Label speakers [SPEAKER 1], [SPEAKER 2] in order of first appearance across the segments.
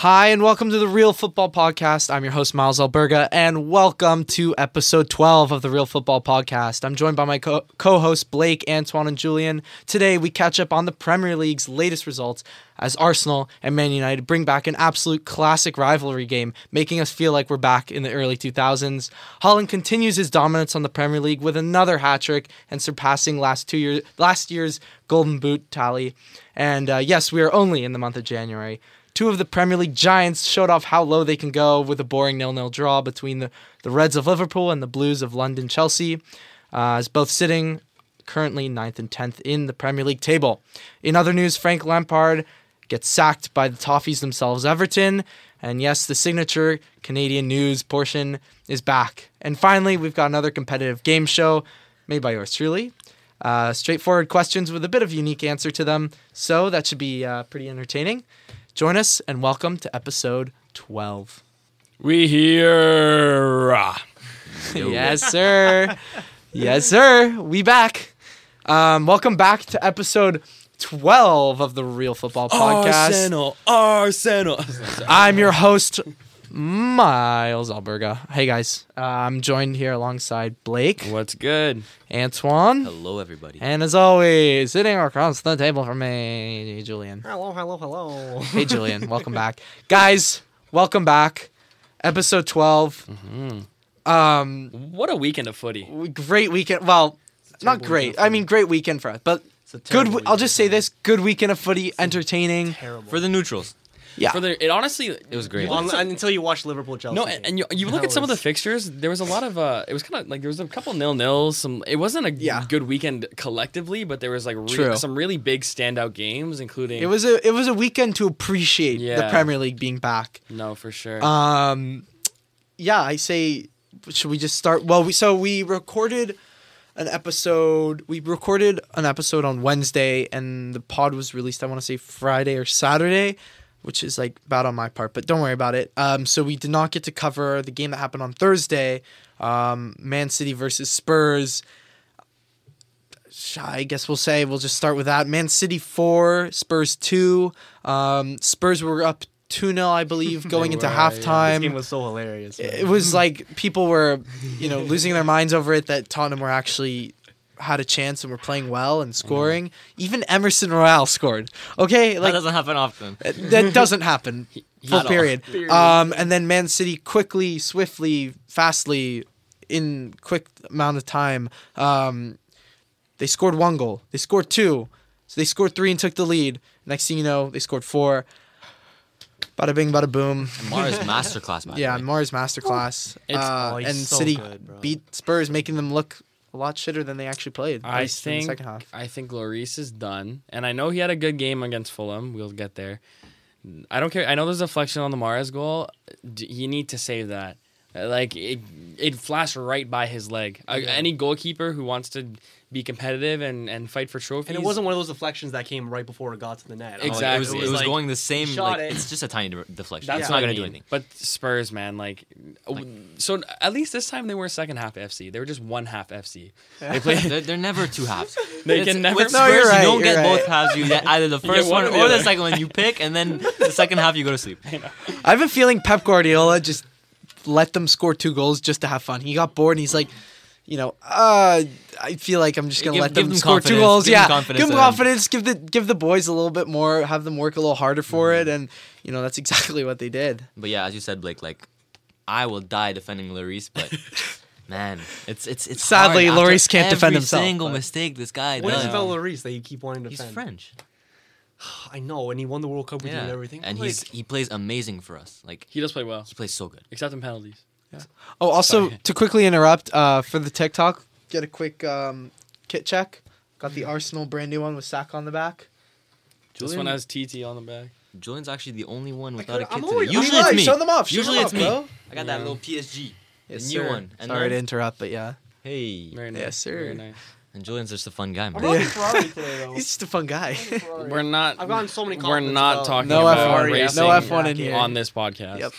[SPEAKER 1] Hi, and welcome to the Real Football Podcast. I'm your host, Miles Alberga, and welcome to episode 12 of the Real Football Podcast. I'm joined by my co hosts, Blake, Antoine, and Julian. Today, we catch up on the Premier League's latest results as Arsenal and Man United bring back an absolute classic rivalry game, making us feel like we're back in the early 2000s. Holland continues his dominance on the Premier League with another hat trick and surpassing last, two year- last year's Golden Boot tally. And uh, yes, we are only in the month of January. Two of the Premier League giants showed off how low they can go with a boring nil-nil draw between the, the Reds of Liverpool and the Blues of London Chelsea, uh, as both sitting currently 9th and 10th in the Premier League table. In other news, Frank Lampard gets sacked by the Toffees themselves, Everton. And yes, the signature Canadian news portion is back. And finally, we've got another competitive game show made by yours truly. Uh, straightforward questions with a bit of unique answer to them. So that should be uh, pretty entertaining. Join us and welcome to episode 12.
[SPEAKER 2] We here.
[SPEAKER 1] yes, sir. yes, sir. We back. Um, welcome back to episode 12 of the Real Football Podcast.
[SPEAKER 2] Arsenal. Arsenal.
[SPEAKER 1] I'm your host, Miles Alberga. Hey, guys. Uh, I'm joined here alongside Blake,
[SPEAKER 2] What's good?
[SPEAKER 1] Antoine,
[SPEAKER 3] Hello, everybody.
[SPEAKER 1] and as always, sitting across the table from me, Julian.
[SPEAKER 3] Hello, hello, hello.
[SPEAKER 1] Hey, Julian, welcome back, guys. Welcome back, episode 12
[SPEAKER 3] Mm-hmm.
[SPEAKER 1] Um,
[SPEAKER 2] What a weekend of footy.
[SPEAKER 1] w- great weekend. Well, not great. I mean, great weekend for us, but
[SPEAKER 3] a
[SPEAKER 1] good.
[SPEAKER 3] terrible
[SPEAKER 1] w- I'll
[SPEAKER 3] weekend
[SPEAKER 1] just say this: good weekend of footy, entertaining.
[SPEAKER 3] For the neutrals,
[SPEAKER 1] Yeah,
[SPEAKER 2] For the, it honestly, it
[SPEAKER 3] it
[SPEAKER 2] was.
[SPEAKER 3] was great.
[SPEAKER 2] Well,
[SPEAKER 4] Un- until you watch Liverpool Chelsea.
[SPEAKER 2] No, and, and you, you look
[SPEAKER 4] That
[SPEAKER 2] at some of the
[SPEAKER 4] was-
[SPEAKER 2] fixtures. There was a lot of. uh It was kind of like there was a couple nil nils. Some. It wasn't a
[SPEAKER 1] Yeah.
[SPEAKER 2] good weekend collectively, but there was like re-
[SPEAKER 1] True.
[SPEAKER 2] some really big standout games, including.
[SPEAKER 1] it was a it was a weekend to appreciate the
[SPEAKER 2] Yeah.
[SPEAKER 1] Premier League being back.
[SPEAKER 2] no for sure.
[SPEAKER 1] Um, yeah, I say, should we just start? Well, we so we recorded an episode. We recorded an episode on Wednesday, and the pod was released. I want to say Friday or Saturday, which is like bad on my part, but don't worry about it. Um, so we did not get to cover the game that happened on Thursday, um, Man City versus Spurs. Sh- I guess we'll say we'll just start with that. Man City four, Spurs two. Um, Spurs were up two 0 I believe, going into
[SPEAKER 2] were, yeah. This
[SPEAKER 1] halftime
[SPEAKER 4] this game was so hilarious. man.
[SPEAKER 1] it was like people were, you know, losing their minds over it that Tottenham were actually had a chance and were playing well and scoring. Even Emerson Royale scored. Okay,
[SPEAKER 3] Mm-hmm. that
[SPEAKER 1] like uh,
[SPEAKER 3] doesn't happen often.
[SPEAKER 1] that doesn't happen. Full
[SPEAKER 3] at all.
[SPEAKER 1] period. Um, and then Man City quickly, swiftly, fastly, in quick amount of time, um, they scored one goal. They scored two. So they scored three and took the lead. Next thing you know, they scored four. Bada bing, bada boom.
[SPEAKER 3] Mars masterclass, by
[SPEAKER 1] Yeah,
[SPEAKER 3] the
[SPEAKER 1] and
[SPEAKER 3] way.
[SPEAKER 1] Mars Masterclass.
[SPEAKER 2] It's-
[SPEAKER 1] uh,
[SPEAKER 4] oh, he's
[SPEAKER 1] and
[SPEAKER 4] so
[SPEAKER 1] City
[SPEAKER 4] good, bro.
[SPEAKER 1] beat Spurs, making them look a lot shitter than they actually played. at
[SPEAKER 2] I
[SPEAKER 1] least in the
[SPEAKER 2] think
[SPEAKER 1] second half.
[SPEAKER 2] I think Lloris is done, and I know he had a good game against Fulham. We'll get there. I don't care. I know there's a deflection on the Mares goal. D- you need to save that. Uh, Like it, it flashed right by his leg. Uh, Any goalkeeper who wants to be competitive and, and fight for trophies,
[SPEAKER 4] and it wasn't one of those deflections that came right before it got to the net. I'm like,
[SPEAKER 2] Exactly.
[SPEAKER 3] It was, it
[SPEAKER 2] It
[SPEAKER 3] was
[SPEAKER 4] like-
[SPEAKER 3] going the same.
[SPEAKER 4] shot
[SPEAKER 3] Like,
[SPEAKER 4] it.
[SPEAKER 3] It's just a tiny de- deflection.
[SPEAKER 2] That's
[SPEAKER 3] it's
[SPEAKER 2] what
[SPEAKER 3] not
[SPEAKER 2] I
[SPEAKER 3] gonna do
[SPEAKER 2] mean.
[SPEAKER 3] anything.
[SPEAKER 2] But Spurs, man, like, w so at least this time they were second half FC. They were just one half FC. They played.
[SPEAKER 3] They're, they're never two halves.
[SPEAKER 2] They
[SPEAKER 3] It's-
[SPEAKER 2] can never-
[SPEAKER 3] With
[SPEAKER 1] No, you're
[SPEAKER 3] Spurs,
[SPEAKER 1] right,
[SPEAKER 3] you don't
[SPEAKER 1] you're
[SPEAKER 3] get
[SPEAKER 1] right.
[SPEAKER 3] both halves. You get either the first
[SPEAKER 2] one
[SPEAKER 3] one
[SPEAKER 2] or the
[SPEAKER 3] or the
[SPEAKER 2] other.
[SPEAKER 3] second one. You pick, and then the second half you go to sleep.
[SPEAKER 1] I have a feeling Pep Guardiola just let them score two goals just to have fun. He got bored and he's like, you know, uh, I feel like I'm just gonna
[SPEAKER 3] Give-
[SPEAKER 1] let
[SPEAKER 3] give
[SPEAKER 1] them,
[SPEAKER 3] them
[SPEAKER 1] score two
[SPEAKER 3] confidence,
[SPEAKER 1] goals.
[SPEAKER 3] give them
[SPEAKER 1] yeah,
[SPEAKER 3] confidence
[SPEAKER 1] give them
[SPEAKER 3] and-
[SPEAKER 1] confidence. Give the give the boys a little bit more. Have them work a little harder for it, and you know that's exactly what they did.
[SPEAKER 3] But yeah, as you said, Blake, like I will die defending Lloris, but man, it's it's it's
[SPEAKER 1] Sadly,
[SPEAKER 3] hard after
[SPEAKER 1] Lloris can't defend
[SPEAKER 3] every
[SPEAKER 1] himself,
[SPEAKER 3] Single
[SPEAKER 1] but-
[SPEAKER 3] mistake this guy
[SPEAKER 4] What is
[SPEAKER 3] does.
[SPEAKER 4] it about Lloris that you keep wanting to
[SPEAKER 3] He's
[SPEAKER 4] defend?
[SPEAKER 3] French.
[SPEAKER 4] I know, and he won the World Cup with you
[SPEAKER 3] Yeah,
[SPEAKER 4] and everything.
[SPEAKER 3] and
[SPEAKER 4] Like,
[SPEAKER 3] he's he plays amazing for us. Like
[SPEAKER 2] He does play well,
[SPEAKER 3] he plays so good.
[SPEAKER 2] except in penalties.
[SPEAKER 1] Oh, also
[SPEAKER 2] Sorry.
[SPEAKER 1] to quickly interrupt uh, for the TikTok, get a quick um, kit check. Got the Arsenal brand new one with Sack on the back.
[SPEAKER 2] This
[SPEAKER 3] Julian-
[SPEAKER 2] one has TT on the back.
[SPEAKER 3] Julian's actually the only one without a
[SPEAKER 4] could-
[SPEAKER 3] kid
[SPEAKER 4] I'm
[SPEAKER 3] today.
[SPEAKER 4] always- I'm
[SPEAKER 3] Usually
[SPEAKER 1] always-
[SPEAKER 3] it's me.
[SPEAKER 1] show them off, show
[SPEAKER 3] Usually
[SPEAKER 1] them
[SPEAKER 3] it's
[SPEAKER 1] off,
[SPEAKER 3] me.
[SPEAKER 1] bro.
[SPEAKER 3] I got that little PSG, the new one. And
[SPEAKER 1] Sorry to
[SPEAKER 3] then-
[SPEAKER 1] interrupt, but yeah,
[SPEAKER 3] Hey,
[SPEAKER 2] Very nice.
[SPEAKER 1] Yes, sir.
[SPEAKER 2] Very nice.
[SPEAKER 3] and Julian's just a fun guy, man.
[SPEAKER 4] I'm rocking
[SPEAKER 1] Yeah.
[SPEAKER 4] Ferrari today, though.
[SPEAKER 1] he's just a fun guy.
[SPEAKER 2] We're not.
[SPEAKER 4] I've gotten so many
[SPEAKER 2] We're
[SPEAKER 4] compliments
[SPEAKER 2] not
[SPEAKER 4] about-
[SPEAKER 2] talking
[SPEAKER 1] No
[SPEAKER 2] about
[SPEAKER 1] F1,
[SPEAKER 2] racing
[SPEAKER 1] no F1 in here.
[SPEAKER 2] on this podcast.
[SPEAKER 1] Yep.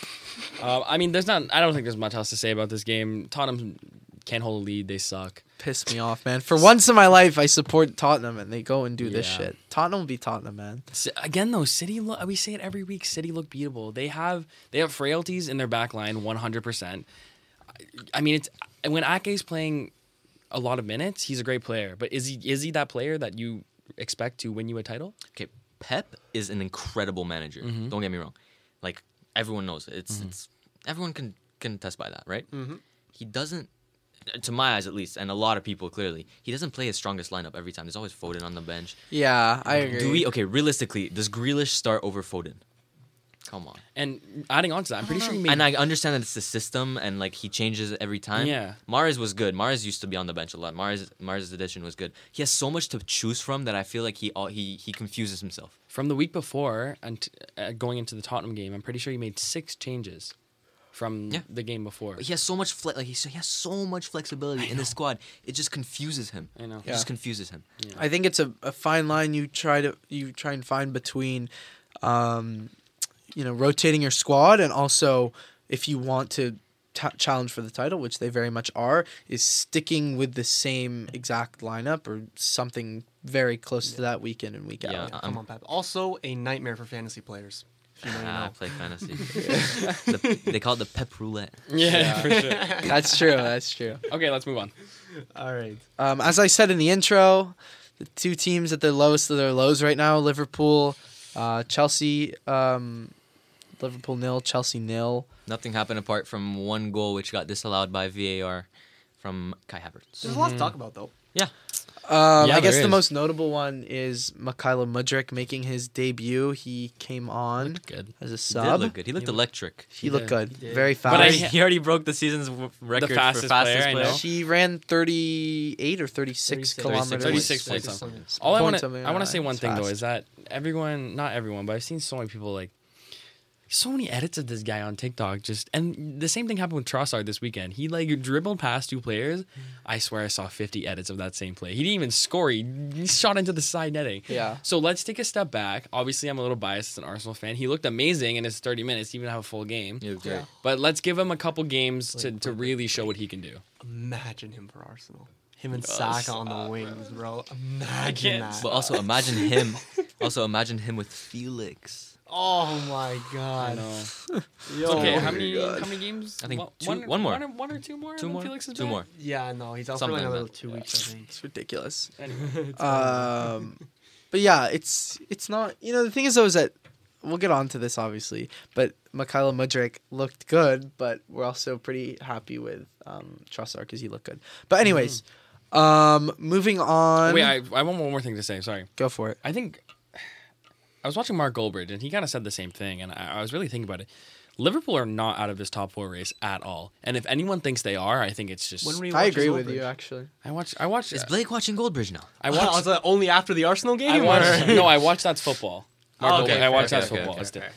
[SPEAKER 2] Uh, I mean, there's not. I don't think there's much else to say about this game. Tottenham can't hold a lead. They suck.
[SPEAKER 1] Pissed me off, man. For once in my life, I support Tottenham, and they go and do this
[SPEAKER 2] Yeah.
[SPEAKER 1] shit. Tottenham will be Tottenham, man.
[SPEAKER 2] S- Again, though, City look. We say it every week. City look beatable. They have they have frailties in their back line, one hundred percent. I mean, it's when Ake's playing a lot of minutes, he's a great player. But is he is he that player that you expect to win you a title?
[SPEAKER 3] Okay, Pep is an incredible manager.
[SPEAKER 1] Mm-hmm.
[SPEAKER 3] Don't get me wrong. Like everyone knows it. it's it's everyone can can test by that, right? Mm-hmm. He doesn't to my eyes at least and a lot of people clearly he doesn't play his strongest lineup every time there's always Foden on the bench
[SPEAKER 1] Yeah, I agree.
[SPEAKER 3] do we okay realistically does Grealish start over Foden come on
[SPEAKER 2] And adding on to that, I'm pretty sure he made.
[SPEAKER 3] and I understand that it's the system and like he changes it every time
[SPEAKER 2] Yeah.
[SPEAKER 3] Mars was good Mars used to be on the bench a lot Mars Mars edition was good he has so much to choose from that I feel like he all, he he confuses himself
[SPEAKER 2] from the week before and t- uh, going into the Tottenham game, I'm pretty sure he made six changes from
[SPEAKER 3] Yeah.
[SPEAKER 2] the game before.
[SPEAKER 3] But he has so much fle- like he, so he has so much flexibility in his squad. It just confuses him.
[SPEAKER 2] I know.
[SPEAKER 3] It just
[SPEAKER 1] Yeah.
[SPEAKER 3] confuses him.
[SPEAKER 1] I think it's a, a fine line you try to you try and find between, um, you know, rotating your squad and also if you want to t- challenge for the title, which they very much are, is sticking with the same exact lineup or something very close to that week in and week out.
[SPEAKER 3] Yeah.
[SPEAKER 4] Come on, Pep. Also, a nightmare for fantasy players. If you know, you
[SPEAKER 3] Ah, I
[SPEAKER 4] know.
[SPEAKER 3] play fantasy. The- they call it the Pep Roulette.
[SPEAKER 2] yeah, for sure.
[SPEAKER 1] That's true. That's true.
[SPEAKER 2] Okay, let's move on.
[SPEAKER 4] All right.
[SPEAKER 1] Um, as I said in the intro, the two teams at their lowest of their lows right now: Liverpool, uh, Chelsea. Um, Liverpool nil, Chelsea nil.
[SPEAKER 3] Nothing happened apart from one goal which got disallowed by VAR from Kai Havertz.
[SPEAKER 4] There's a lot to talk about, though.
[SPEAKER 1] Um,
[SPEAKER 2] Yeah,
[SPEAKER 1] I guess
[SPEAKER 2] there
[SPEAKER 1] the
[SPEAKER 2] is.
[SPEAKER 1] most notable one is Mikhailo Mudrik making his debut. He came on
[SPEAKER 2] Good.
[SPEAKER 1] as a
[SPEAKER 3] He did
[SPEAKER 1] sub.
[SPEAKER 3] look good. He looked electric.
[SPEAKER 1] He looked
[SPEAKER 2] did.
[SPEAKER 1] good,
[SPEAKER 4] did.
[SPEAKER 1] very
[SPEAKER 3] But
[SPEAKER 2] But I-
[SPEAKER 1] fast.
[SPEAKER 3] he already broke the season's w- record
[SPEAKER 2] fastest
[SPEAKER 3] for fastest
[SPEAKER 2] player, I
[SPEAKER 3] player.
[SPEAKER 2] know.
[SPEAKER 1] she ran 38 or 36,
[SPEAKER 4] 36.
[SPEAKER 1] kilometers.
[SPEAKER 2] 36
[SPEAKER 3] points
[SPEAKER 2] points
[SPEAKER 4] something.
[SPEAKER 2] All I
[SPEAKER 1] Point
[SPEAKER 2] want to
[SPEAKER 1] something
[SPEAKER 2] I want to
[SPEAKER 1] like
[SPEAKER 2] say
[SPEAKER 1] that.
[SPEAKER 2] one
[SPEAKER 1] It's
[SPEAKER 2] thing though
[SPEAKER 1] fast.
[SPEAKER 2] is that everyone, not everyone, but I've seen so many people like so many edits of this guy on TikTok. Just and the same thing happened with Trossard this weekend. He like dribbled past two
[SPEAKER 1] Mm.
[SPEAKER 2] players. I swear I saw fifty edits of that same play. He didn't even score. He, he shot into the side netting.
[SPEAKER 1] Yeah.
[SPEAKER 2] So let's take a step back. Obviously, I'm a little biased as an Arsenal fan. He looked amazing in his 30 minutes. He didn't even have a full game.
[SPEAKER 3] He looked great.
[SPEAKER 2] But let's give him a couple games to, to really show what he can do.
[SPEAKER 4] Imagine him for Arsenal. Him and Saka on the wings, bro. Imagine that.
[SPEAKER 3] But also imagine him. also imagine him with Felix.
[SPEAKER 4] oh my
[SPEAKER 2] I
[SPEAKER 4] god.
[SPEAKER 2] know.
[SPEAKER 4] Yo.
[SPEAKER 2] Okay,
[SPEAKER 3] Oh
[SPEAKER 2] how
[SPEAKER 3] my
[SPEAKER 2] many,
[SPEAKER 1] God.
[SPEAKER 2] how many games?
[SPEAKER 3] I think
[SPEAKER 2] One-
[SPEAKER 3] two-
[SPEAKER 2] one-
[SPEAKER 3] one more.
[SPEAKER 2] One or, one or two more?
[SPEAKER 3] Two
[SPEAKER 2] and then
[SPEAKER 3] more.
[SPEAKER 2] Felix is
[SPEAKER 3] Two
[SPEAKER 2] back?
[SPEAKER 3] more.
[SPEAKER 4] Yeah, no, he's out
[SPEAKER 3] Something
[SPEAKER 4] for like
[SPEAKER 3] like
[SPEAKER 4] another
[SPEAKER 3] that.
[SPEAKER 4] two weeks, I think.
[SPEAKER 1] It's ridiculous.
[SPEAKER 2] Anyway.
[SPEAKER 1] um, but yeah, it's it's not. You know, the thing is though is that we'll get on to this obviously, but Mikhailo Mudrik looked good, but we're also pretty happy with um, Trossard because he looked good. But anyways, um, moving on.
[SPEAKER 2] Wait, I, I want one more thing to say. Sorry.
[SPEAKER 1] go for it.
[SPEAKER 2] I think I was watching Mark Goldbridge and he kind of said the same thing, and I, I was really thinking about it. Liverpool are not out of this top four race at all, and if anyone thinks they are, I think it's just.
[SPEAKER 4] When were you
[SPEAKER 1] I
[SPEAKER 4] watching
[SPEAKER 1] agree with
[SPEAKER 4] Goldbridge?
[SPEAKER 1] you actually.
[SPEAKER 2] I watched. I watched.
[SPEAKER 3] Is Blake watching Goldbridge now?
[SPEAKER 2] I
[SPEAKER 4] Wow,
[SPEAKER 2] watched.
[SPEAKER 4] it's, uh, only after the Arsenal game?
[SPEAKER 2] I watched.
[SPEAKER 4] or-
[SPEAKER 2] no, I watched that's football. Mark
[SPEAKER 4] okay,
[SPEAKER 2] Goldbridge, I watched
[SPEAKER 3] Oh, okay,
[SPEAKER 2] that's
[SPEAKER 3] okay,
[SPEAKER 2] football.
[SPEAKER 3] okay,
[SPEAKER 2] It's different.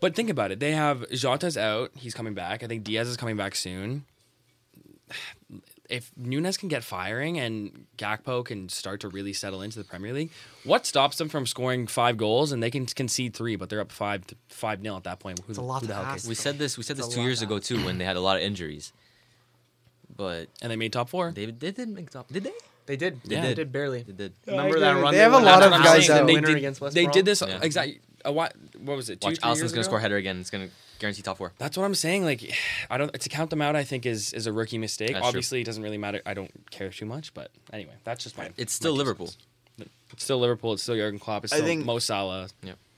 [SPEAKER 2] But think about it. They have Jota's out. He's coming back. I think Diaz is coming back soon. If Nunes can get firing and Gakpo can start to really settle into the Premier League, what stops them from scoring five goals and they can concede three, but they're up five to five nil at that point? Who,
[SPEAKER 4] a lot
[SPEAKER 2] who the
[SPEAKER 4] to
[SPEAKER 2] hell
[SPEAKER 4] ask.
[SPEAKER 2] cares?
[SPEAKER 3] We said this. We said
[SPEAKER 4] It's
[SPEAKER 3] this
[SPEAKER 4] a
[SPEAKER 3] two
[SPEAKER 4] lot
[SPEAKER 3] years
[SPEAKER 4] now.
[SPEAKER 3] ago too when they had a lot of injuries. But
[SPEAKER 2] And they made top four.
[SPEAKER 3] they, they didn't make top. Did they?
[SPEAKER 4] They did.
[SPEAKER 3] They
[SPEAKER 4] They
[SPEAKER 3] did.
[SPEAKER 4] did barely.
[SPEAKER 3] They did.
[SPEAKER 4] Remember
[SPEAKER 1] I
[SPEAKER 4] that
[SPEAKER 1] agree.
[SPEAKER 4] run?
[SPEAKER 1] They have a
[SPEAKER 4] went
[SPEAKER 1] lot
[SPEAKER 4] on
[SPEAKER 1] of
[SPEAKER 4] and
[SPEAKER 1] guys
[SPEAKER 4] they
[SPEAKER 1] out.
[SPEAKER 2] They
[SPEAKER 4] winner
[SPEAKER 2] did,
[SPEAKER 4] against West
[SPEAKER 2] they
[SPEAKER 4] Brom?
[SPEAKER 2] did this
[SPEAKER 3] Yeah.
[SPEAKER 2] exactly. A, what, what was it? Two,
[SPEAKER 3] Watch,
[SPEAKER 2] three
[SPEAKER 3] Allison's
[SPEAKER 2] years
[SPEAKER 3] gonna
[SPEAKER 2] ago?
[SPEAKER 3] score a header again. It's gonna guarantee top four.
[SPEAKER 2] That's what I'm saying. Like, I don't to count them out. I think is is a rookie mistake.
[SPEAKER 3] That's true.
[SPEAKER 2] Obviously, it doesn't really matter. I don't care too much. But anyway, that's just my.
[SPEAKER 3] It's still
[SPEAKER 2] my two
[SPEAKER 3] Liverpool.
[SPEAKER 2] cents. It's still Liverpool. It's still Jurgen Klopp. It's
[SPEAKER 1] I
[SPEAKER 2] still
[SPEAKER 1] think-
[SPEAKER 2] Mo Salah.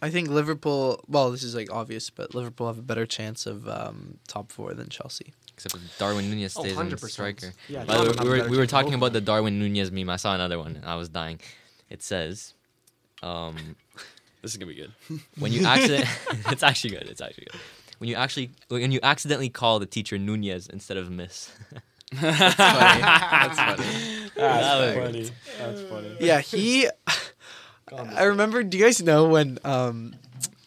[SPEAKER 1] I think Liverpool. Well, this is like obvious, but Liverpool have a better chance of um, top four than Chelsea.
[SPEAKER 3] Except if Darwin Nunez
[SPEAKER 4] Oh,
[SPEAKER 3] stays in
[SPEAKER 4] 100%.
[SPEAKER 3] striker.
[SPEAKER 4] Yeah,
[SPEAKER 3] By the way,
[SPEAKER 4] Darwin had
[SPEAKER 3] we
[SPEAKER 4] a
[SPEAKER 3] were,
[SPEAKER 4] better
[SPEAKER 3] we were
[SPEAKER 4] chance than
[SPEAKER 3] talking
[SPEAKER 4] both
[SPEAKER 3] about
[SPEAKER 4] of
[SPEAKER 3] the Darwin Nunez meme. I saw another one. and I was dying. It says, um,
[SPEAKER 2] This is gonna be good.
[SPEAKER 3] when you accident, it's actually good. It's actually good. When you actually when you accidentally call the teacher Nunez instead of Miss.
[SPEAKER 1] That's funny.
[SPEAKER 3] That was
[SPEAKER 2] funny. That's funny.
[SPEAKER 1] yeah, he. I remember. Do you guys know when, um,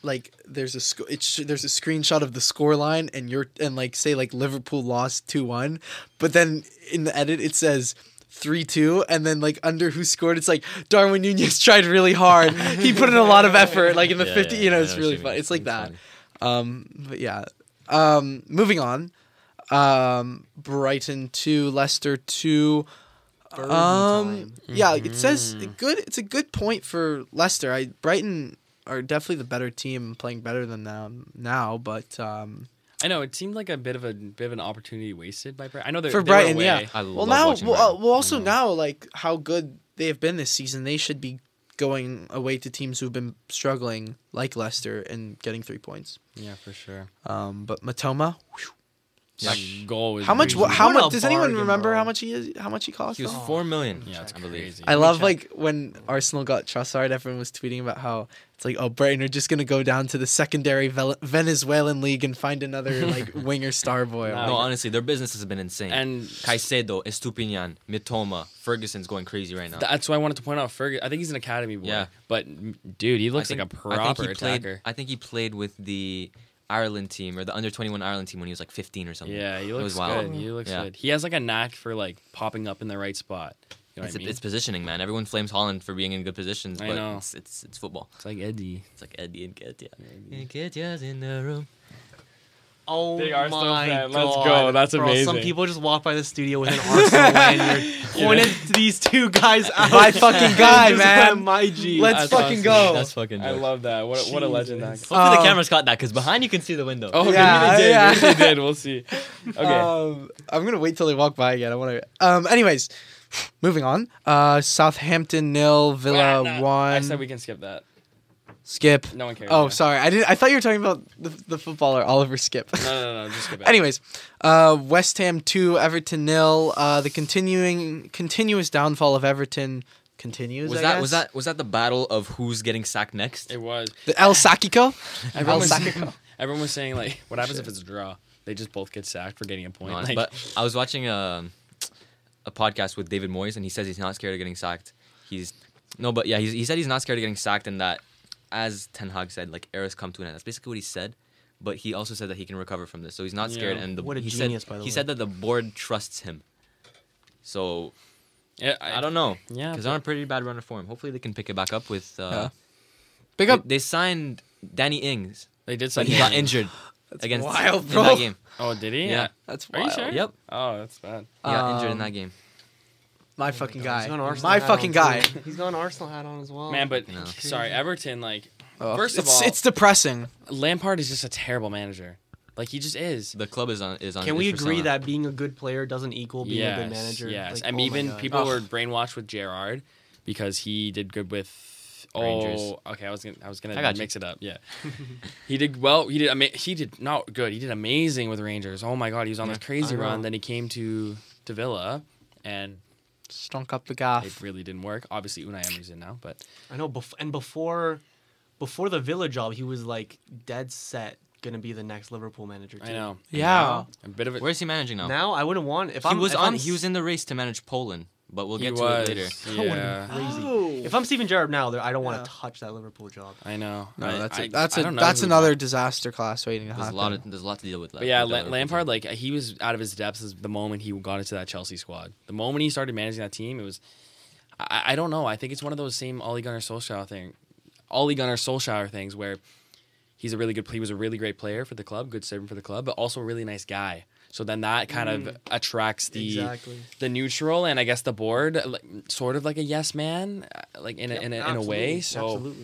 [SPEAKER 1] like, there's a sc- it's there's a screenshot of the score line and you're and like say like Liverpool lost two one, but then in the edit it says. 3 2, and then like under who scored, it's like Darwin Nunez tried really hard. he put in a lot of effort, like in the
[SPEAKER 3] Yeah,
[SPEAKER 1] 50,
[SPEAKER 3] yeah,
[SPEAKER 1] you know,
[SPEAKER 3] I
[SPEAKER 1] it's Um,
[SPEAKER 3] know what
[SPEAKER 1] really
[SPEAKER 3] you
[SPEAKER 1] fun.
[SPEAKER 3] mean.
[SPEAKER 1] It's like
[SPEAKER 3] It's
[SPEAKER 1] that.
[SPEAKER 3] funny.
[SPEAKER 1] Um, but yeah. Um, moving on. um, Brighton two, Leicester two.
[SPEAKER 4] Burden
[SPEAKER 1] Um,
[SPEAKER 4] time.
[SPEAKER 1] yeah, it says
[SPEAKER 3] Mm-hmm.
[SPEAKER 1] good. It's a good point for Leicester. I Brighton are definitely the better team, playing better than them now. But um,
[SPEAKER 2] I know it seemed like a bit of a bit of an opportunity wasted by Brighton. I know they're
[SPEAKER 1] for
[SPEAKER 2] they were
[SPEAKER 1] Brighton,
[SPEAKER 2] away.
[SPEAKER 1] yeah.
[SPEAKER 3] I
[SPEAKER 1] well,
[SPEAKER 3] love
[SPEAKER 1] now,
[SPEAKER 3] watching Mm-hmm.
[SPEAKER 1] well, uh,
[SPEAKER 3] Brighton.
[SPEAKER 1] well, also now, like how good they have been this season, they should be going away to teams who've been struggling, like Leicester, and getting three points.
[SPEAKER 2] yeah, for sure.
[SPEAKER 1] Um, but Matoma, whew,
[SPEAKER 2] That goal was
[SPEAKER 1] how much?
[SPEAKER 2] crazy.
[SPEAKER 1] wha- how
[SPEAKER 4] What a
[SPEAKER 1] much? Does anyone
[SPEAKER 4] bargain,
[SPEAKER 1] remember
[SPEAKER 4] bro.
[SPEAKER 1] how much he is? How much he cost?
[SPEAKER 3] He was
[SPEAKER 2] oh,
[SPEAKER 1] though?
[SPEAKER 3] four million.
[SPEAKER 2] Yeah, it's
[SPEAKER 3] I believe.
[SPEAKER 2] crazy.
[SPEAKER 1] I love
[SPEAKER 4] check.
[SPEAKER 1] like when Arsenal got Trossard. Everyone was tweeting about how it's like, oh, Brighton are just gonna go down to the secondary Vel- Venezuelan league and find another like winger star boy.
[SPEAKER 2] No.
[SPEAKER 1] I'm
[SPEAKER 3] No,
[SPEAKER 1] like,
[SPEAKER 3] honestly, their business has been insane.
[SPEAKER 2] And-
[SPEAKER 3] Caicedo, Estupinian, Mitoma, Ferguson's going crazy right now.
[SPEAKER 2] That's why I wanted to point out Fergus. I think he's an academy boy.
[SPEAKER 3] Yeah.
[SPEAKER 2] But m- dude, he looks like a
[SPEAKER 3] I think
[SPEAKER 2] proper
[SPEAKER 3] he played,
[SPEAKER 2] attacker.
[SPEAKER 3] I think he played with the Ireland team or the under twenty one Ireland team when he was like fifteen or something.
[SPEAKER 2] Yeah, he
[SPEAKER 3] Um, It
[SPEAKER 2] looks
[SPEAKER 3] was wild.
[SPEAKER 2] good. He looks
[SPEAKER 3] Yeah.
[SPEAKER 2] good. He has like a knack for like popping up in the right spot. You know
[SPEAKER 3] It's,
[SPEAKER 2] what I mean?
[SPEAKER 3] it's positioning, man. Everyone flames Holland for being in good positions,
[SPEAKER 2] I
[SPEAKER 3] but
[SPEAKER 2] know.
[SPEAKER 3] It's, it's it's football.
[SPEAKER 2] It's like Eddie.
[SPEAKER 3] It's like Eddie and Ketia. And Ketia's in the room.
[SPEAKER 4] Oh
[SPEAKER 2] Big
[SPEAKER 4] my
[SPEAKER 2] Arsenal fan,
[SPEAKER 4] god!
[SPEAKER 2] let's go, that's
[SPEAKER 4] Bro, Some
[SPEAKER 2] amazing.
[SPEAKER 4] people just walk by the studio with an Arsenal lanyard, pointed to these two guys out.
[SPEAKER 1] My fucking guy,
[SPEAKER 4] Just
[SPEAKER 1] man.
[SPEAKER 4] My G.
[SPEAKER 1] Let's
[SPEAKER 2] That's
[SPEAKER 1] fucking
[SPEAKER 2] awesome.
[SPEAKER 1] go.
[SPEAKER 3] That's fucking.
[SPEAKER 2] I
[SPEAKER 3] dope.
[SPEAKER 2] love that. What, what a legend that
[SPEAKER 4] Jesus.
[SPEAKER 2] guy.
[SPEAKER 3] Hopefully
[SPEAKER 1] Um,
[SPEAKER 3] the camera's caught that because behind you can see the window.
[SPEAKER 2] Oh, yeah,
[SPEAKER 1] Yeah,
[SPEAKER 2] maybe they did.
[SPEAKER 1] yeah.
[SPEAKER 2] Maybe they did. We'll see. Okay.
[SPEAKER 1] Um, I'm gonna wait till they walk by again. I want to. Um, anyways, moving on. Uh, Southampton nil, Villa
[SPEAKER 3] uh,
[SPEAKER 2] Ah, nah.
[SPEAKER 1] one.
[SPEAKER 2] I said we can skip that.
[SPEAKER 1] skip.
[SPEAKER 2] No one cares.
[SPEAKER 1] Oh,
[SPEAKER 2] yeah.
[SPEAKER 1] sorry. I didn't. I thought you were talking about the, the footballer Oliver Skip.
[SPEAKER 2] No, no, no, no. Just skip it.
[SPEAKER 1] Anyways, uh, West Ham two, Everton nil. Uh, the continuing continuous downfall of Everton continues.
[SPEAKER 3] was
[SPEAKER 1] I
[SPEAKER 3] that
[SPEAKER 1] guess.
[SPEAKER 3] was that was that the battle of who's getting sacked next?
[SPEAKER 2] It was.
[SPEAKER 1] the El Sakiko? El
[SPEAKER 2] Everyone was,
[SPEAKER 1] Sakiko.
[SPEAKER 2] everyone was saying, like, what happens if it's a draw? They just both get sacked for getting a point.
[SPEAKER 3] honest,
[SPEAKER 2] Like,
[SPEAKER 3] But I was watching a, a podcast with David Moyes, and he says he's not scared of getting sacked. He's no, but yeah, he's, he said he's not scared of getting sacked, and that as Ten Hag said, like eras come to an end. That's basically what he said. But he also said that he can recover from this, so he's not scared.
[SPEAKER 2] Yeah.
[SPEAKER 3] And the,
[SPEAKER 4] What a
[SPEAKER 3] he
[SPEAKER 4] genius,
[SPEAKER 3] said,
[SPEAKER 4] by the
[SPEAKER 3] He
[SPEAKER 4] way.
[SPEAKER 3] said that the board trusts him. So
[SPEAKER 2] yeah,
[SPEAKER 3] I, don't know.
[SPEAKER 2] Yeah,
[SPEAKER 3] because they're on a
[SPEAKER 2] but-
[SPEAKER 3] pretty bad run of form. Hopefully they can pick it back up with. Uh,
[SPEAKER 1] Big up.
[SPEAKER 3] They, they signed Danny Ings,
[SPEAKER 2] They did
[SPEAKER 3] but
[SPEAKER 2] sign
[SPEAKER 3] he got
[SPEAKER 2] Danny.
[SPEAKER 3] injured against
[SPEAKER 1] wild,
[SPEAKER 3] in
[SPEAKER 1] bro.
[SPEAKER 3] that game.
[SPEAKER 2] Oh, did he?
[SPEAKER 3] Yeah.
[SPEAKER 1] That's
[SPEAKER 2] Are you
[SPEAKER 1] wild.
[SPEAKER 2] sure?
[SPEAKER 3] Yep,
[SPEAKER 2] Oh, that's bad.
[SPEAKER 3] he got injured in
[SPEAKER 1] Um,
[SPEAKER 3] that game.
[SPEAKER 1] My fucking guy.
[SPEAKER 4] He's got an Arsenal
[SPEAKER 1] My
[SPEAKER 4] hat
[SPEAKER 1] fucking
[SPEAKER 4] on,
[SPEAKER 1] guy.
[SPEAKER 4] too. He's got an Arsenal hat on as well.
[SPEAKER 2] Oh, Man, but
[SPEAKER 3] No.
[SPEAKER 2] sorry, Everton, like,
[SPEAKER 1] Oh,
[SPEAKER 2] First of
[SPEAKER 1] it's,
[SPEAKER 2] all-
[SPEAKER 1] it's depressing.
[SPEAKER 2] Lampard is just a terrible manager. Like, he just is.
[SPEAKER 3] The club is on. Is on.
[SPEAKER 4] Can
[SPEAKER 3] is
[SPEAKER 4] we
[SPEAKER 3] for
[SPEAKER 4] agree
[SPEAKER 3] sale now.
[SPEAKER 4] that being a good player doesn't equal being a good manager?
[SPEAKER 2] Yes,
[SPEAKER 4] Like,
[SPEAKER 2] I
[SPEAKER 4] oh my
[SPEAKER 2] mean, even
[SPEAKER 4] God.
[SPEAKER 2] people
[SPEAKER 1] Ugh.
[SPEAKER 2] were brainwashed with Gerard because he did good with. Oh,
[SPEAKER 3] Rangers.
[SPEAKER 2] okay. I was gonna, I was gonna
[SPEAKER 3] I got you.
[SPEAKER 2] mix it up. Yeah, he did well. He did, ama- he did not good. He did amazing with Rangers. Oh my God, he was on this crazy
[SPEAKER 4] I
[SPEAKER 2] run.
[SPEAKER 4] know.
[SPEAKER 2] Then he came to to Villa, and
[SPEAKER 1] Stunk up the gaff.
[SPEAKER 2] it really didn't work. Obviously, Unai Emery's in now, but
[SPEAKER 4] I know. Bef- and before, before the Villa job, he was like dead set gonna be the next Liverpool manager.
[SPEAKER 2] I
[SPEAKER 4] too.
[SPEAKER 2] know
[SPEAKER 1] Yeah.
[SPEAKER 2] a bit of a
[SPEAKER 3] Where is he managing now?
[SPEAKER 4] Now I wouldn't want if
[SPEAKER 3] he
[SPEAKER 4] I'm,
[SPEAKER 3] was
[SPEAKER 4] if I'm
[SPEAKER 3] on. He was in the race to manage Poland, but we'll
[SPEAKER 2] He
[SPEAKER 3] get to
[SPEAKER 2] was,
[SPEAKER 3] it later.
[SPEAKER 2] Yeah,
[SPEAKER 4] Crazy.
[SPEAKER 1] Oh.
[SPEAKER 4] If I'm Steven Gerrard now, there- I don't want
[SPEAKER 1] Yeah.
[SPEAKER 4] to touch that Liverpool job.
[SPEAKER 2] I know.
[SPEAKER 1] No,
[SPEAKER 2] I-
[SPEAKER 1] that's
[SPEAKER 2] I-
[SPEAKER 1] a, that's
[SPEAKER 2] I
[SPEAKER 1] a,
[SPEAKER 2] don't know
[SPEAKER 1] that's
[SPEAKER 2] who-
[SPEAKER 1] another disaster class waiting to
[SPEAKER 3] There's a
[SPEAKER 1] happen.
[SPEAKER 3] lot of there's a lot to deal with.
[SPEAKER 2] But yeah,
[SPEAKER 3] with that
[SPEAKER 2] La- Lampard,
[SPEAKER 3] Liverpool
[SPEAKER 2] like he was out of his depths as the moment he got into that Chelsea squad. The moment he started managing that team, it was, I, I don't know. I think it's one of those same Ole Gunnar Solskjaer thing, Ole Gunnar Solskjaer things where he's a really good, he was a really great player for the club, good servant for the club, but also a really nice guy. So then that kind
[SPEAKER 1] Mm.
[SPEAKER 2] of attracts the
[SPEAKER 4] Exactly.
[SPEAKER 2] the neutral and I guess the board, like, sort of like a yes man, uh, like in a, in, a, in a way.
[SPEAKER 4] Absolutely,
[SPEAKER 2] So
[SPEAKER 4] absolutely.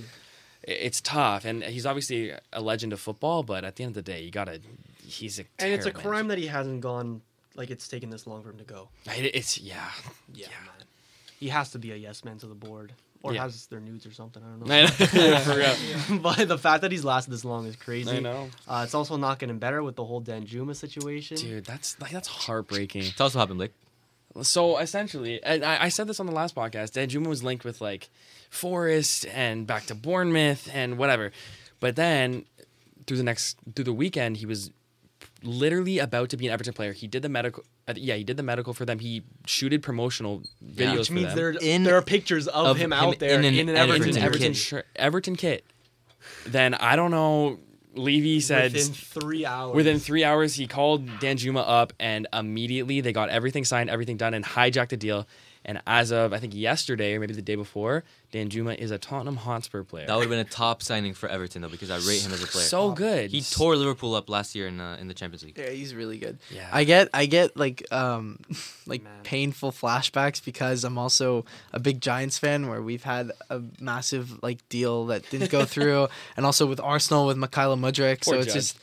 [SPEAKER 2] i- it's tough, and he's obviously a legend of football, but at the end of the day, you gotta. He's a
[SPEAKER 4] and it's a
[SPEAKER 2] terrible manager.
[SPEAKER 4] crime that he hasn't gone. Like it's taken this long for him to go.
[SPEAKER 2] It, it's yeah.
[SPEAKER 4] Yeah, man. He has to be a yes man to the board, or
[SPEAKER 2] Yeah.
[SPEAKER 4] has their nudes or something. I don't know.
[SPEAKER 2] I know. I forgot.
[SPEAKER 4] but the fact that he's lasted this long is crazy.
[SPEAKER 2] I know.
[SPEAKER 4] Uh, it's also not getting better with the whole Danjuma situation.
[SPEAKER 2] Dude, that's like that's heartbreaking.
[SPEAKER 3] team. Tell us what happened, Blake.
[SPEAKER 2] So essentially, and I, I said this on the last podcast. Danjuma was linked with like Forest and back to Bournemouth and whatever, but then through the next through the weekend, he was literally about to be an Everton player. He did the medical. uh, yeah, he did the medical for them. He shooted promotional videos
[SPEAKER 3] Yeah.
[SPEAKER 4] Which
[SPEAKER 2] for
[SPEAKER 4] means
[SPEAKER 2] them.
[SPEAKER 4] there,
[SPEAKER 3] In-
[SPEAKER 4] there are pictures of,
[SPEAKER 3] of
[SPEAKER 4] him,
[SPEAKER 3] him
[SPEAKER 4] out there
[SPEAKER 3] in
[SPEAKER 4] in an,
[SPEAKER 3] an
[SPEAKER 4] Everton,
[SPEAKER 2] Everton,
[SPEAKER 3] Everton
[SPEAKER 2] Everton,
[SPEAKER 3] kit.
[SPEAKER 2] shirt, Everton kit. Then I don't know. Levy said
[SPEAKER 4] within three hours.
[SPEAKER 2] Within three hours, he called Danjuma up, and immediately they got everything signed, everything done, and hijacked the deal. And as of I think yesterday or maybe the day before, Danjuma is a Tottenham Hotspur player.
[SPEAKER 3] That would have been a top signing for Everton though, because I rate him as a player.
[SPEAKER 2] so good.
[SPEAKER 3] he tore Liverpool up last year in uh, in the Champions League.
[SPEAKER 1] Yeah, he's really good.
[SPEAKER 2] Yeah.
[SPEAKER 1] I get I get like um like
[SPEAKER 4] Man.
[SPEAKER 1] painful flashbacks because I'm also a big Giants fan where we've had a massive like deal that didn't go through and also with Arsenal with Mikhailo Mudrik.
[SPEAKER 2] Poor
[SPEAKER 1] so it's
[SPEAKER 2] Judd.
[SPEAKER 1] just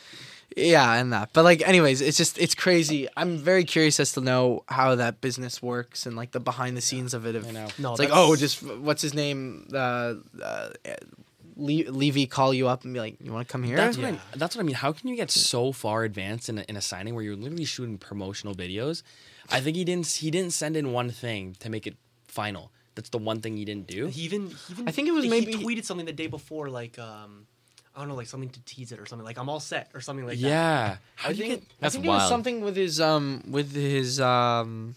[SPEAKER 1] yeah, and that. But like anyways, it's just it's crazy. I'm very curious as to know how that business works and like the behind the scenes of it of
[SPEAKER 2] I know.
[SPEAKER 4] No,
[SPEAKER 1] it's like,
[SPEAKER 4] that's-
[SPEAKER 1] oh, just what's his name? Uh, uh, Le- Levy call you up and be like, you want to come here?
[SPEAKER 2] That's what,
[SPEAKER 4] Yeah.
[SPEAKER 2] I, that's what I mean. How can you get so far advanced in a, in a signing where you're literally shooting promotional videos? I think he didn't he didn't send in one thing to make it final. That's the one thing he didn't do.
[SPEAKER 4] He even, he even
[SPEAKER 1] I think it was
[SPEAKER 4] he
[SPEAKER 1] maybe-
[SPEAKER 4] tweeted something the day before, like um, I don't know, like something to tease it or something, like I'm all set or something like that.
[SPEAKER 2] yeah.
[SPEAKER 1] I think it,
[SPEAKER 3] That's
[SPEAKER 1] I think it was
[SPEAKER 3] wild.
[SPEAKER 1] something with his um with his um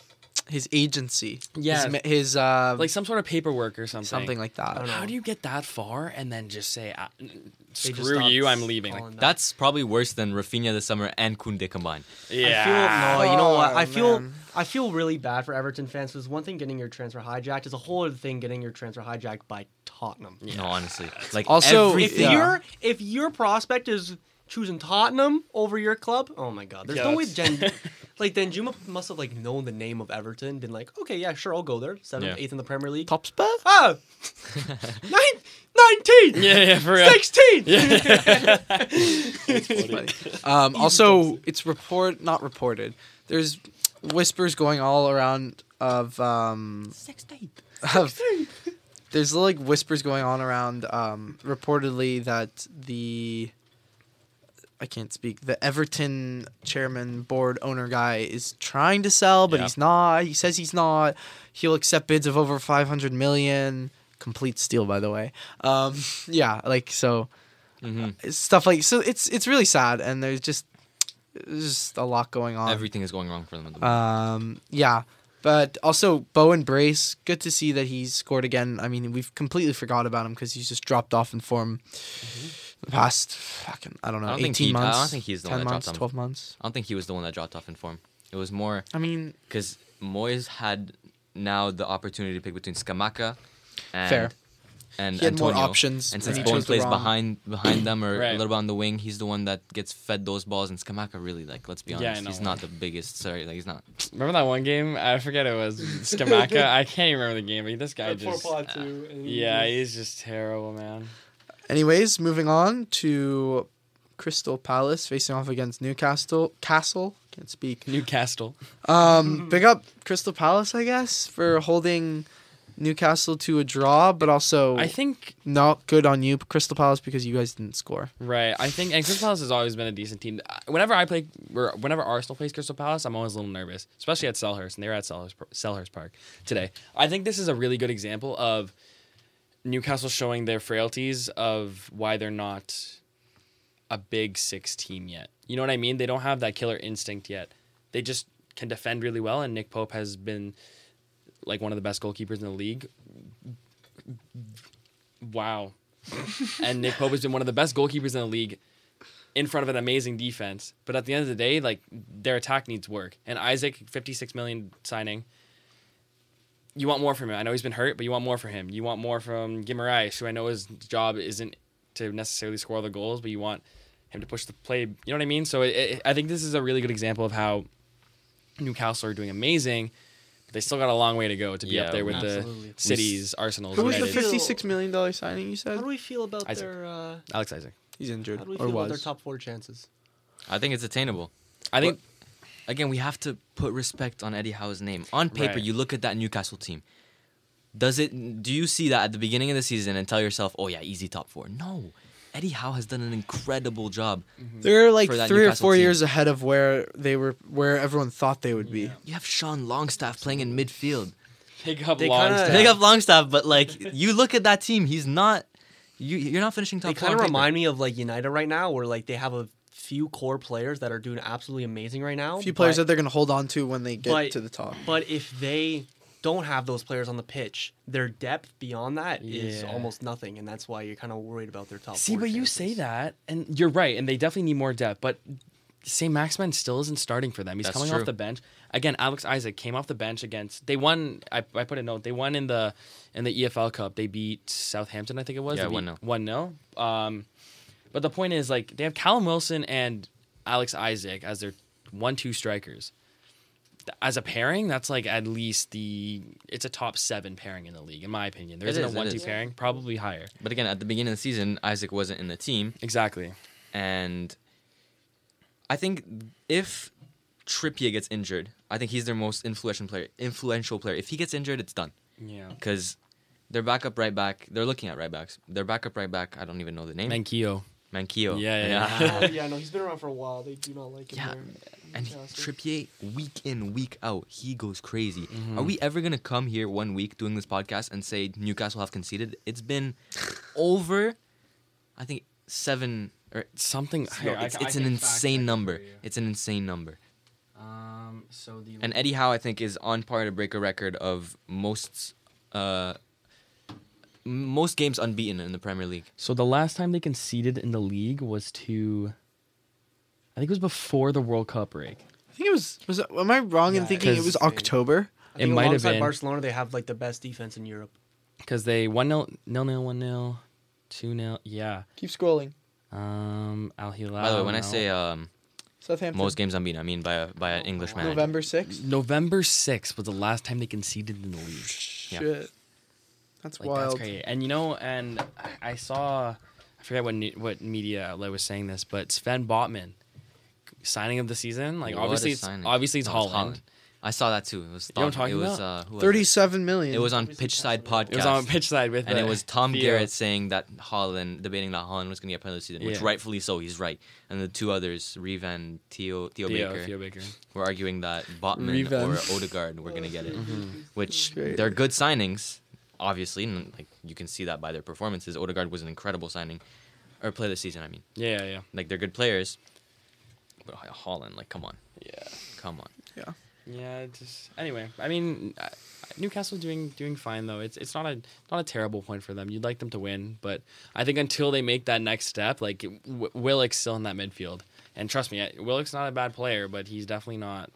[SPEAKER 1] his agency.
[SPEAKER 2] Yeah.
[SPEAKER 1] His, ma- his uh
[SPEAKER 2] Like some sort of paperwork or something.
[SPEAKER 1] something like
[SPEAKER 4] I
[SPEAKER 1] that.
[SPEAKER 4] don't know.
[SPEAKER 2] How do you get that far and then just say "Ah, n-
[SPEAKER 4] They just
[SPEAKER 2] screw
[SPEAKER 4] stopped
[SPEAKER 2] you, I'm leaving? Like,
[SPEAKER 4] calling that.
[SPEAKER 3] That's probably worse than Rafinha this summer and Kunde combined.
[SPEAKER 2] yeah.
[SPEAKER 4] I feel no, you know what? I
[SPEAKER 1] Oh,
[SPEAKER 4] feel
[SPEAKER 1] man.
[SPEAKER 4] I feel really bad for Everton fans because one thing getting your transfer hijacked is a whole other thing getting your transfer hijacked by Tottenham.
[SPEAKER 3] No, honestly, like
[SPEAKER 1] Also,
[SPEAKER 3] every-
[SPEAKER 4] If
[SPEAKER 1] Yeah.
[SPEAKER 4] your if your prospect is choosing Tottenham over your club, oh my god, there's
[SPEAKER 2] Yeah,
[SPEAKER 4] no way
[SPEAKER 2] that's-
[SPEAKER 4] Gen like Denjuma must have like known the name of Everton, been like, okay, yeah, sure, I'll go there. Seventh,
[SPEAKER 3] Yeah.
[SPEAKER 4] eighth in the Premier League.
[SPEAKER 1] Top spur?
[SPEAKER 4] Ah, nine, nineteen,
[SPEAKER 2] Yeah, yeah, for real.
[SPEAKER 4] sixteen.
[SPEAKER 1] Um, also, it's report not reported. There's whispers going all around of um of there's like whispers going on around um reportedly that the I can't speak. The Everton chairman, board owner guy is trying to sell, but
[SPEAKER 2] Yeah.
[SPEAKER 1] he's not. He says he's not. He'll accept bids of over 500 million. Complete steal, by the way. Um, yeah, like so uh,
[SPEAKER 3] Mhm.
[SPEAKER 1] stuff like so it's it's really sad and there's just there's just a lot going on
[SPEAKER 3] everything is going wrong for them. At the moment.
[SPEAKER 1] um yeah but also bowen brace good to see that he scored again i mean we've completely forgot about him because he's just dropped off in form the past fucking i don't know
[SPEAKER 3] I don't
[SPEAKER 1] 18
[SPEAKER 3] think he- I
[SPEAKER 1] months
[SPEAKER 3] don't think he's the
[SPEAKER 1] 10
[SPEAKER 3] one that dropped
[SPEAKER 1] months
[SPEAKER 3] him.
[SPEAKER 1] 12 months
[SPEAKER 3] I don't think he was the one that dropped off in form. It was more
[SPEAKER 1] i mean
[SPEAKER 3] because Moyes had now the opportunity to pick between Skamaka and
[SPEAKER 1] Fair.
[SPEAKER 3] and
[SPEAKER 1] He had more
[SPEAKER 3] Antonio.
[SPEAKER 1] options,
[SPEAKER 3] And
[SPEAKER 1] and
[SPEAKER 3] since
[SPEAKER 1] he
[SPEAKER 3] Bowen
[SPEAKER 1] chose the
[SPEAKER 3] plays
[SPEAKER 1] wrong-
[SPEAKER 3] behind behind them or
[SPEAKER 2] Right.
[SPEAKER 3] a little bit on the wing, he's the one that gets fed those balls. And Skamaka really like, let's be
[SPEAKER 2] Yeah,
[SPEAKER 3] honest,
[SPEAKER 2] I know.
[SPEAKER 3] he's not the biggest. Sorry, like he's not.
[SPEAKER 2] Remember that one game? I forget it was Skamaka. I can't even remember the game, but this guy just. uh, yeah, he's just terrible, man.
[SPEAKER 1] anyways moving on to crystal palace facing off against newcastle castle can't speak
[SPEAKER 2] Newcastle.
[SPEAKER 1] Um, big up Crystal Palace, I guess, for holding Newcastle to a draw, but also
[SPEAKER 2] I think
[SPEAKER 1] not good on you, Crystal Palace, because you guys didn't score.
[SPEAKER 2] Right. I think and Crystal Palace has always been a decent team. Uh, Whenever I play, or whenever Arsenal plays Crystal Palace, I'm always a little nervous, especially at Selhurst, and they were at Selhurst, Selhurst Park today. I think this is a really good example of Newcastle showing their frailties of why they're not a big six team yet. You know what I mean? They don't have that killer instinct yet. They just can defend really well, and Nick Pope has been like one of the best goalkeepers in the league. Wow and Nick Pope has been one of the best goalkeepers in the league in front of an amazing defense. But at the end of the day, like their attack needs work. And Isaac, 56 million signing. You want more from him. I know he's been hurt, but you want more from him. You want more from Gimarais, who I know his job isn't to necessarily score all the goals, but you want him to push the play. You know what I mean? So it, it, I think this is a really good example of how Newcastle are doing amazing. But they still got a long way to go to be
[SPEAKER 3] Yeah,
[SPEAKER 2] up there with
[SPEAKER 4] absolutely.
[SPEAKER 2] the cities, Arsenal,
[SPEAKER 1] Who was the
[SPEAKER 4] United.
[SPEAKER 1] fifty-six million dollar signing you
[SPEAKER 4] How
[SPEAKER 1] said?
[SPEAKER 4] do we feel about
[SPEAKER 2] Isaac.
[SPEAKER 4] their? Uh,
[SPEAKER 2] Alex Isaac.
[SPEAKER 1] He's
[SPEAKER 4] how
[SPEAKER 1] injured
[SPEAKER 4] do we
[SPEAKER 1] or
[SPEAKER 4] feel about their
[SPEAKER 1] was?
[SPEAKER 4] top four chances?
[SPEAKER 3] I think it's attainable.
[SPEAKER 2] I think
[SPEAKER 3] Again, we have to put respect on Eddie Howe's name. On paper,
[SPEAKER 2] Right.
[SPEAKER 3] you look at that Newcastle team. Does it? Do you see that at the beginning of the season and tell yourself, "Oh yeah, easy top four? No, Eddie Howe has done an incredible job.
[SPEAKER 4] Mm-hmm.
[SPEAKER 1] They're like
[SPEAKER 3] For that
[SPEAKER 1] three or
[SPEAKER 3] Newcastle
[SPEAKER 1] four
[SPEAKER 3] team.
[SPEAKER 1] years ahead of where they were, where everyone thought they would be.
[SPEAKER 3] You have Sean Longstaff playing in midfield.
[SPEAKER 2] pick up
[SPEAKER 4] They
[SPEAKER 2] long
[SPEAKER 4] kinda-
[SPEAKER 2] stuff.
[SPEAKER 4] Yeah.
[SPEAKER 3] Big up Longstaff, but like you look at that team, he's not. You you're not finishing top.
[SPEAKER 4] They
[SPEAKER 3] four
[SPEAKER 4] kind of
[SPEAKER 3] on paper.
[SPEAKER 4] remind me of like United right now, where like they have a few core players that are doing absolutely amazing right now.
[SPEAKER 1] A few players
[SPEAKER 4] but-
[SPEAKER 1] that they're gonna hold on to when they get
[SPEAKER 4] but-
[SPEAKER 1] to the top.
[SPEAKER 4] But if they don't have those players on the pitch, their depth beyond that is
[SPEAKER 2] Yeah.
[SPEAKER 4] almost nothing, and that's why you're kind of worried about their top.
[SPEAKER 2] See,
[SPEAKER 4] four
[SPEAKER 2] but you
[SPEAKER 4] chances.
[SPEAKER 2] say that, and you're right, and they definitely need more depth. But St. Maximin still isn't starting for them. He's
[SPEAKER 3] That's
[SPEAKER 2] coming
[SPEAKER 3] true.
[SPEAKER 2] off the bench. Again, Alex Isaac came off the bench against. They won. I, I put a note. They won in the in the EFL Cup. They beat Southampton. I think it was.
[SPEAKER 3] Yeah, 1-0.
[SPEAKER 2] One 0 Um, but the point is, like, they have Callum Wilson and Alex Isaac as their one-two strikers. Th- As a pairing, that's like at least the it's a top seven pairing in the league, in my opinion. There
[SPEAKER 3] It
[SPEAKER 2] isn't
[SPEAKER 3] is,
[SPEAKER 2] a
[SPEAKER 3] it
[SPEAKER 2] one-two
[SPEAKER 3] is.
[SPEAKER 2] pairing, probably higher.
[SPEAKER 3] But again, at the beginning of the season, Isaac wasn't in the team,
[SPEAKER 2] Exactly.
[SPEAKER 3] and I think if Trippier gets injured, I think he's their most influential player. Influential player. If he gets injured, it's done
[SPEAKER 2] Yeah.
[SPEAKER 3] because their backup right back. They're looking at right backs. Their backup right back. I don't even know the name.
[SPEAKER 2] Mankio.
[SPEAKER 3] Manquillo.
[SPEAKER 2] Yeah, yeah,
[SPEAKER 3] And,
[SPEAKER 4] Oh, yeah, no, he's been around for a while. They do not like him.
[SPEAKER 3] Yeah,
[SPEAKER 4] there.
[SPEAKER 3] and he-
[SPEAKER 4] Newcastle.
[SPEAKER 3] Trippier, week in, week out, he goes crazy.
[SPEAKER 2] Mm-hmm.
[SPEAKER 3] Are we ever gonna come here one week doing this podcast and say Newcastle have conceded? It's been over, I think seven or
[SPEAKER 2] Something.
[SPEAKER 3] no,
[SPEAKER 2] higher. I
[SPEAKER 3] it's,
[SPEAKER 2] ca- I
[SPEAKER 3] it's an
[SPEAKER 2] can't fact check
[SPEAKER 3] insane
[SPEAKER 2] it
[SPEAKER 3] number.
[SPEAKER 2] for you.
[SPEAKER 3] It's an insane number.
[SPEAKER 2] Um. So the
[SPEAKER 3] And Eddie Howe, I think, is on par to break a record of most, uh, m- most games unbeaten in the Premier League.
[SPEAKER 2] so the last time they conceded in the league was to. I think it was before the World Cup break.
[SPEAKER 1] I think it was. Was it- am I wrong in
[SPEAKER 4] Yeah,
[SPEAKER 1] thinking it
[SPEAKER 2] it's
[SPEAKER 1] was
[SPEAKER 4] insane.
[SPEAKER 1] October?
[SPEAKER 4] I
[SPEAKER 2] It
[SPEAKER 4] think
[SPEAKER 2] might have
[SPEAKER 4] alongside
[SPEAKER 2] been.
[SPEAKER 4] Barcelona. They have like the best defense in Europe.
[SPEAKER 2] Because they one 0 nil nil one 0 two 0 yeah.
[SPEAKER 1] Keep scrolling.
[SPEAKER 2] Um. Al Hilal.
[SPEAKER 3] By the way, when I say um,
[SPEAKER 1] Southampton.
[SPEAKER 3] most games unbeaten, I mean by a, by an English manager.
[SPEAKER 1] November sixth.
[SPEAKER 2] November sixth was the last time they conceded in the league.
[SPEAKER 3] Yeah.
[SPEAKER 1] Shit. That's
[SPEAKER 2] Like
[SPEAKER 1] wild.
[SPEAKER 2] that's crazy. And you know, and I- I saw, I forget what ne- what media outlet was saying this, but Sven Botman signing of the season. Like
[SPEAKER 3] What a
[SPEAKER 2] obviously, it's
[SPEAKER 3] signing.
[SPEAKER 2] obviously it's
[SPEAKER 3] No,
[SPEAKER 2] Holland.
[SPEAKER 3] I saw that too. It was.
[SPEAKER 2] You know what
[SPEAKER 3] Thon-
[SPEAKER 2] I'm
[SPEAKER 3] it
[SPEAKER 2] talking
[SPEAKER 3] was,
[SPEAKER 2] about?
[SPEAKER 3] Uh, who was it?
[SPEAKER 1] Thirty-seven million.
[SPEAKER 3] It was on
[SPEAKER 4] Who's he
[SPEAKER 3] Pitch Side
[SPEAKER 4] passing
[SPEAKER 3] podcast.
[SPEAKER 4] it?
[SPEAKER 2] It was on pitch side with
[SPEAKER 3] and it
[SPEAKER 2] uh,
[SPEAKER 3] was Tom
[SPEAKER 2] Theo.
[SPEAKER 3] Garrett saying that Holland, debating that Holland was going to get penalty season, which
[SPEAKER 2] Yeah.
[SPEAKER 3] rightfully so, he's right. And the two others, Reeve and Theo, Theo,
[SPEAKER 2] Theo,
[SPEAKER 3] Baker,
[SPEAKER 2] Theo Baker.
[SPEAKER 3] were arguing that Botman
[SPEAKER 1] Reeve and-
[SPEAKER 3] or Odegaard were going to get it, which
[SPEAKER 1] Great.
[SPEAKER 3] they're good signings, obviously. And like you can see that by their performances. Odegaard was an incredible signing, or play this season. I mean,
[SPEAKER 2] Yeah, yeah,
[SPEAKER 3] like they're good players. But Holland, like, come on,
[SPEAKER 2] yeah,
[SPEAKER 3] come on.
[SPEAKER 1] Yeah.
[SPEAKER 2] yeah. it Just anyway, I mean, I- Newcastle's doing doing fine though. It's it's not a not a terrible point for them. You'd like them to win, but I think until they make that next step, like w- Willock's still in that midfield. And trust me, I- Willock's not a bad player, but he's definitely not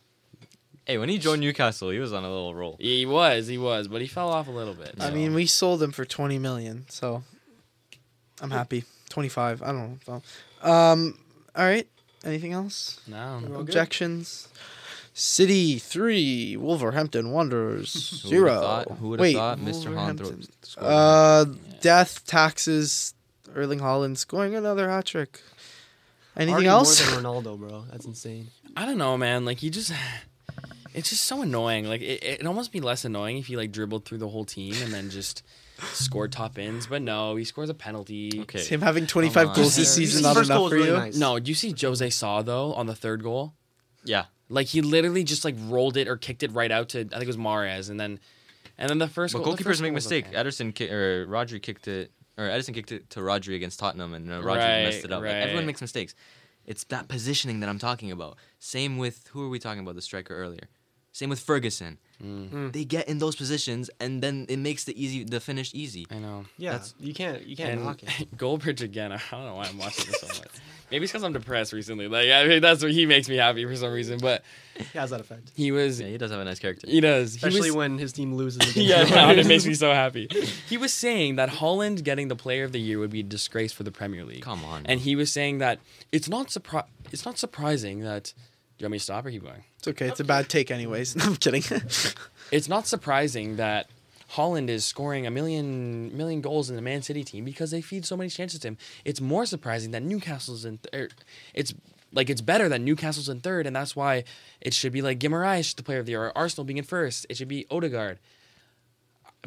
[SPEAKER 3] Hey, when he joined Newcastle, he was on a little roll.
[SPEAKER 2] He was, he was, but he fell off a little bit.
[SPEAKER 1] I
[SPEAKER 2] so.
[SPEAKER 1] mean, we sold him for twenty million, so I'm happy. Twenty-five. I don't know. Um. All right. Anything else?
[SPEAKER 2] no.
[SPEAKER 4] All good?
[SPEAKER 1] Objections. City three, Wolverhampton Wanderers
[SPEAKER 3] Who
[SPEAKER 1] zero.
[SPEAKER 3] would've thought- Who would have
[SPEAKER 1] Wait,
[SPEAKER 3] thought Mr. Holland throw-
[SPEAKER 1] Wolverhampton.
[SPEAKER 3] scored that?
[SPEAKER 1] Uh, death taxes. Erling Holland scoring another hat trick. Anything
[SPEAKER 4] Already
[SPEAKER 1] else?
[SPEAKER 4] More than Ronaldo, bro. That's insane.
[SPEAKER 2] I don't know, man. Like he just, it's just so annoying. Like it, it'd almost be less annoying if he like dribbled through the whole team and then just scored top ins. But no, he scores a penalty.
[SPEAKER 3] Okay.
[SPEAKER 1] Is him having 25
[SPEAKER 3] on.
[SPEAKER 1] goals this
[SPEAKER 4] His
[SPEAKER 1] season not
[SPEAKER 4] first goal
[SPEAKER 1] enough
[SPEAKER 4] was
[SPEAKER 1] for
[SPEAKER 4] really
[SPEAKER 1] you?
[SPEAKER 4] nice.
[SPEAKER 2] No, do you see Jose saw though on the third goal?
[SPEAKER 3] Yeah.
[SPEAKER 2] Like he literally just like rolled it or kicked it right out to I think it was Mares, and then, and then the first.
[SPEAKER 3] But
[SPEAKER 2] goal, the
[SPEAKER 3] goalkeepers
[SPEAKER 2] first
[SPEAKER 3] make
[SPEAKER 2] goal was
[SPEAKER 3] mistake.
[SPEAKER 2] okay.
[SPEAKER 3] Ederson ki- or Rodri kicked it, or Edison kicked it to Rodri against Tottenham, and uh, Rodri
[SPEAKER 2] Right,
[SPEAKER 3] messed it up. Like, everyone
[SPEAKER 2] right.
[SPEAKER 3] makes mistakes. It's that positioning that I'm talking about. Same with who are we talking about? The striker earlier. Same with Ferguson. They get in those positions, and then it makes the easy, the finish easy.
[SPEAKER 2] I know.
[SPEAKER 4] Yeah,
[SPEAKER 3] That's-
[SPEAKER 4] you can't. You can't
[SPEAKER 2] and
[SPEAKER 4] knock it.
[SPEAKER 2] Goldbridge again. I don't know why I'm watching this so much. Maybe it's because I'm depressed recently. Like I mean, that's what he makes me happy for some reason. But
[SPEAKER 4] He has that effect,
[SPEAKER 2] he was,
[SPEAKER 3] Yeah, he does have a nice character.
[SPEAKER 2] he does, he
[SPEAKER 4] especially
[SPEAKER 2] was,
[SPEAKER 4] when his team loses. against
[SPEAKER 2] yeah,
[SPEAKER 4] Real
[SPEAKER 2] yeah,
[SPEAKER 4] Madrid.
[SPEAKER 2] it makes me so happy. He was saying that Holland getting the Player of the Year would be a disgrace for the Premier League.
[SPEAKER 3] Come on,
[SPEAKER 2] And he was saying that it's not surpri- it's not surprising that. Do you want me to stop or keep going?
[SPEAKER 1] It's okay. It's a bad take, anyways. I'm kidding.
[SPEAKER 2] it's not surprising that Holland is scoring a million million goals in the Man City team because they feed so many chances to him. It's more surprising that Newcastle's in third. It's like it's better that Newcastle's in third, and that's why it should be like Gimaraish, the player of the year, or Arsenal being in first. It should be Odegaard.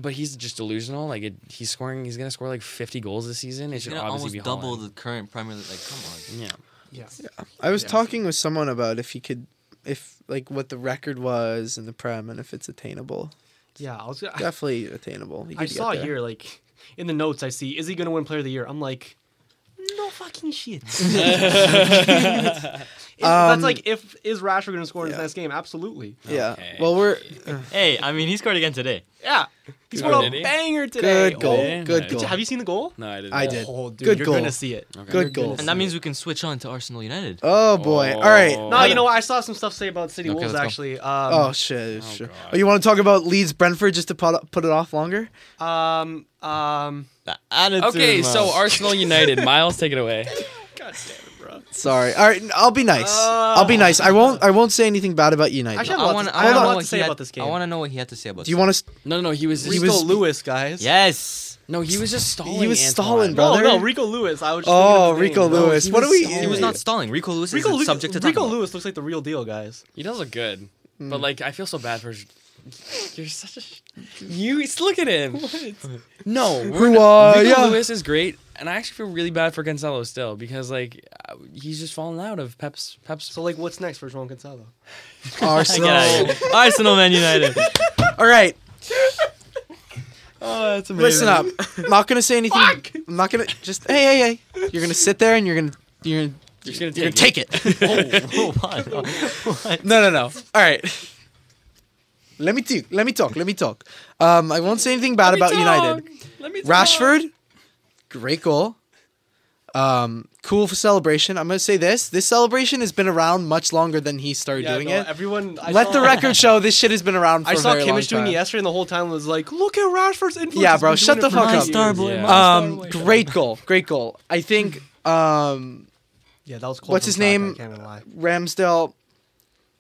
[SPEAKER 2] But he's just delusional. Like it, he's scoring, he's gonna score like fifty goals this season. It
[SPEAKER 3] He's
[SPEAKER 2] should
[SPEAKER 3] gonna
[SPEAKER 2] obviously
[SPEAKER 3] almost
[SPEAKER 2] be
[SPEAKER 3] double
[SPEAKER 2] Holland.
[SPEAKER 3] the current Premier League. Like, come on.
[SPEAKER 2] yeah,
[SPEAKER 4] Yeah.
[SPEAKER 1] I was
[SPEAKER 4] Yeah.
[SPEAKER 1] talking with someone about if he could, if like what the record was in the Prem and if it's attainable.
[SPEAKER 4] Yeah, I was. I,
[SPEAKER 1] Definitely attainable. He
[SPEAKER 4] I
[SPEAKER 1] could get
[SPEAKER 4] saw
[SPEAKER 1] there.
[SPEAKER 4] here like in the notes. I see is he gonna win Player of the Year? I'm like, no fucking shit. that's
[SPEAKER 1] Um,
[SPEAKER 4] like if is Rashford going to score in his
[SPEAKER 1] yeah.
[SPEAKER 4] next game? Absolutely.
[SPEAKER 1] Yeah.
[SPEAKER 2] Okay.
[SPEAKER 1] Well, we're
[SPEAKER 3] Hey, I mean, he scored again today.
[SPEAKER 4] Yeah. He
[SPEAKER 2] Good
[SPEAKER 4] scored
[SPEAKER 2] goal,
[SPEAKER 4] a
[SPEAKER 2] did he?
[SPEAKER 4] banger today.
[SPEAKER 1] good goal.
[SPEAKER 2] Okay.
[SPEAKER 1] Good
[SPEAKER 2] Did
[SPEAKER 1] goal.
[SPEAKER 4] Oh, Have you seen the goal?
[SPEAKER 2] No, I didn't.
[SPEAKER 1] I did.
[SPEAKER 4] Oh, dude,
[SPEAKER 1] Good
[SPEAKER 4] you're
[SPEAKER 1] goal.
[SPEAKER 4] gonna see it.
[SPEAKER 2] Okay.
[SPEAKER 1] Good goal.
[SPEAKER 3] And that means we can switch on to Arsenal United.
[SPEAKER 1] Oh boy. All right.
[SPEAKER 2] Oh.
[SPEAKER 4] No, you know what? I saw some stuff say about City
[SPEAKER 3] Okay,
[SPEAKER 4] Wolves
[SPEAKER 3] let's go.
[SPEAKER 4] actually.
[SPEAKER 1] Oh
[SPEAKER 4] Um,
[SPEAKER 1] shit.
[SPEAKER 2] Oh,
[SPEAKER 1] sure.
[SPEAKER 2] God.
[SPEAKER 1] Oh, you want to talk about Leeds Brentford just to put put it off longer?
[SPEAKER 4] um, um,
[SPEAKER 2] Okay, so Arsenal United. Miles, take it away.
[SPEAKER 4] God damn it, bro.
[SPEAKER 1] Sorry. All right. I'll be nice. I'll be nice. I won't. I won't say anything bad about United.
[SPEAKER 4] Actually, I
[SPEAKER 3] I
[SPEAKER 4] Hold
[SPEAKER 3] want
[SPEAKER 4] on, hold
[SPEAKER 3] I
[SPEAKER 4] on.
[SPEAKER 3] want
[SPEAKER 4] What to say about this game?
[SPEAKER 3] I want to know what he had to say about.
[SPEAKER 1] Do you want to?
[SPEAKER 2] No, no, no. He was. Just,
[SPEAKER 1] He
[SPEAKER 4] Rico
[SPEAKER 1] was-
[SPEAKER 4] Lewis, guys. Oh,
[SPEAKER 3] Yes.
[SPEAKER 2] No, he was just stalling.
[SPEAKER 1] He was
[SPEAKER 2] Antoine.
[SPEAKER 1] stalling, bro.
[SPEAKER 4] No,
[SPEAKER 1] brother?
[SPEAKER 4] no, Rico Lewis. I was. Just thinking
[SPEAKER 1] Oh,
[SPEAKER 4] of his name.
[SPEAKER 1] Rico
[SPEAKER 4] No,
[SPEAKER 1] Lewis.
[SPEAKER 4] he
[SPEAKER 1] what
[SPEAKER 4] was
[SPEAKER 1] are we?
[SPEAKER 4] solid.
[SPEAKER 3] He was not stalling. Rico Lewis
[SPEAKER 4] Rico,
[SPEAKER 3] is
[SPEAKER 4] Lu-
[SPEAKER 3] subject to talk
[SPEAKER 4] Rico
[SPEAKER 3] about.
[SPEAKER 4] Lewis looks like the real deal, guys.
[SPEAKER 2] He does look good,
[SPEAKER 1] Hmm.
[SPEAKER 2] but like I feel so bad for. You're such a. sh- You just look at him. No, we're
[SPEAKER 1] Who uh,
[SPEAKER 2] not-
[SPEAKER 1] are
[SPEAKER 2] Rico
[SPEAKER 1] ya?
[SPEAKER 2] Lewis is great, and I actually feel really bad for Gonzalo still because like uh, he's just fallen out of Pep's Pep's.
[SPEAKER 4] So, like, what's next for Joan Gonzalo?
[SPEAKER 3] Get out
[SPEAKER 1] Arsenal.
[SPEAKER 3] of here. Arsenal Man United.
[SPEAKER 1] All right.
[SPEAKER 2] Oh, that's
[SPEAKER 1] Listen up. I'm not gonna say anything. I'm not gonna just. Hey, hey, hey. You're gonna sit there and you're gonna. You're gonna.
[SPEAKER 2] You're just gonna take,
[SPEAKER 1] You're gonna take it.
[SPEAKER 3] oh, what?
[SPEAKER 1] No, no, no. All right. Let me talk. Let me talk. Let me talk. Um, I won't say anything bad about United.
[SPEAKER 2] Let me talk.
[SPEAKER 1] Rashford, great goal. Um, cool for celebration. I'm gonna say this: this celebration has been around much longer than he started doing
[SPEAKER 4] no,
[SPEAKER 1] it.
[SPEAKER 4] Everyone, I
[SPEAKER 1] Let
[SPEAKER 4] saw,
[SPEAKER 1] the record show this shit has been around. For
[SPEAKER 4] I
[SPEAKER 1] a
[SPEAKER 4] saw
[SPEAKER 1] very long
[SPEAKER 4] Kimmich doing
[SPEAKER 1] time.
[SPEAKER 4] it yesterday, and the whole time was like, "Look at Rashford's influence."
[SPEAKER 1] Yeah,
[SPEAKER 4] He's
[SPEAKER 1] bro,
[SPEAKER 4] been
[SPEAKER 1] shut
[SPEAKER 4] doing
[SPEAKER 1] the
[SPEAKER 4] it for
[SPEAKER 1] fuck
[SPEAKER 4] nine
[SPEAKER 3] My
[SPEAKER 1] up.
[SPEAKER 3] star
[SPEAKER 4] years."
[SPEAKER 3] boy.
[SPEAKER 2] Yeah.
[SPEAKER 3] my star
[SPEAKER 1] Um,
[SPEAKER 3] boy.
[SPEAKER 1] great goal, great goal. I think um,
[SPEAKER 4] Yeah, that was close.
[SPEAKER 1] What's
[SPEAKER 4] on
[SPEAKER 1] his
[SPEAKER 4] Saka, I
[SPEAKER 1] name?
[SPEAKER 4] can't even lie.
[SPEAKER 1] Ramsdale.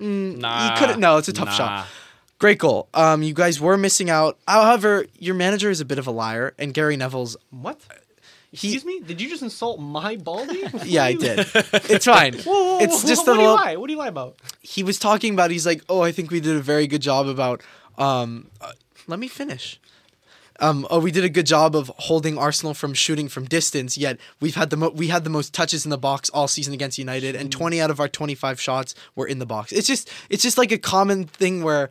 [SPEAKER 2] Nah.
[SPEAKER 4] Ah,
[SPEAKER 1] couldn't- no, it's a tough
[SPEAKER 2] nah.
[SPEAKER 1] shot. Great goal. Um, you guys were missing out. However, your manager is a bit of a liar, and Gary Neville's.
[SPEAKER 4] What? Excuse me? Did you just insult my baldy?
[SPEAKER 1] Yeah, I did. It's fine.
[SPEAKER 4] Whoa, whoa,
[SPEAKER 1] it's
[SPEAKER 4] whoa,
[SPEAKER 1] just
[SPEAKER 4] what
[SPEAKER 1] a
[SPEAKER 4] do you
[SPEAKER 1] little.
[SPEAKER 4] lie? What do you lie about?
[SPEAKER 1] He was talking about. He's like, oh, I think we did a very good job about. Um, uh, let me finish. Um, oh, we did a good job of holding Arsenal from shooting from distance. Yet we've had the mo- we had the most touches in the box all season against United, and twenty out of our twenty five shots were in the box. It's just it's just like a common thing where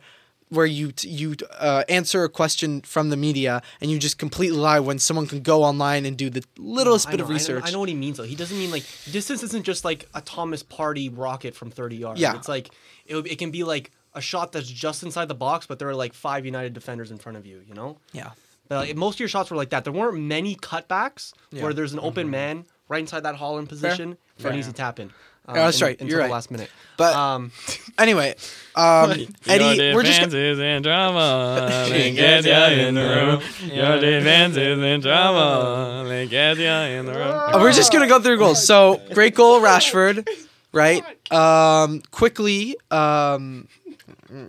[SPEAKER 1] where you t- you uh, answer a question from the media and you just completely lie when someone can go online and do the littlest
[SPEAKER 4] I
[SPEAKER 1] bit
[SPEAKER 4] know-
[SPEAKER 1] of
[SPEAKER 4] I know-
[SPEAKER 1] research.
[SPEAKER 4] I know, what he means though. He doesn't mean like distance isn't just like a Thomas Party rocket from 30 yards.
[SPEAKER 1] Yeah.
[SPEAKER 4] It's like it, would- it can be like a shot that's just inside the box, but there are like five United defenders in front of you. You know.
[SPEAKER 1] Yeah.
[SPEAKER 4] But like, most of your shots were like that. There weren't many cutbacks
[SPEAKER 1] Yeah. Mm-hmm.
[SPEAKER 4] where there's an open man right inside that Holland position for an
[SPEAKER 2] Fair.
[SPEAKER 4] easy tap in. Um,
[SPEAKER 1] Yeah, Oh, that's
[SPEAKER 4] in-
[SPEAKER 1] right.
[SPEAKER 4] Until
[SPEAKER 1] You're
[SPEAKER 4] the
[SPEAKER 1] right.
[SPEAKER 4] last minute.
[SPEAKER 1] But
[SPEAKER 4] Um,
[SPEAKER 1] anyway, um, Eddie,
[SPEAKER 2] Your
[SPEAKER 1] we're just
[SPEAKER 2] defense is in drama. They
[SPEAKER 1] Shit.
[SPEAKER 2] get ya in the room. Your defense is in drama. They get ya in the room.
[SPEAKER 1] Uh, we're just gonna go through goals. So great goal, Rashford, right? Um, quickly, um,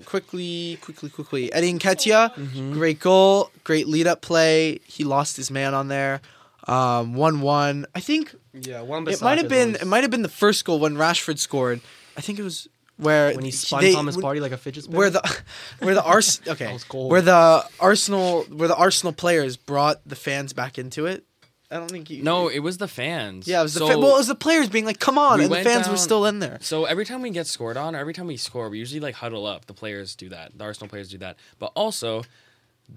[SPEAKER 1] quickly, quickly, quickly. Eddie Nketiah,
[SPEAKER 4] Mm-hmm.
[SPEAKER 1] great goal, great lead up play. He lost his man on there. Um, one one. I think
[SPEAKER 4] yeah, one.
[SPEAKER 1] it might have been it might have been the first goal when Rashford scored. I think it was where
[SPEAKER 4] when he spun
[SPEAKER 1] they-
[SPEAKER 4] Thomas
[SPEAKER 1] when-
[SPEAKER 4] Party like a fidget spinner.
[SPEAKER 1] where the where the Ars okay
[SPEAKER 4] was cold.
[SPEAKER 1] where the Arsenal where the Arsenal players brought the fans back into it. I don't think you
[SPEAKER 2] No, it was the fans.
[SPEAKER 1] yeah, it was the
[SPEAKER 2] so,
[SPEAKER 1] fa- well, it was the players being like, "Come on!"
[SPEAKER 2] We
[SPEAKER 1] and the
[SPEAKER 2] went
[SPEAKER 1] fans were
[SPEAKER 2] down-
[SPEAKER 1] still in there.
[SPEAKER 2] so every time we get scored on, or every time we score, we usually like huddle up. The players do that. The Arsenal players do that. But also,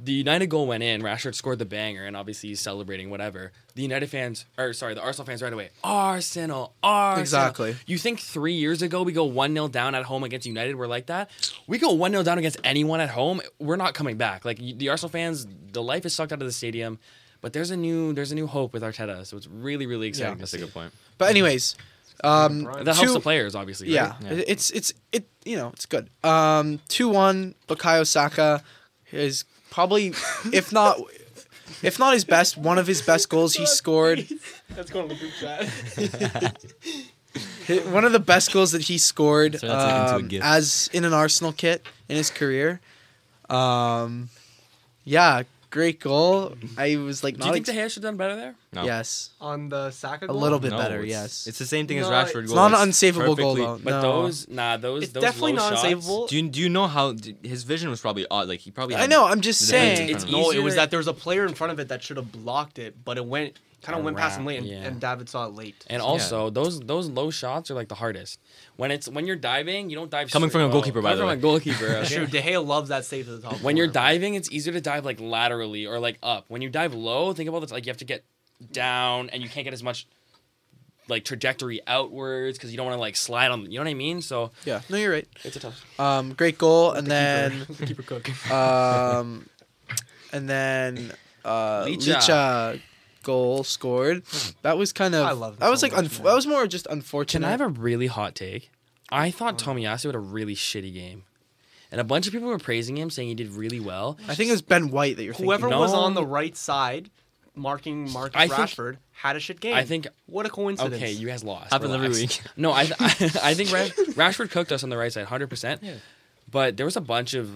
[SPEAKER 2] the United goal went in. Rashford scored the banger, and obviously he's celebrating. Whatever. The United fans, or sorry, the Arsenal fans, right away. Arsenal, Arsenal.
[SPEAKER 1] Exactly.
[SPEAKER 2] You think three years ago we go one 0 down at home against United? We're like that. We go one 0 down against anyone at home. We're not coming back. Like you- the Arsenal fans, the life is sucked out of the stadium. But there's a new there's a new hope with Arteta, so it's really really exciting. to
[SPEAKER 3] That's a
[SPEAKER 2] see.
[SPEAKER 3] good point.
[SPEAKER 1] But anyways, um,
[SPEAKER 4] Brian.
[SPEAKER 2] That helps
[SPEAKER 1] two-
[SPEAKER 2] the players, obviously. right?
[SPEAKER 1] Yeah,
[SPEAKER 3] Yeah.
[SPEAKER 1] it's it's it. You know, it's good. Um, two one. Bukayo Saka is probably, if not, if not his best, one of his best goals he scored.
[SPEAKER 4] That's going to the group chat.
[SPEAKER 1] Hi- One of the best goals that he scored
[SPEAKER 3] So that's like into a
[SPEAKER 1] um,
[SPEAKER 3] gift.
[SPEAKER 1] as in an Arsenal kit in his career. Um, yeah, great goal. I was like,
[SPEAKER 2] Do
[SPEAKER 1] not
[SPEAKER 2] you think the
[SPEAKER 1] ex-
[SPEAKER 2] hair should have done better there?
[SPEAKER 3] No.
[SPEAKER 1] yes,
[SPEAKER 4] On the Saka.
[SPEAKER 1] a
[SPEAKER 4] goal?
[SPEAKER 1] little bit
[SPEAKER 3] No,
[SPEAKER 1] better.
[SPEAKER 3] it's-
[SPEAKER 1] yes,
[SPEAKER 3] It's the same thing as
[SPEAKER 4] No,
[SPEAKER 3] Rashford.
[SPEAKER 4] it's
[SPEAKER 1] It's
[SPEAKER 3] goal.
[SPEAKER 1] not an
[SPEAKER 3] It's
[SPEAKER 1] unsavable goal
[SPEAKER 3] perfectly-
[SPEAKER 1] though.
[SPEAKER 2] But
[SPEAKER 1] no.
[SPEAKER 2] those, nah, those,
[SPEAKER 4] It's
[SPEAKER 2] those
[SPEAKER 4] definitely
[SPEAKER 2] low
[SPEAKER 4] not
[SPEAKER 2] shots-
[SPEAKER 4] unsavable.
[SPEAKER 3] Do you do you know how d- his vision was probably odd? Like he probably.
[SPEAKER 1] I
[SPEAKER 3] had-
[SPEAKER 1] know. I'm just
[SPEAKER 3] It's-
[SPEAKER 1] saying.
[SPEAKER 2] it's
[SPEAKER 4] No, it was
[SPEAKER 2] easier-
[SPEAKER 4] that there was a player in front of it that should have blocked it, but it went kind of went past him late, and,
[SPEAKER 2] Yeah.
[SPEAKER 4] and David saw it late.
[SPEAKER 2] And also, those those low shots are like the hardest. When it's when you're diving, you don't dive
[SPEAKER 3] Coming
[SPEAKER 2] straight.
[SPEAKER 3] from a goalkeeper, by
[SPEAKER 2] coming
[SPEAKER 3] the way.
[SPEAKER 2] from a goalkeeper.
[SPEAKER 4] That's
[SPEAKER 2] okay.
[SPEAKER 4] true. De Gea loves that save to the top.
[SPEAKER 2] When you're
[SPEAKER 4] corner.
[SPEAKER 2] diving, it's easier to dive like laterally or like up. When you dive low, think about this: like you have to get down, and you can't get as much like trajectory outwards because you don't want to like slide on. You know what I mean? So
[SPEAKER 1] Yeah. No, you're right.
[SPEAKER 2] it's a tough.
[SPEAKER 1] Um, great goal, and then
[SPEAKER 4] the keeper cook.
[SPEAKER 1] um, and then uh,
[SPEAKER 2] Licha.
[SPEAKER 1] Licha. goal scored. That was kind of.
[SPEAKER 4] I love
[SPEAKER 1] That
[SPEAKER 4] him
[SPEAKER 1] was
[SPEAKER 4] so
[SPEAKER 1] like.
[SPEAKER 4] much,
[SPEAKER 1] unf
[SPEAKER 4] man.
[SPEAKER 1] that was more just
[SPEAKER 2] Can
[SPEAKER 1] unfortunate.
[SPEAKER 2] I have a really hot take? I thought Tomiyasu had a really shitty game, and a bunch of people were praising him, saying he did really well.
[SPEAKER 1] I think it was Ben White that you're
[SPEAKER 4] Whoever
[SPEAKER 1] thinking.
[SPEAKER 2] No.
[SPEAKER 4] was on the right side, marking Marcus
[SPEAKER 2] I think-
[SPEAKER 4] Rashford, had a shit game.
[SPEAKER 2] I think-
[SPEAKER 4] What a coincidence.
[SPEAKER 2] Okay, you guys lost.
[SPEAKER 3] Happens every
[SPEAKER 2] Relax.
[SPEAKER 3] week.
[SPEAKER 2] No, I th- I think Rash- Rashford cooked us on the right side, hundred percent. But there was a bunch of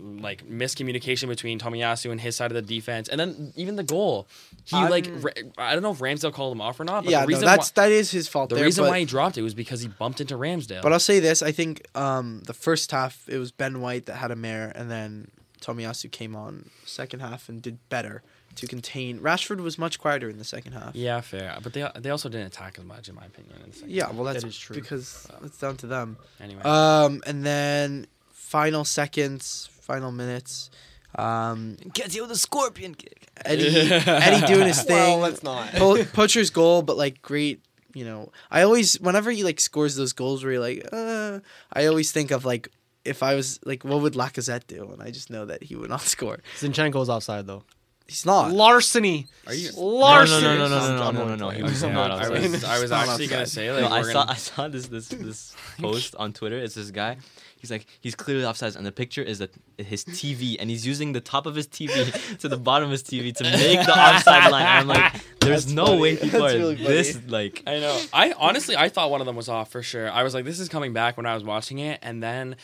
[SPEAKER 2] like miscommunication between Tomiyasu and his side of the defense, and then even the goal. He
[SPEAKER 4] I'm-
[SPEAKER 2] like Ra- I don't know if Ramsdale called him off or not. But
[SPEAKER 1] Yeah,
[SPEAKER 2] the
[SPEAKER 1] no,
[SPEAKER 2] reason
[SPEAKER 1] that's
[SPEAKER 2] why,
[SPEAKER 1] that is his fault.
[SPEAKER 2] the
[SPEAKER 1] there,
[SPEAKER 2] reason
[SPEAKER 1] but,
[SPEAKER 2] why he dropped it was because he bumped into Ramsdale.
[SPEAKER 1] But I'll say this: I think um, the first half it was Ben White that had a mare, and then Tomiyasu came on second half and did better to contain. Rashford was much quieter in the second half.
[SPEAKER 2] yeah, fair. But they they also didn't attack as much, in my opinion. In the second
[SPEAKER 1] Yeah, well, that's
[SPEAKER 4] is true.
[SPEAKER 1] because it's down to them.
[SPEAKER 2] Anyway,
[SPEAKER 1] Um, and then final seconds, final minutes. Um,
[SPEAKER 3] Gets you with a scorpion kick.
[SPEAKER 1] Eddie, Eddie doing his thing.
[SPEAKER 4] Well, let's not.
[SPEAKER 1] Po- Poacher's goal, but like great. You know, I always whenever he like scores those goals where you're like, uh, I always think of like if I was like, what would Lacazette do? And I just know that he would not score.
[SPEAKER 4] Zinchenko's offside though.
[SPEAKER 1] He's not.
[SPEAKER 4] Larceny.
[SPEAKER 2] Are you-
[SPEAKER 3] No,
[SPEAKER 4] Larceny.
[SPEAKER 3] no, no, no, no,
[SPEAKER 4] I'm-
[SPEAKER 3] no,
[SPEAKER 4] I'm
[SPEAKER 3] no, no,
[SPEAKER 4] only
[SPEAKER 3] no. He
[SPEAKER 4] playing.
[SPEAKER 3] was
[SPEAKER 2] Yeah,
[SPEAKER 3] not
[SPEAKER 2] I
[SPEAKER 3] outside.
[SPEAKER 2] was I was
[SPEAKER 1] Not
[SPEAKER 2] actually gonna
[SPEAKER 1] offside.
[SPEAKER 2] say like
[SPEAKER 3] No, I
[SPEAKER 2] we're
[SPEAKER 3] saw
[SPEAKER 2] gonna-
[SPEAKER 3] I saw this this this post on Twitter. It's this guy. He's like he's clearly offsides, and the picture is that his TV, and he's using the top of his TV to the bottom of his TV to make the offside line. And I'm like, there's no way people
[SPEAKER 1] That's
[SPEAKER 3] are
[SPEAKER 1] really funny.
[SPEAKER 3] this like.
[SPEAKER 2] I know. I honestly, I thought one of them was off for sure. I was like, this is coming back when I was watching it, and then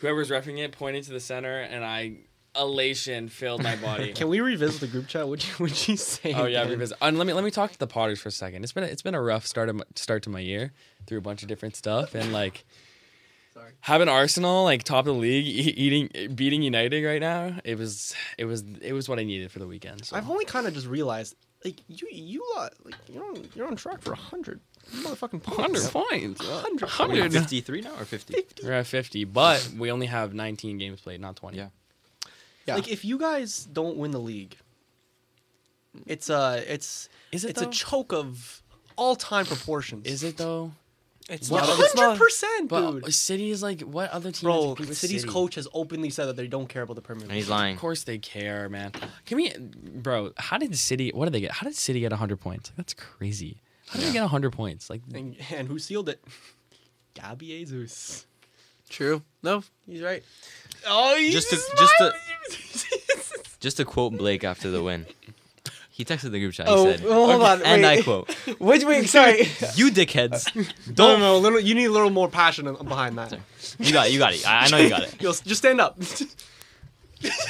[SPEAKER 2] whoever's refing it pointed to the center, and I elation filled my body.
[SPEAKER 4] Can we revisit the group chat? Would you would you say?
[SPEAKER 2] oh yeah,
[SPEAKER 4] again?
[SPEAKER 2] revisit. And let me let me talk to the Potters for a second. It's been a, it's been a rough start of my, start to my year through a bunch of different stuff, and like. Having Arsenal like top of the league, e- eating beating United right now, it was it was it was what I needed for the weekend. So.
[SPEAKER 4] I've only kind of just realized, like you, you lot, like you're on, you're on track for hundred motherfucking
[SPEAKER 2] hundred points,
[SPEAKER 4] points. Hundred.
[SPEAKER 2] hundred.
[SPEAKER 3] Fifty-three now or fifty?
[SPEAKER 2] We're at 50, but we only have 19 games played, not 20.
[SPEAKER 3] Yeah.
[SPEAKER 1] Yeah.
[SPEAKER 4] Like if you guys don't win the league, it's a it's
[SPEAKER 2] Is it
[SPEAKER 4] it's
[SPEAKER 2] though?
[SPEAKER 4] a choke of all time proportions.
[SPEAKER 2] Is it though?
[SPEAKER 1] It's
[SPEAKER 4] One
[SPEAKER 1] not.
[SPEAKER 4] hundred percent,
[SPEAKER 2] But
[SPEAKER 4] dude.
[SPEAKER 2] City is like, what other team?
[SPEAKER 4] Bro,
[SPEAKER 2] is competing with
[SPEAKER 4] City's
[SPEAKER 2] City?
[SPEAKER 4] coach has openly said that they don't care about the Premier League.
[SPEAKER 3] And he's
[SPEAKER 2] Of
[SPEAKER 3] lying.
[SPEAKER 2] course they care, man. Can we, bro? How did City? What did they get? How did City get 100 points? Like, that's crazy. How did they get 100 points? Like,
[SPEAKER 4] And, and who sealed it? Gabi Jesus.
[SPEAKER 1] True. No, he's right.
[SPEAKER 4] Oh,
[SPEAKER 3] Just to just to just to quote Blake after the win. He texted the group chat. He
[SPEAKER 1] Oh,
[SPEAKER 3] said,
[SPEAKER 1] well, hold on,
[SPEAKER 3] and
[SPEAKER 1] wait.
[SPEAKER 3] I quote,
[SPEAKER 1] Wait, wait, sorry.
[SPEAKER 3] "You dickheads,
[SPEAKER 4] don't know. Little, you need a little more passion in- behind that.
[SPEAKER 3] you got it, you got it. I, I know you got it.
[SPEAKER 4] Yo, just stand up.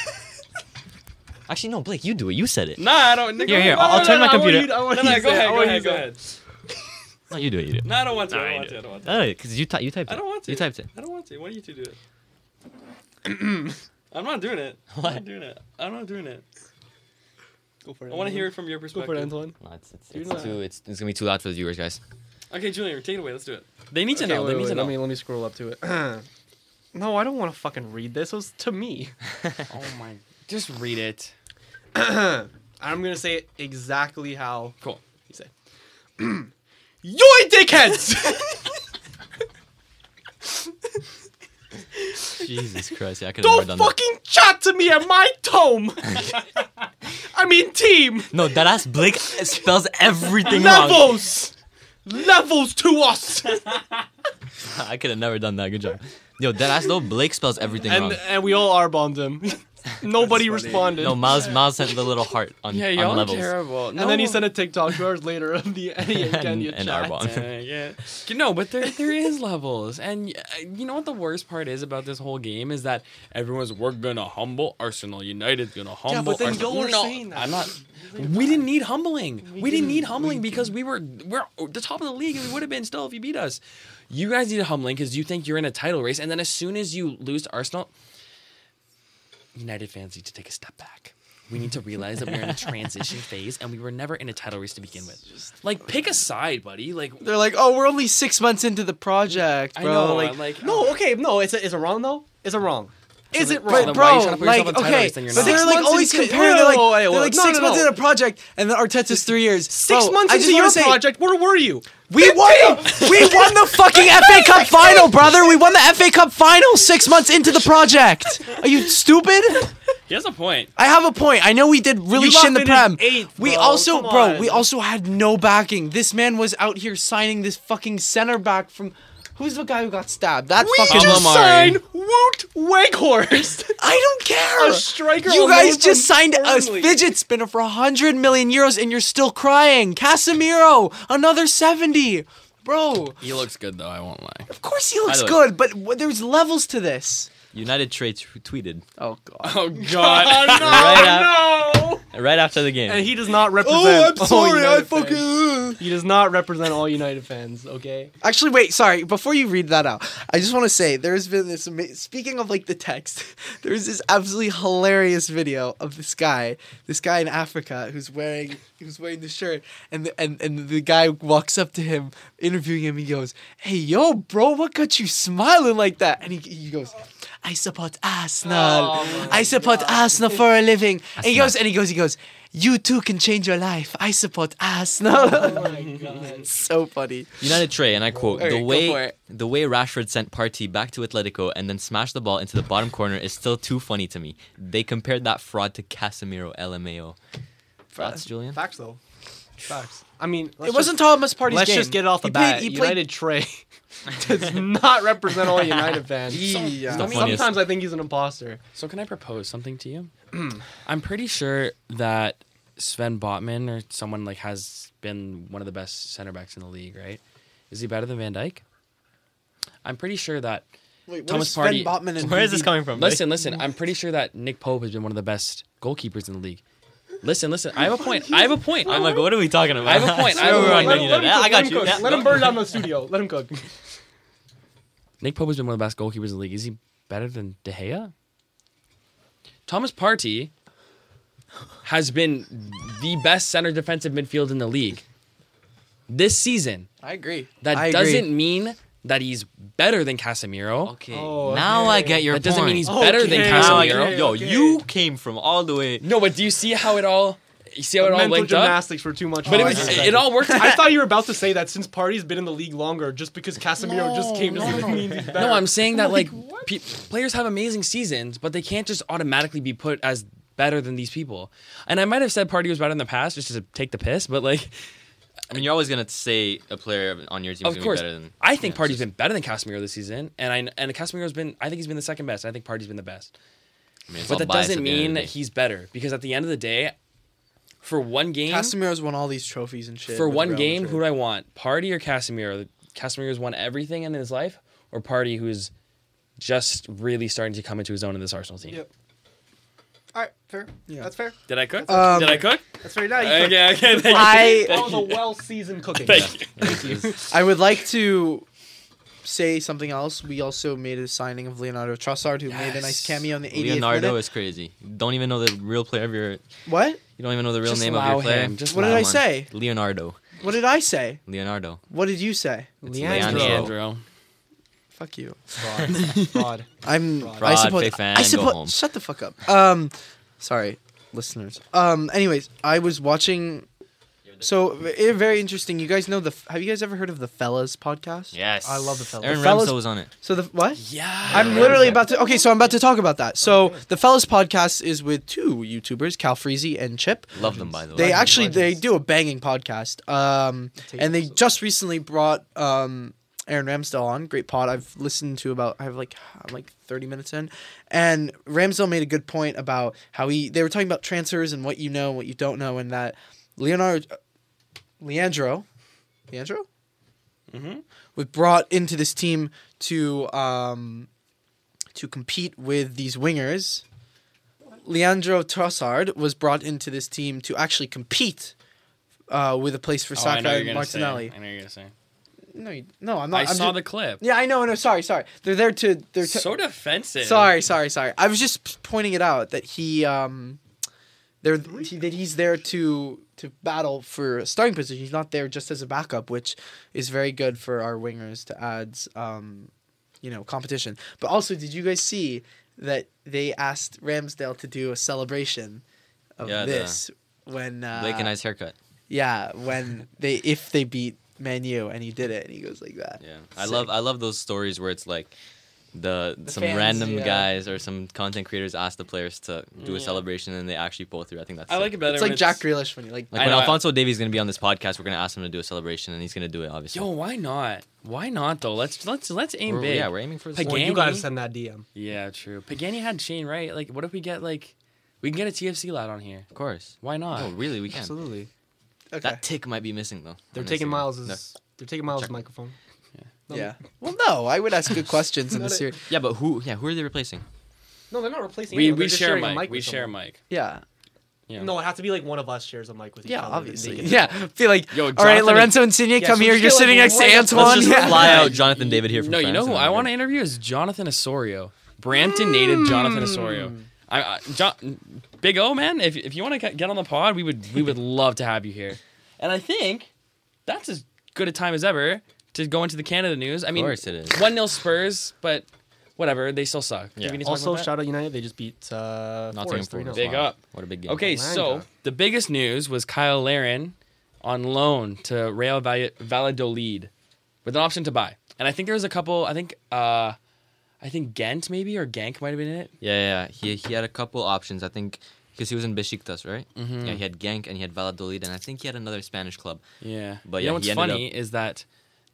[SPEAKER 3] Actually, no, Blake, you do it. You said it.
[SPEAKER 2] nah, I don't. Nick,
[SPEAKER 3] Here, here,
[SPEAKER 2] no,
[SPEAKER 3] I'll-
[SPEAKER 2] no,
[SPEAKER 3] I'll
[SPEAKER 2] no,
[SPEAKER 3] turn
[SPEAKER 2] no,
[SPEAKER 3] my
[SPEAKER 2] I want
[SPEAKER 3] computer-
[SPEAKER 2] you to- I want
[SPEAKER 4] No,
[SPEAKER 2] you
[SPEAKER 4] no,
[SPEAKER 2] to
[SPEAKER 4] go
[SPEAKER 2] say it. I
[SPEAKER 4] ahead,
[SPEAKER 2] want
[SPEAKER 4] go
[SPEAKER 2] you to
[SPEAKER 4] ahead,
[SPEAKER 2] say
[SPEAKER 4] go
[SPEAKER 2] it.
[SPEAKER 4] ahead.
[SPEAKER 3] No, you do it. You do it.
[SPEAKER 2] No, I don't want to. I
[SPEAKER 3] Nah,
[SPEAKER 2] don't
[SPEAKER 3] you
[SPEAKER 2] want
[SPEAKER 3] do
[SPEAKER 2] to. I
[SPEAKER 3] it.
[SPEAKER 2] don't want to.
[SPEAKER 3] No, because you ty- you typed it.
[SPEAKER 2] I don't want to.
[SPEAKER 3] You typed it.
[SPEAKER 2] I don't want to. Why do you two do it? I'm not doing it. I'm not doing it. I'm not doing it.
[SPEAKER 4] Go for
[SPEAKER 2] I want to hear it from your
[SPEAKER 4] Go
[SPEAKER 2] perspective.
[SPEAKER 4] for it, Antoine.
[SPEAKER 3] No, it's, it's,
[SPEAKER 4] You're
[SPEAKER 3] it's
[SPEAKER 4] not-
[SPEAKER 3] too, it's, it's gonna be too loud for the viewers, guys.
[SPEAKER 2] Okay, Julian, take it away. Let's do it. They need to
[SPEAKER 4] Okay,
[SPEAKER 2] know.
[SPEAKER 4] wait,
[SPEAKER 2] they need
[SPEAKER 4] wait,
[SPEAKER 2] to
[SPEAKER 4] let
[SPEAKER 2] know.
[SPEAKER 4] me let me scroll up to it. no, I don't want to fucking read this. It was to me.
[SPEAKER 2] oh my! Just read it.
[SPEAKER 4] I'm gonna say it exactly how
[SPEAKER 2] Cool.
[SPEAKER 4] he said. Yoy dickheads!
[SPEAKER 3] Jesus Christ, yeah, I could have
[SPEAKER 4] Don't
[SPEAKER 3] never done
[SPEAKER 4] fucking chat to me at my tome. I mean team.
[SPEAKER 3] that. No, that ass Blake spells everything wrong.
[SPEAKER 4] Levels. Levels to us.
[SPEAKER 3] I could have never done that. Good job. Yo, that ass though Blake spells everything
[SPEAKER 4] and
[SPEAKER 3] wrong.
[SPEAKER 4] and we all are bombed him. Nobody responded.
[SPEAKER 3] No, Miles Miles sent the little heart on,
[SPEAKER 2] Yeah,
[SPEAKER 3] on
[SPEAKER 2] y'all are
[SPEAKER 3] levels.
[SPEAKER 2] terrible.
[SPEAKER 4] and then he sent a TikTok two hours later of the Eddie and
[SPEAKER 3] And,
[SPEAKER 4] Kenya
[SPEAKER 3] and
[SPEAKER 4] chat.
[SPEAKER 3] Arbon.
[SPEAKER 2] yeah. No, but there there is levels, and y- uh, you know what the worst part is about this whole game is that everyone's we're gonna humble Arsenal, United's gonna humble.
[SPEAKER 4] then
[SPEAKER 2] Arsenal.
[SPEAKER 4] y'all were
[SPEAKER 2] No,
[SPEAKER 4] saying that.
[SPEAKER 2] I'm not. We didn't need humbling. We, didn't need humbling because we were we're the top of the league, and we would have been still if you beat us. You guys need humbling because you think you're in a title race, and then as soon as you lose to Arsenal, United fans need to take a step back. We need to realize that we're in a transition phase, and we were never in a title race to begin with. Like, pick a side, buddy. Like,
[SPEAKER 1] They're like, oh, we're only six months into the project,
[SPEAKER 2] I
[SPEAKER 1] bro.
[SPEAKER 2] know,
[SPEAKER 1] like,
[SPEAKER 2] I'm like,
[SPEAKER 4] No, okay, no, it's a, it's a wrong though. It's a wrong.
[SPEAKER 2] So
[SPEAKER 1] is
[SPEAKER 2] then-
[SPEAKER 1] it
[SPEAKER 2] so
[SPEAKER 1] wrong,
[SPEAKER 2] then why are you
[SPEAKER 1] bro?
[SPEAKER 2] trying to put
[SPEAKER 1] Like,
[SPEAKER 2] yourself in title
[SPEAKER 1] okay,
[SPEAKER 2] race then you're
[SPEAKER 1] but
[SPEAKER 2] not?
[SPEAKER 1] they're like
[SPEAKER 4] Six
[SPEAKER 1] always
[SPEAKER 4] months into-
[SPEAKER 1] comparing. They're like,
[SPEAKER 4] Whoa, whoa, whoa,
[SPEAKER 1] they're like
[SPEAKER 4] no,
[SPEAKER 1] six
[SPEAKER 4] no, no.
[SPEAKER 1] months in a project, and then Arteta's three years.
[SPEAKER 4] Six
[SPEAKER 1] Bro,
[SPEAKER 4] months
[SPEAKER 1] I just
[SPEAKER 4] into
[SPEAKER 1] wanna
[SPEAKER 4] your
[SPEAKER 1] say,
[SPEAKER 4] project, where were you?
[SPEAKER 1] we won. The, we won the fucking FA Cup final, brother. We won the FA Cup final six months into the project. Are you stupid?
[SPEAKER 2] He has a point.
[SPEAKER 1] I have a point. I know we did really
[SPEAKER 4] You
[SPEAKER 1] shit
[SPEAKER 4] lot
[SPEAKER 1] in the prem.
[SPEAKER 4] finished eighth,
[SPEAKER 1] we
[SPEAKER 4] bro.
[SPEAKER 1] also,
[SPEAKER 4] Come
[SPEAKER 1] bro,
[SPEAKER 4] on.
[SPEAKER 1] we also had no backing. This man was out here signing this fucking center back from. Who's the guy who got stabbed? That fucking.
[SPEAKER 2] just Pablo Mari.
[SPEAKER 4] Sign Woot Weghorst,
[SPEAKER 1] I don't care.
[SPEAKER 4] a striker.
[SPEAKER 1] You
[SPEAKER 4] on
[SPEAKER 1] guys
[SPEAKER 4] loan
[SPEAKER 1] just
[SPEAKER 4] from
[SPEAKER 1] signed a
[SPEAKER 4] Burnley.
[SPEAKER 1] fidget spinner for 100 million euros and you're still crying. Casemiro, another 70. Bro,
[SPEAKER 2] He looks good though. I won't lie.
[SPEAKER 1] of course he looks
[SPEAKER 3] the way-
[SPEAKER 1] good, but w- there's levels to this.
[SPEAKER 3] United Traits tweeted
[SPEAKER 1] Oh, God.
[SPEAKER 2] Oh God.
[SPEAKER 4] Oh,
[SPEAKER 3] Right
[SPEAKER 4] no, no.
[SPEAKER 3] right after the game.
[SPEAKER 4] And he does not
[SPEAKER 1] Oh,
[SPEAKER 4] represent. all United fans.
[SPEAKER 1] fucking.
[SPEAKER 4] He does not represent all United fans. Okay.
[SPEAKER 1] Actually, wait, sorry. Before you read that out, I just want to say there's been this. Ama- Speaking of like the text, there's this absolutely hilarious video of this guy, this guy in Africa who's wearing who's wearing the shirt, and the, and and the guy walks up to him, interviewing him. He goes, "Hey, yo, bro, what got you smiling like that?" And he, he goes. I support Arsenal. I support Arsenal for a living. And he goes and he goes he goes. You too can change your life. I support Arsenal.
[SPEAKER 4] Oh
[SPEAKER 1] so funny.
[SPEAKER 3] United Trey, and I quote:
[SPEAKER 1] Okay,
[SPEAKER 3] "The
[SPEAKER 1] go for
[SPEAKER 3] way
[SPEAKER 1] it."
[SPEAKER 3] the way Rashford sent Partey back to Atletico and then smashed the ball into the bottom corner is still too funny to me. They compared that fraud to Casemiro LMAO." Thoughts, Julian?
[SPEAKER 4] Facts though. Facts. I mean,
[SPEAKER 1] it wasn't Thomas Party's
[SPEAKER 4] Let's
[SPEAKER 1] game.
[SPEAKER 4] just get it off the
[SPEAKER 1] he
[SPEAKER 4] bat.
[SPEAKER 1] Played, he
[SPEAKER 4] United Trey does not represent all United fans.
[SPEAKER 1] Played, yeah.
[SPEAKER 3] Stuff. funniest.
[SPEAKER 4] Sometimes I think he's an imposter.
[SPEAKER 2] So can I propose something to you? I'm pretty sure that Sven Botman or someone like has been one of the best center backs in the league, right? Is he better than Van Dijk? I'm pretty sure that
[SPEAKER 1] Wait,
[SPEAKER 2] Thomas
[SPEAKER 1] Thomas Party.
[SPEAKER 2] Partey-
[SPEAKER 1] Botman and
[SPEAKER 3] Where is this
[SPEAKER 1] Vivi-
[SPEAKER 3] coming from?
[SPEAKER 2] listen, listen, I'm pretty sure that Nick Pope has been one of the best goalkeepers in the league. Listen, listen, I have a point. I have a point.
[SPEAKER 3] I'm
[SPEAKER 2] I'm
[SPEAKER 3] like, what are we talking about?
[SPEAKER 2] I have a point, I have a
[SPEAKER 3] We're on
[SPEAKER 2] point.
[SPEAKER 4] him
[SPEAKER 3] United.
[SPEAKER 4] cook,
[SPEAKER 3] I got
[SPEAKER 4] him
[SPEAKER 3] you.
[SPEAKER 4] cook.
[SPEAKER 3] Yeah,
[SPEAKER 4] Let him
[SPEAKER 3] go.
[SPEAKER 4] burn down the studio. Let him cook.
[SPEAKER 2] Nick Pope has been one of the best goalkeepers in the league. Is he better than De Gea? Thomas Partey has been the best center defensive midfield in the league this season.
[SPEAKER 1] I agree.
[SPEAKER 2] That
[SPEAKER 1] I agree.
[SPEAKER 2] doesn't mean that he's better than Casemiro.
[SPEAKER 3] Okay,
[SPEAKER 4] Oh,
[SPEAKER 3] now I
[SPEAKER 4] okay.
[SPEAKER 3] get your
[SPEAKER 2] That doesn't mean
[SPEAKER 3] point.
[SPEAKER 2] he's better than
[SPEAKER 4] Okay.
[SPEAKER 3] Now I
[SPEAKER 2] Casemiro.
[SPEAKER 3] get-
[SPEAKER 4] Okay,
[SPEAKER 3] Yo,
[SPEAKER 4] okay.
[SPEAKER 3] you came from all the way.
[SPEAKER 2] No, but do you see how it all? You see how it all
[SPEAKER 4] Mental
[SPEAKER 2] linked up?
[SPEAKER 4] gymnastics for too much.
[SPEAKER 2] But it
[SPEAKER 4] Oh,
[SPEAKER 2] was
[SPEAKER 4] I
[SPEAKER 2] it,
[SPEAKER 4] see.
[SPEAKER 2] all worked. I
[SPEAKER 4] I thought you were about to say that since Party's been in the league longer, just because Casemiro just came
[SPEAKER 2] no,
[SPEAKER 4] doesn't
[SPEAKER 2] no.
[SPEAKER 4] mean he's better.
[SPEAKER 2] no, I'm saying that like pe- players have amazing seasons, but they can't just automatically be put as better than these people. And I might have said Party was better in the past just to take the piss, but like
[SPEAKER 3] I mean, you're always gonna say a player on your team
[SPEAKER 2] of
[SPEAKER 3] is gonna
[SPEAKER 2] course,
[SPEAKER 3] be better than.
[SPEAKER 2] I think
[SPEAKER 3] yeah,
[SPEAKER 2] Party's
[SPEAKER 3] just-
[SPEAKER 2] been better than Casemiro this season, and I and Casemiro's been I think he's been the second best. I think Party's been the best.
[SPEAKER 3] I mean, it's
[SPEAKER 2] But
[SPEAKER 3] all
[SPEAKER 2] that
[SPEAKER 3] bias
[SPEAKER 2] doesn't
[SPEAKER 3] at the end of
[SPEAKER 2] mean
[SPEAKER 3] the
[SPEAKER 2] that
[SPEAKER 3] day.
[SPEAKER 2] he's better because at the end of the day, for one game,
[SPEAKER 1] Casemiro's won all these trophies and shit.
[SPEAKER 2] for
[SPEAKER 1] with
[SPEAKER 2] one
[SPEAKER 1] Real
[SPEAKER 2] game, who
[SPEAKER 1] Madrid.
[SPEAKER 2] do I want? Party or Casemiro? Casemiro's won everything in his life, or Party, who's just really starting to come into his own in this Arsenal team.
[SPEAKER 4] Yep. All right, fair.
[SPEAKER 1] Yeah.
[SPEAKER 4] That's fair.
[SPEAKER 2] Did I cook?
[SPEAKER 1] Um,
[SPEAKER 2] Did I cook?
[SPEAKER 4] That's fair. Now you cooked.
[SPEAKER 2] Okay, okay. Thank you.
[SPEAKER 1] I
[SPEAKER 4] That was a well-seasoned cooking.
[SPEAKER 2] Thank you.
[SPEAKER 1] I would like to say something else. We also made a signing of Leonardo Trossard, who made a nice
[SPEAKER 2] Yes.
[SPEAKER 1] cameo in the 80th
[SPEAKER 3] Leonardo
[SPEAKER 1] minute.
[SPEAKER 3] is crazy. Don't even know the real player of your.
[SPEAKER 1] What?
[SPEAKER 3] You don't even know the real
[SPEAKER 2] Just
[SPEAKER 3] name of
[SPEAKER 2] allow
[SPEAKER 3] your player.
[SPEAKER 2] him, just
[SPEAKER 1] What did
[SPEAKER 3] allow
[SPEAKER 1] I
[SPEAKER 3] him on.
[SPEAKER 1] say?
[SPEAKER 3] Leonardo.
[SPEAKER 1] What did I say?
[SPEAKER 3] Leonardo.
[SPEAKER 1] What did you say?
[SPEAKER 3] It's
[SPEAKER 4] Leandro.
[SPEAKER 3] Leandro.
[SPEAKER 2] Leandro.
[SPEAKER 1] Fuck you.
[SPEAKER 4] Fraud. Fraud.
[SPEAKER 1] I'm. I
[SPEAKER 3] Fraud,
[SPEAKER 1] suppose.
[SPEAKER 3] big fan,
[SPEAKER 1] I
[SPEAKER 3] go
[SPEAKER 1] suppose.
[SPEAKER 3] home.
[SPEAKER 1] Shut the fuck up. Um, sorry, listeners. Um, anyways, I was watching. So it, very interesting. You guys know the. Have you guys ever heard of the Fellas podcast?
[SPEAKER 3] Yes.
[SPEAKER 4] I love the fellas.
[SPEAKER 3] Aaron
[SPEAKER 1] The fellas-
[SPEAKER 3] Ramsdale was on it.
[SPEAKER 1] So the what?
[SPEAKER 2] Yeah. Oh,
[SPEAKER 1] I'm literally about to. Okay, so I'm about to talk about that. So the Fellas podcast is with two YouTubers, Cal Freezy and Chip.
[SPEAKER 3] Love them by the way.
[SPEAKER 1] They
[SPEAKER 4] Legends,
[SPEAKER 1] actually they
[SPEAKER 4] legends.
[SPEAKER 1] do a banging podcast. Um,
[SPEAKER 4] Take
[SPEAKER 1] and they
[SPEAKER 4] episode.
[SPEAKER 1] just recently brought um Aaron Ramsdale on. Great pod. I've listened to about I have like I'm like 30 minutes in, and Ramsdale made a good point about how he they were talking about transfers and what you know, what you don't know, and that Leonardo, Leandro, Leandro, mm-hmm. was brought into this team to um to compete with these wingers. Leandro Trossard was brought into this team to actually compete uh, with a place for
[SPEAKER 2] Oh, I
[SPEAKER 1] Saka
[SPEAKER 2] know you're
[SPEAKER 1] and
[SPEAKER 2] gonna say.
[SPEAKER 1] Martinelli.
[SPEAKER 2] I know you're gonna say.
[SPEAKER 1] No, you, no, I'm not.
[SPEAKER 2] I
[SPEAKER 1] I'm
[SPEAKER 2] saw
[SPEAKER 1] ju-
[SPEAKER 2] the clip.
[SPEAKER 1] Yeah, I know. No, sorry, sorry. They're there to. They're to,
[SPEAKER 2] So defensive.
[SPEAKER 1] sorry, sorry, sorry. I was just p- pointing it out that he, um, they're he, that he's there to to battle for a starting position. He's not there just as a backup, which is very good for our wingers to add, um, you know, competition. But also, did you guys see that they asked Ramsdale to do a celebration of
[SPEAKER 3] Yeah, the-
[SPEAKER 1] this when uh,
[SPEAKER 3] Blake and I's haircut.
[SPEAKER 1] yeah when they if they beat Man U and he did it and he goes like that.
[SPEAKER 3] Yeah, I
[SPEAKER 1] Sick.
[SPEAKER 3] love I love those stories where it's like the,
[SPEAKER 1] The
[SPEAKER 3] some
[SPEAKER 1] fans,
[SPEAKER 3] random
[SPEAKER 1] yeah.
[SPEAKER 3] guys or some content creators ask the players to do a
[SPEAKER 2] Yeah.
[SPEAKER 3] celebration and they actually pull through. I think that's
[SPEAKER 2] I like it better.
[SPEAKER 1] It's
[SPEAKER 2] when
[SPEAKER 1] like Jack Grealish when he like
[SPEAKER 3] Like
[SPEAKER 2] I
[SPEAKER 3] when
[SPEAKER 2] know, I-
[SPEAKER 3] Alfonso Davies gonna be on this podcast, we're gonna ask him to do a celebration and he's gonna do it. Obviously,
[SPEAKER 2] Yo, why not? Why not though? Let's let's let's aim
[SPEAKER 3] We're-
[SPEAKER 2] big.
[SPEAKER 3] yeah, we're aiming for
[SPEAKER 2] Like,
[SPEAKER 3] the
[SPEAKER 4] Well,
[SPEAKER 2] Ganny?
[SPEAKER 4] you gotta send that DM.
[SPEAKER 2] Yeah, true. Pagani had Shane right. Like, what if we get like, we can get a TFC lad on here.
[SPEAKER 3] Of course.
[SPEAKER 2] Why not?
[SPEAKER 3] No, really, we can.
[SPEAKER 4] Absolutely.
[SPEAKER 1] okay.
[SPEAKER 3] That tick might be missing though.
[SPEAKER 4] They're
[SPEAKER 3] on
[SPEAKER 4] taking
[SPEAKER 3] Instagram.
[SPEAKER 4] Miles's.
[SPEAKER 3] No.
[SPEAKER 4] They're taking Miles'
[SPEAKER 3] Check.
[SPEAKER 4] microphone.
[SPEAKER 1] yeah. Well, no, I would ask good questions in the
[SPEAKER 4] Not it.
[SPEAKER 1] series.
[SPEAKER 3] Yeah, but who? Yeah, who are they replacing?
[SPEAKER 4] No, they're not replacing.
[SPEAKER 2] we
[SPEAKER 4] anyone,
[SPEAKER 2] we
[SPEAKER 4] they're just
[SPEAKER 2] share
[SPEAKER 4] sharing a
[SPEAKER 2] Mike.
[SPEAKER 4] mic
[SPEAKER 2] We
[SPEAKER 4] with
[SPEAKER 2] share
[SPEAKER 4] someone.
[SPEAKER 2] Mike.
[SPEAKER 1] Yeah.
[SPEAKER 2] Yeah.
[SPEAKER 4] No, it has to be like one of us shares a mic with. each
[SPEAKER 1] Yeah,
[SPEAKER 4] other, and they
[SPEAKER 1] obviously.
[SPEAKER 4] can-
[SPEAKER 1] Yeah, be like,
[SPEAKER 2] Yo,
[SPEAKER 1] all right,
[SPEAKER 2] Jonathan-
[SPEAKER 1] Lorenzo Insigne,
[SPEAKER 4] Yeah,
[SPEAKER 1] come
[SPEAKER 4] so
[SPEAKER 1] here.
[SPEAKER 4] just
[SPEAKER 1] You're
[SPEAKER 4] get,
[SPEAKER 1] sitting
[SPEAKER 4] like,
[SPEAKER 1] next to
[SPEAKER 4] right up-
[SPEAKER 1] Antoine.
[SPEAKER 3] Let's just
[SPEAKER 1] yeah.
[SPEAKER 3] fly out Jonathan David here. From
[SPEAKER 2] No, you know
[SPEAKER 3] France
[SPEAKER 2] who
[SPEAKER 3] and
[SPEAKER 2] I
[SPEAKER 3] we're
[SPEAKER 2] want to
[SPEAKER 3] good.
[SPEAKER 2] interview is Jonathan Osorio. Brampton native Jonathan Osorio. I, I John, Big O man, if if you want to get on the pod, we would we would love to have you here. And I think that's as good a time as ever to go into the Canada news. I mean,
[SPEAKER 3] course it is.
[SPEAKER 2] one 0 Spurs, but whatever, they still suck. Do
[SPEAKER 3] Yeah.
[SPEAKER 2] we need to talk
[SPEAKER 4] Also,
[SPEAKER 2] about that?
[SPEAKER 4] shout out United. They just beat uh,
[SPEAKER 3] Nottingham
[SPEAKER 4] Forest 3-0.
[SPEAKER 3] Forest.
[SPEAKER 2] Big up.
[SPEAKER 3] What a big game.
[SPEAKER 2] Okay, so
[SPEAKER 4] Atlanta.
[SPEAKER 2] the biggest news was Kyle Laren on loan to Real Val- Valladolid with an option to buy. And I think there was a couple. I think uh, I think Ghent maybe or Gank might have been in it.
[SPEAKER 3] Yeah, yeah. He he had a couple options. I think because he was in Besiktas, right? Mm-hmm. Yeah, he had Genk and he had Valladolid, and I think he had another Spanish club.
[SPEAKER 2] Yeah,
[SPEAKER 3] But
[SPEAKER 2] you
[SPEAKER 3] yeah,
[SPEAKER 2] know what's
[SPEAKER 3] he ended
[SPEAKER 2] funny is that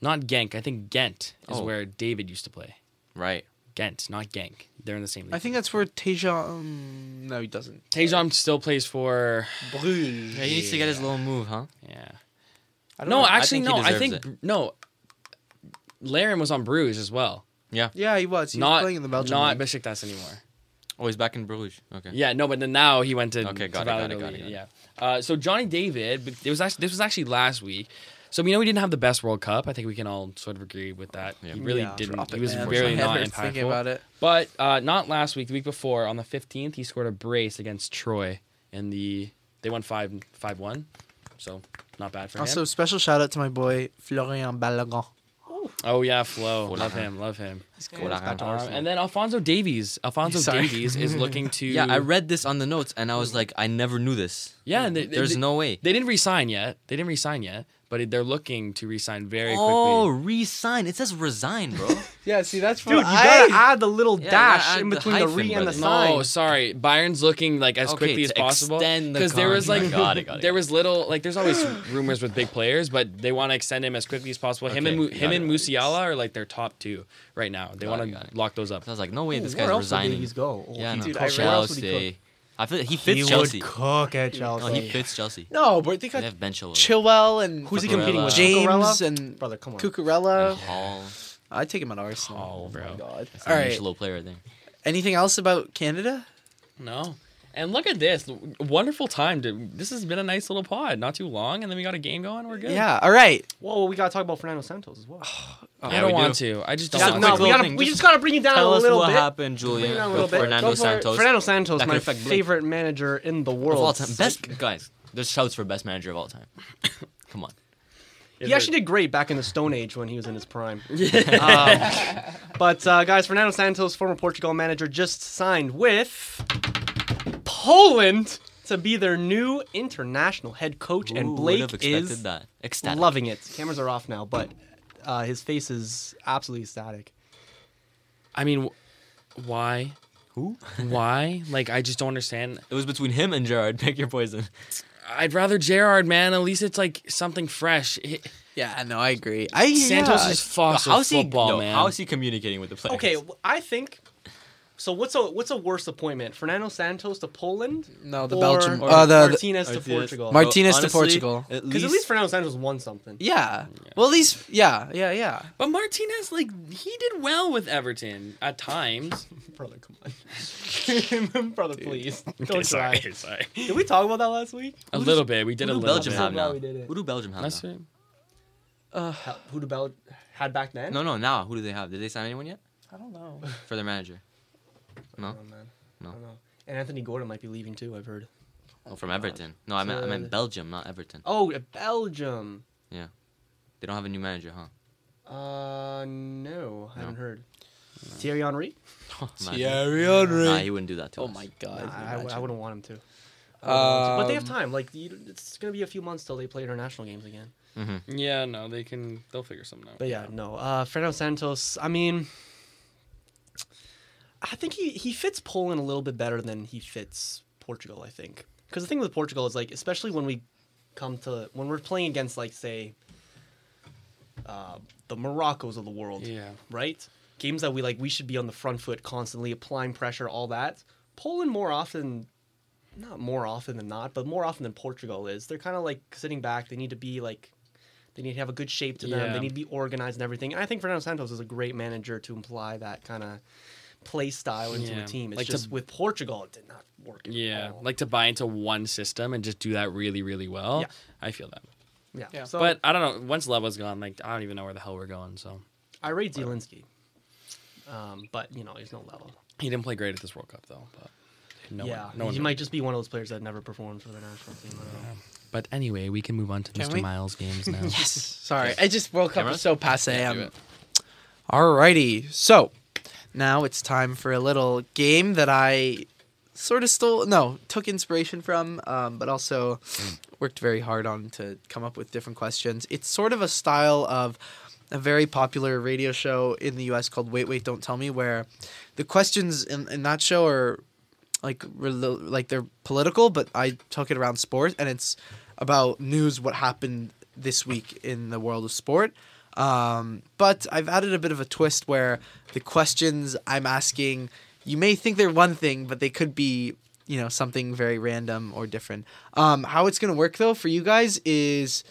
[SPEAKER 2] not Genk. I think Ghent is
[SPEAKER 3] Oh.
[SPEAKER 2] where David used to play.
[SPEAKER 3] Right.
[SPEAKER 2] Ghent, not Genk. They're in the same league.
[SPEAKER 1] I think that's where Teja. Um, no, he doesn't.
[SPEAKER 2] Tejom still plays for.
[SPEAKER 1] Bruges.
[SPEAKER 3] Yeah, he needs to get his little move, huh?
[SPEAKER 2] Yeah.
[SPEAKER 1] I don't
[SPEAKER 2] No,
[SPEAKER 1] know.
[SPEAKER 2] actually,
[SPEAKER 3] think he
[SPEAKER 2] no. I
[SPEAKER 3] deserves
[SPEAKER 2] think no. Laren was on Bruges as well.
[SPEAKER 3] Yeah.
[SPEAKER 1] yeah, he was. He was
[SPEAKER 2] not
[SPEAKER 1] playing in the Belgian
[SPEAKER 2] not
[SPEAKER 1] league.
[SPEAKER 2] Besiktas anymore.
[SPEAKER 3] Oh, he's back in Bruges. Okay.
[SPEAKER 2] Yeah, no, but then now he went to
[SPEAKER 3] Okay,
[SPEAKER 2] to
[SPEAKER 3] got it, got it,
[SPEAKER 2] Valladolid,
[SPEAKER 3] got it, got it.
[SPEAKER 2] Yeah. Uh, so Johnny David, but it was actually this was actually last week. So we know he didn't have the best World Cup. I think we can all sort of agree with that.
[SPEAKER 3] Yeah.
[SPEAKER 2] He really
[SPEAKER 4] Yeah.
[SPEAKER 2] didn't.
[SPEAKER 1] Drop
[SPEAKER 2] he
[SPEAKER 1] it,
[SPEAKER 2] was
[SPEAKER 1] man.
[SPEAKER 2] barely
[SPEAKER 1] My
[SPEAKER 2] not
[SPEAKER 1] head hurts
[SPEAKER 2] impactful.
[SPEAKER 1] Thinking about it.
[SPEAKER 2] But uh, not last week. The week before, on the fifteenth, he scored a brace against Troy, and the they won five five one. So not bad for
[SPEAKER 1] Also,
[SPEAKER 2] him.
[SPEAKER 1] special shout out to my boy Florian Balogun.
[SPEAKER 2] Oh yeah, Flo, love
[SPEAKER 3] Fulan.
[SPEAKER 2] him, love him.
[SPEAKER 3] Cool.
[SPEAKER 1] back to
[SPEAKER 2] Um,
[SPEAKER 1] Arsenal.
[SPEAKER 2] and then Alfonso Davies, Alfonso
[SPEAKER 1] Sorry.
[SPEAKER 2] Davies is looking to
[SPEAKER 3] Yeah, I read this on the notes, and I was like, I never knew this.
[SPEAKER 2] yeah. And they, they-
[SPEAKER 3] There's
[SPEAKER 2] they-
[SPEAKER 3] no way.
[SPEAKER 2] They didn't resign yet. They didn't resign yet, but it- they're looking to resign very
[SPEAKER 3] Oh,
[SPEAKER 2] quickly.
[SPEAKER 3] resign. It says resign, bro.
[SPEAKER 1] Yeah, see, that's
[SPEAKER 4] Dude, you gotta add the little
[SPEAKER 3] Yeah,
[SPEAKER 4] dash
[SPEAKER 3] gotta
[SPEAKER 4] in
[SPEAKER 3] add the
[SPEAKER 4] between the
[SPEAKER 3] hyphen,
[SPEAKER 4] re and the
[SPEAKER 3] brother.
[SPEAKER 4] sign.
[SPEAKER 2] No, sorry. Bayern's looking like as
[SPEAKER 3] Okay,
[SPEAKER 2] quickly as
[SPEAKER 3] to
[SPEAKER 2] possible
[SPEAKER 3] extend the
[SPEAKER 2] there was like
[SPEAKER 3] contract. Got it, got it,
[SPEAKER 2] there
[SPEAKER 3] got
[SPEAKER 2] was little like there's always rumors with big players, but they want to extend him as quickly as possible. Him
[SPEAKER 3] Okay,
[SPEAKER 2] and Mu-
[SPEAKER 3] got
[SPEAKER 2] him
[SPEAKER 3] it,
[SPEAKER 2] and
[SPEAKER 3] got it.
[SPEAKER 2] Musiala are like their top two right now. They
[SPEAKER 3] Got
[SPEAKER 2] want
[SPEAKER 3] it, got
[SPEAKER 2] to
[SPEAKER 3] it.
[SPEAKER 2] look those up.
[SPEAKER 3] I was like, no way, this
[SPEAKER 4] Where
[SPEAKER 3] guy's
[SPEAKER 4] else would
[SPEAKER 3] resigning.
[SPEAKER 4] Davies go? Oh,
[SPEAKER 3] Yeah,
[SPEAKER 4] he-
[SPEAKER 3] no.
[SPEAKER 1] Dude, I read- where else would he
[SPEAKER 3] Chelsea. I feel like he fits
[SPEAKER 4] He
[SPEAKER 3] Chelsea.
[SPEAKER 4] would cook at
[SPEAKER 3] No,
[SPEAKER 4] Chelsea.
[SPEAKER 3] he fits Chelsea.
[SPEAKER 1] No, but they
[SPEAKER 3] They
[SPEAKER 1] got
[SPEAKER 3] have Ben Chilwell.
[SPEAKER 1] Chilwell and
[SPEAKER 4] Who's he
[SPEAKER 3] Cucurella.
[SPEAKER 4] competing with?
[SPEAKER 1] James
[SPEAKER 4] Cucurella?
[SPEAKER 1] and
[SPEAKER 4] brother, come on.
[SPEAKER 1] Cucurella.
[SPEAKER 3] Hall.
[SPEAKER 1] I take him at Arsenal.
[SPEAKER 2] Oh, bro.
[SPEAKER 1] my God.
[SPEAKER 3] That's
[SPEAKER 1] All
[SPEAKER 3] an
[SPEAKER 1] right.
[SPEAKER 3] Angelo player, I think.
[SPEAKER 1] Anything else about Canada?
[SPEAKER 2] No. And look at this wonderful time. To, this has been a nice little pod, not too long, and then we got a game going. We're good.
[SPEAKER 1] Yeah. All right.
[SPEAKER 4] Whoa, we gotta talk about Fernando Santos as well.
[SPEAKER 3] Oh,
[SPEAKER 2] I
[SPEAKER 3] Yeah,
[SPEAKER 2] don't
[SPEAKER 3] we
[SPEAKER 2] want
[SPEAKER 3] do.
[SPEAKER 2] to. I just don't.
[SPEAKER 3] Yeah,
[SPEAKER 2] want
[SPEAKER 3] no,
[SPEAKER 2] to.
[SPEAKER 3] we gotta- we just
[SPEAKER 4] gotta bring it down
[SPEAKER 3] Tell us what happened, Julian,
[SPEAKER 4] Bring it down a little
[SPEAKER 3] with
[SPEAKER 4] bit.
[SPEAKER 3] Fernando
[SPEAKER 4] Go for it.
[SPEAKER 3] Santos.
[SPEAKER 4] Fernando Santos,
[SPEAKER 3] That could
[SPEAKER 4] my
[SPEAKER 3] affect Blake.
[SPEAKER 4] favorite manager in the world.
[SPEAKER 3] Of all time. Best, guys, there's shouts for best manager of all time. Come on.
[SPEAKER 4] He actually did great back in the Stone Age when he was in his prime. Um, but uh, guys, Fernando Santos, former Portugal manager, just signed with Poland to be their new international head coach,
[SPEAKER 3] Ooh,
[SPEAKER 4] and
[SPEAKER 3] would have
[SPEAKER 4] Blake
[SPEAKER 3] expected
[SPEAKER 4] is
[SPEAKER 3] that. Ecstatic.
[SPEAKER 4] loving it. Cameras are off now, but uh, his face is absolutely ecstatic.
[SPEAKER 2] I mean, wh- why?
[SPEAKER 3] Who?
[SPEAKER 2] Why? Like, I just don't understand.
[SPEAKER 3] It was between him and Gerard. Pick your poison.
[SPEAKER 2] I'd rather Gerard, man. At least it's like something fresh. Hi-
[SPEAKER 1] Yeah. No, I agree. I
[SPEAKER 2] Santos
[SPEAKER 1] yeah.
[SPEAKER 2] is fossil
[SPEAKER 3] how's he?
[SPEAKER 2] football,
[SPEAKER 3] no,
[SPEAKER 2] man.
[SPEAKER 3] How's he communicating with the players?
[SPEAKER 4] Okay, well, I think. So what's a what's a worse appointment, Fernando Santos to Poland?
[SPEAKER 1] No, the
[SPEAKER 4] or
[SPEAKER 1] Belgium-
[SPEAKER 4] or
[SPEAKER 1] uh, the-
[SPEAKER 4] Martinez to
[SPEAKER 3] Martinez.
[SPEAKER 4] Portugal.
[SPEAKER 1] Mart- Martinez to Portugal.
[SPEAKER 3] At
[SPEAKER 4] Because
[SPEAKER 3] least,
[SPEAKER 4] at least Fernando Santos won something.
[SPEAKER 1] Yeah. Well, at least yeah, yeah, yeah.
[SPEAKER 2] But Martinez, like, he did well with Everton at times.
[SPEAKER 4] Brother, come on. Brother, please. Don't try.
[SPEAKER 2] sorry.
[SPEAKER 4] Did we talk about that last week?
[SPEAKER 2] A little bit. We did
[SPEAKER 3] who
[SPEAKER 2] a
[SPEAKER 3] do
[SPEAKER 2] little
[SPEAKER 3] Belgium
[SPEAKER 2] bit.
[SPEAKER 3] have
[SPEAKER 4] I'm glad
[SPEAKER 3] now?
[SPEAKER 4] we did it.
[SPEAKER 3] Who do Belgium have
[SPEAKER 2] That's
[SPEAKER 3] now?
[SPEAKER 2] right.
[SPEAKER 4] How- Who the Bell had back then?
[SPEAKER 3] No, no. Now, who do they have? Did they sign anyone yet
[SPEAKER 1] I don't know.
[SPEAKER 3] for their manager?
[SPEAKER 4] I
[SPEAKER 3] No,
[SPEAKER 4] don't know, Oh, man.
[SPEAKER 3] No.
[SPEAKER 4] I don't know. And Anthony Gordon might be leaving too, I've heard.
[SPEAKER 3] oh, from Everton. No, I meant I meant Belgium, not Everton.
[SPEAKER 4] Oh, uh, Belgium.
[SPEAKER 3] They don't have a new manager, huh?
[SPEAKER 4] Uh, no, I haven't heard. Thierry Henry?
[SPEAKER 1] Thierry
[SPEAKER 3] Nah,
[SPEAKER 1] Henry.
[SPEAKER 3] he wouldn't do that to
[SPEAKER 5] Oh
[SPEAKER 3] us.
[SPEAKER 5] my god.
[SPEAKER 4] I, I, I wouldn't want him to.
[SPEAKER 1] Um,
[SPEAKER 4] but they have time. Like you, it's gonna be a few months till they play international games again.
[SPEAKER 3] Mm-hmm.
[SPEAKER 2] Yeah, no, they can. They'll figure something out.
[SPEAKER 4] But yeah, no. Uh, Fernando Santos. I mean, I think he he fits Poland a little bit better than he fits Portugal. I think because the thing with Portugal is like, especially when we come to when we're playing against like say uh, the Morocco's of the world,
[SPEAKER 2] Yeah.
[SPEAKER 4] right? Games that we like, we should be on the front foot constantly, applying pressure, all that. Poland more often, not more often than not, but more often than Portugal is. They're kind of like sitting back. They need to be like, they need to have a good shape to them.
[SPEAKER 2] Yeah.
[SPEAKER 4] They need to be organized and everything. And I think Fernando Santos is a great manager to imply that kind of play style into
[SPEAKER 2] Yeah.
[SPEAKER 4] a team. It's
[SPEAKER 2] Like to-
[SPEAKER 4] just with Portugal, it did not work. at
[SPEAKER 2] Yeah,
[SPEAKER 1] Oh.
[SPEAKER 4] all.
[SPEAKER 2] like to buy into one system and just do that really, really well.
[SPEAKER 4] Yeah.
[SPEAKER 2] I feel that.
[SPEAKER 4] yeah.
[SPEAKER 1] Yeah.
[SPEAKER 4] So,
[SPEAKER 2] but I don't know. Once Leva's gone, like I don't even know where the hell we're going. So
[SPEAKER 4] I rate Zielinski. Um, but you know he's no level.
[SPEAKER 2] he didn't play great at this World Cup though. But no
[SPEAKER 4] yeah,
[SPEAKER 2] one, no one.
[SPEAKER 4] he
[SPEAKER 2] really-
[SPEAKER 4] might just be one of those players that never performed for the national team. I don't know.
[SPEAKER 2] But anyway, we can move on to
[SPEAKER 1] Can
[SPEAKER 2] Mr.
[SPEAKER 1] we?
[SPEAKER 2] Miles games now.
[SPEAKER 1] Yes. Sorry. I just World Cup
[SPEAKER 3] Camera?
[SPEAKER 1] is so passe.
[SPEAKER 2] do
[SPEAKER 1] I'm
[SPEAKER 2] it.
[SPEAKER 1] Alrighty. So now it's time for a little game that I sort of stole, no, took inspiration from, um, but also
[SPEAKER 2] Mm.
[SPEAKER 1] worked very hard on to come up with different questions. It's sort of a style of a very popular radio show in the US called Wait, Wait, Don't Tell Me, where the questions in, in that show are like rel- like they're political, but I took it around sport, and it's about news what happened this week in the world of sport. Um, but I've added a bit of a twist where the questions I'm asking, you may think they're one thing, but they could be you know something very random or different. Um, how it's gonna work though for you guys is.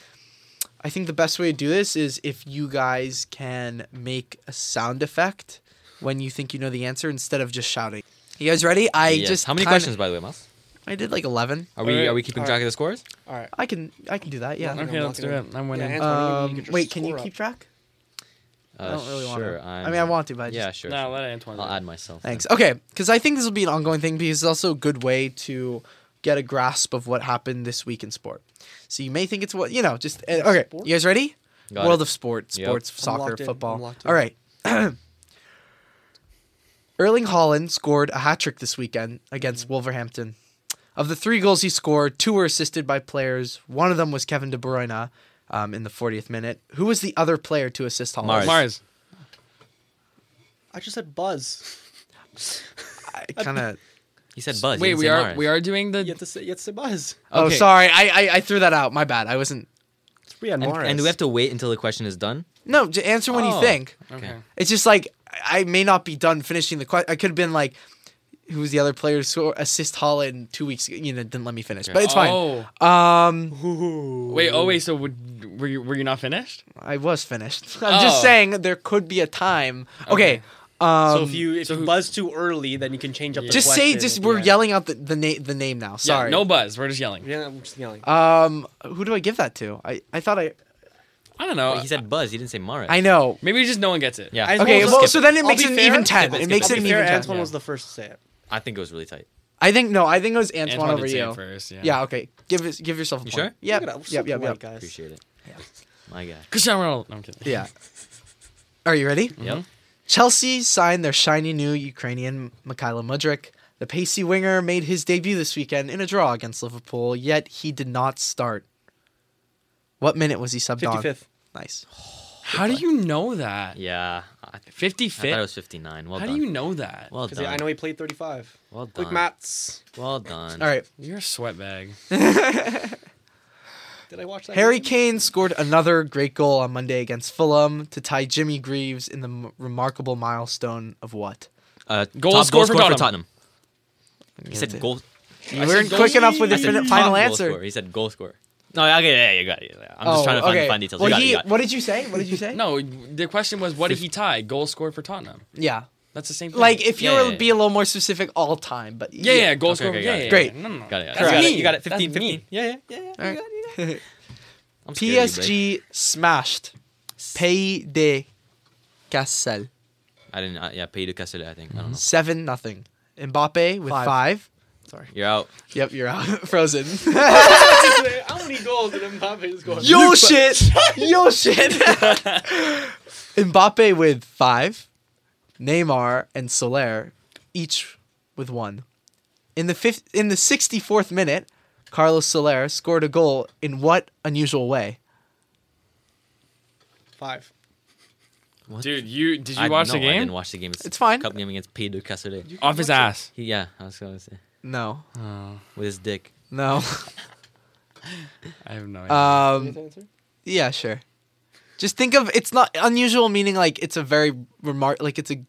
[SPEAKER 1] I think the best way to do this is if you guys can make a sound effect when you think you know the answer instead of just shouting. You guys ready? I
[SPEAKER 3] Yes.
[SPEAKER 1] just
[SPEAKER 3] how many
[SPEAKER 1] kinda-
[SPEAKER 3] questions, by the way, Mas?
[SPEAKER 1] I did like eleven.
[SPEAKER 3] Are we
[SPEAKER 2] Alright,
[SPEAKER 3] are we keeping
[SPEAKER 4] alright.
[SPEAKER 3] track of the scores?
[SPEAKER 4] All right.
[SPEAKER 1] I can I can do that. Yeah.
[SPEAKER 4] Nothing.
[SPEAKER 2] Okay,
[SPEAKER 4] I'm
[SPEAKER 2] let's
[SPEAKER 4] not
[SPEAKER 2] do it. I'm winning.
[SPEAKER 4] Yeah,
[SPEAKER 1] Um,
[SPEAKER 4] Antoine, you can get your
[SPEAKER 1] wait, can you
[SPEAKER 4] score
[SPEAKER 1] keep
[SPEAKER 4] up.
[SPEAKER 1] track?
[SPEAKER 3] Uh,
[SPEAKER 1] I don't really want
[SPEAKER 3] sure,
[SPEAKER 1] to.
[SPEAKER 3] I'm,
[SPEAKER 1] I mean, I want to, but I
[SPEAKER 3] Yeah,
[SPEAKER 1] just,
[SPEAKER 3] sure.
[SPEAKER 2] no,
[SPEAKER 3] sure.
[SPEAKER 2] let Antoine.
[SPEAKER 3] I'll
[SPEAKER 2] do it.
[SPEAKER 3] add myself. then.
[SPEAKER 1] thanks. Okay, because I think this will be an ongoing thing because it's also a good way to get a grasp of what happened this week in sport. So you may think it's what you know. Just uh, okay. You guys ready?
[SPEAKER 3] Got
[SPEAKER 1] World
[SPEAKER 3] it.
[SPEAKER 1] of sport,
[SPEAKER 3] Yep.
[SPEAKER 1] sports,
[SPEAKER 4] I'm
[SPEAKER 1] soccer,
[SPEAKER 4] locked in. I'm
[SPEAKER 1] football.
[SPEAKER 4] locked in.
[SPEAKER 1] All right. Erling Holland scored a hat trick this weekend against Wolverhampton. Of the three goals he scored, two were assisted by players. One of them was Kevin De Bruyne um, in the 40th minute. Who was the other player to assist Holland?
[SPEAKER 2] Uh,
[SPEAKER 3] Mars.
[SPEAKER 2] Mars.
[SPEAKER 4] I just said Buzz.
[SPEAKER 1] I kind of.
[SPEAKER 3] He said Buzz. he
[SPEAKER 2] Wait,
[SPEAKER 3] didn't
[SPEAKER 2] we
[SPEAKER 3] say
[SPEAKER 2] are
[SPEAKER 3] Mars.
[SPEAKER 2] we are doing the.
[SPEAKER 4] You have to say, you have to say Buzz.
[SPEAKER 1] Oh,
[SPEAKER 2] Okay.
[SPEAKER 1] sorry. I, I I threw that out. My bad. I wasn't.
[SPEAKER 4] It's Riyad
[SPEAKER 3] And,
[SPEAKER 4] Mahrez.
[SPEAKER 3] and do we have to wait until the question is done?
[SPEAKER 1] No, j- answer when you
[SPEAKER 3] Oh.
[SPEAKER 1] think.
[SPEAKER 2] Okay.
[SPEAKER 1] It's just like I I may not be done finishing the question. I could have been like, who was the other player to score assist Holland two weeks? ago? You know, didn't let me finish, but it's
[SPEAKER 2] Oh.
[SPEAKER 1] fine. Um,
[SPEAKER 2] Wait. Oh, wait. So would, were you were you not finished?
[SPEAKER 1] I was finished. I'm just
[SPEAKER 2] Oh.
[SPEAKER 1] saying there could be a time. Okay. Um,
[SPEAKER 4] so if you if
[SPEAKER 2] so
[SPEAKER 4] you
[SPEAKER 2] who-
[SPEAKER 4] buzz too early, then you can change up. the
[SPEAKER 1] just say
[SPEAKER 4] question
[SPEAKER 1] just
[SPEAKER 4] at the
[SPEAKER 1] we're
[SPEAKER 4] end.
[SPEAKER 1] yelling out the the, na- the name now. Sorry.
[SPEAKER 2] Yeah, no buzz. We're just yelling.
[SPEAKER 4] Yeah, I'm just yelling.
[SPEAKER 1] Um, who do I give that to? I I thought I
[SPEAKER 2] I don't know.
[SPEAKER 3] Wait, he said Buzz. He didn't say Mars.
[SPEAKER 1] I know.
[SPEAKER 2] Maybe just no one gets it.
[SPEAKER 3] Yeah.
[SPEAKER 4] I-
[SPEAKER 1] Okay,
[SPEAKER 4] Well,
[SPEAKER 1] well,
[SPEAKER 4] skip
[SPEAKER 1] so
[SPEAKER 4] it.
[SPEAKER 1] then it
[SPEAKER 4] I'll
[SPEAKER 1] makes
[SPEAKER 4] be
[SPEAKER 1] it an
[SPEAKER 4] fair.
[SPEAKER 1] even ten.
[SPEAKER 3] Skip it,
[SPEAKER 1] It
[SPEAKER 3] skip
[SPEAKER 1] makes
[SPEAKER 3] it.
[SPEAKER 1] it an
[SPEAKER 3] I'll be
[SPEAKER 1] even
[SPEAKER 4] Fair,
[SPEAKER 1] ten.
[SPEAKER 4] Antoine
[SPEAKER 2] Yeah.
[SPEAKER 4] was the first to say it.
[SPEAKER 3] I think it was really tight.
[SPEAKER 1] I think no. I think it was Antoine,
[SPEAKER 2] Antoine
[SPEAKER 1] over
[SPEAKER 2] did say it
[SPEAKER 1] you.
[SPEAKER 2] first. Yeah.
[SPEAKER 1] Yeah. Okay. Give us- give yourself a
[SPEAKER 3] You
[SPEAKER 1] point.
[SPEAKER 3] sure?
[SPEAKER 1] Yep.
[SPEAKER 4] Look at us, we're so
[SPEAKER 1] Yep. Yep.
[SPEAKER 4] polite,
[SPEAKER 1] Yep.
[SPEAKER 4] guys.
[SPEAKER 3] Appreciate it. My guy.
[SPEAKER 2] Cristiano Ronaldo. No, I'm kidding. Mm-hmm.
[SPEAKER 1] Yeah. Are you ready?
[SPEAKER 3] Yep.
[SPEAKER 1] Chelsea signed their shiny new Ukrainian Mikhailo Mudrik. The pacey winger made his debut this weekend in a draw against Liverpool, yet he did not start. What minute was he subbed on?
[SPEAKER 4] 55th.
[SPEAKER 1] Nice.
[SPEAKER 2] How do you know that?
[SPEAKER 3] Yeah. I,
[SPEAKER 2] Fifty
[SPEAKER 3] I thought it
[SPEAKER 2] fifth.
[SPEAKER 3] was 59. Well
[SPEAKER 2] How
[SPEAKER 3] done.
[SPEAKER 2] do you know that?
[SPEAKER 3] Well
[SPEAKER 4] Because
[SPEAKER 3] done.
[SPEAKER 4] I know he played 35.
[SPEAKER 3] Well done.
[SPEAKER 4] Quick maths.
[SPEAKER 3] Well done.
[SPEAKER 1] All right.
[SPEAKER 2] You're a sweatbag.
[SPEAKER 4] Did I watch that?
[SPEAKER 1] Harry
[SPEAKER 4] game?
[SPEAKER 1] Kane scored another great goal on Monday against Fulham to tie Jimmy Greaves in the m- remarkable milestone of what?
[SPEAKER 3] Uh,
[SPEAKER 2] Goal
[SPEAKER 3] top
[SPEAKER 2] scored for
[SPEAKER 3] scorer
[SPEAKER 2] Tottenham.
[SPEAKER 3] He said goal.
[SPEAKER 1] You
[SPEAKER 2] I
[SPEAKER 1] weren't
[SPEAKER 2] said
[SPEAKER 1] quick
[SPEAKER 2] goal-
[SPEAKER 1] enough with the
[SPEAKER 3] I said
[SPEAKER 1] fin-
[SPEAKER 3] top
[SPEAKER 1] final
[SPEAKER 3] goal
[SPEAKER 1] answer.
[SPEAKER 3] scorer. He said goal scorer. No, okay, yeah, yeah, you got it. I'm just
[SPEAKER 1] Oh,
[SPEAKER 3] trying to find,
[SPEAKER 1] okay.
[SPEAKER 3] find details.
[SPEAKER 1] Well,
[SPEAKER 3] you got it,
[SPEAKER 1] he-
[SPEAKER 3] you got it.
[SPEAKER 1] What did you say? What did you say?
[SPEAKER 2] No, the question was, what did he tie? Goal scored for Tottenham.
[SPEAKER 1] Yeah.
[SPEAKER 2] That's the same thing.
[SPEAKER 1] Like, if you
[SPEAKER 3] Yeah,
[SPEAKER 1] were
[SPEAKER 3] yeah, yeah.
[SPEAKER 1] be a little more specific, all time. But
[SPEAKER 2] yeah, yeah, goal
[SPEAKER 3] Okay,
[SPEAKER 2] scored. yeah,
[SPEAKER 3] okay, got
[SPEAKER 2] yeah,
[SPEAKER 3] it.
[SPEAKER 2] yeah.
[SPEAKER 1] Great.
[SPEAKER 2] No, no, no.
[SPEAKER 3] Got it, got it.
[SPEAKER 2] That's
[SPEAKER 3] You got it,
[SPEAKER 2] me.
[SPEAKER 3] you got it.
[SPEAKER 2] That's
[SPEAKER 3] 15, 15.
[SPEAKER 2] me. Yeah, yeah, yeah.
[SPEAKER 1] All right.
[SPEAKER 3] I'm scared of you, Blake.
[SPEAKER 1] PSG smashed Pays de Cassel
[SPEAKER 3] I didn't. Uh, yeah, Pedro Casale, I think. I don't know.
[SPEAKER 1] seven nothing. Mbappe with five.
[SPEAKER 4] Five.
[SPEAKER 3] You're out.
[SPEAKER 1] Yep, you're out. Frozen.
[SPEAKER 4] How many goals did Mbappe score?
[SPEAKER 1] Yo shit. Yo shit. Mbappe with five. Neymar and Soler, each with one. In the fifth, in the 64th minute, Carlos Soler scored a goal in what unusual way?
[SPEAKER 4] Five.
[SPEAKER 2] Dude, you did you
[SPEAKER 3] I,
[SPEAKER 2] watch
[SPEAKER 3] no,
[SPEAKER 2] the
[SPEAKER 3] I
[SPEAKER 2] game?
[SPEAKER 3] didn't watch the game.
[SPEAKER 1] It's fine.
[SPEAKER 3] Cup game against Pedro Casolet.
[SPEAKER 2] Off his ass.
[SPEAKER 3] He, yeah, I was gonna say
[SPEAKER 1] No,
[SPEAKER 2] Oh,
[SPEAKER 3] with his dick.
[SPEAKER 1] no.
[SPEAKER 2] I have no idea.
[SPEAKER 1] Um, yeah, sure. Just think of it's not unusual, meaning like it's a very remark, like it's a,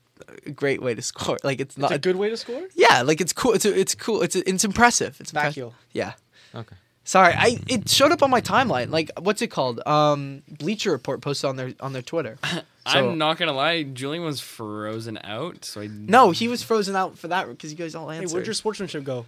[SPEAKER 1] a great way to score. Like it's not.
[SPEAKER 4] It's a good way to score.
[SPEAKER 1] yeah, like it's cool. It's a, it's cool. It's a, it's impressive. It's impressive.
[SPEAKER 4] Back heel.
[SPEAKER 1] Yeah.
[SPEAKER 3] Okay.
[SPEAKER 1] Sorry, I it showed up on my timeline. Like, what's it called? Um, Bleacher Report posted on their on their Twitter. so-
[SPEAKER 2] I'm not gonna lie, Julian was frozen out, so I
[SPEAKER 1] No, he was frozen out for that because you guys all
[SPEAKER 4] Hey,
[SPEAKER 1] answered.
[SPEAKER 4] where'd your sportsmanship go?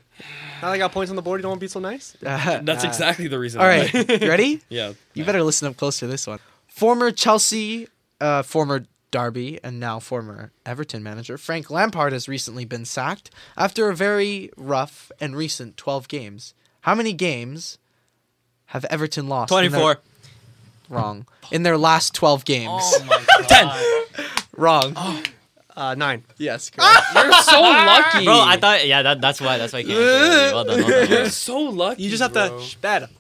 [SPEAKER 4] Now that I got points on the board, you don't want to be so nice?
[SPEAKER 2] That's exactly the reason.
[SPEAKER 1] Uh, All
[SPEAKER 2] why.
[SPEAKER 1] right, you ready?
[SPEAKER 2] yeah.
[SPEAKER 1] You better listen up close to this one. Former Chelsea, uh, former Derby, and now former Everton manager Frank Lampard has recently been sacked after a very rough and recent 12 games. How many games have Everton lost? in their-
[SPEAKER 3] 24.
[SPEAKER 1] wrong. In their last 12 games.
[SPEAKER 3] my god.
[SPEAKER 1] Wrong.
[SPEAKER 4] Uh, nine.
[SPEAKER 1] Yes, correct.
[SPEAKER 2] You're so lucky,
[SPEAKER 3] Bro, I thought yeah, that, that's why that's why. I can't. well done, well done, well
[SPEAKER 2] You're
[SPEAKER 3] done.
[SPEAKER 2] so lucky.
[SPEAKER 4] You just have
[SPEAKER 2] bro.
[SPEAKER 4] to sh- bad. Have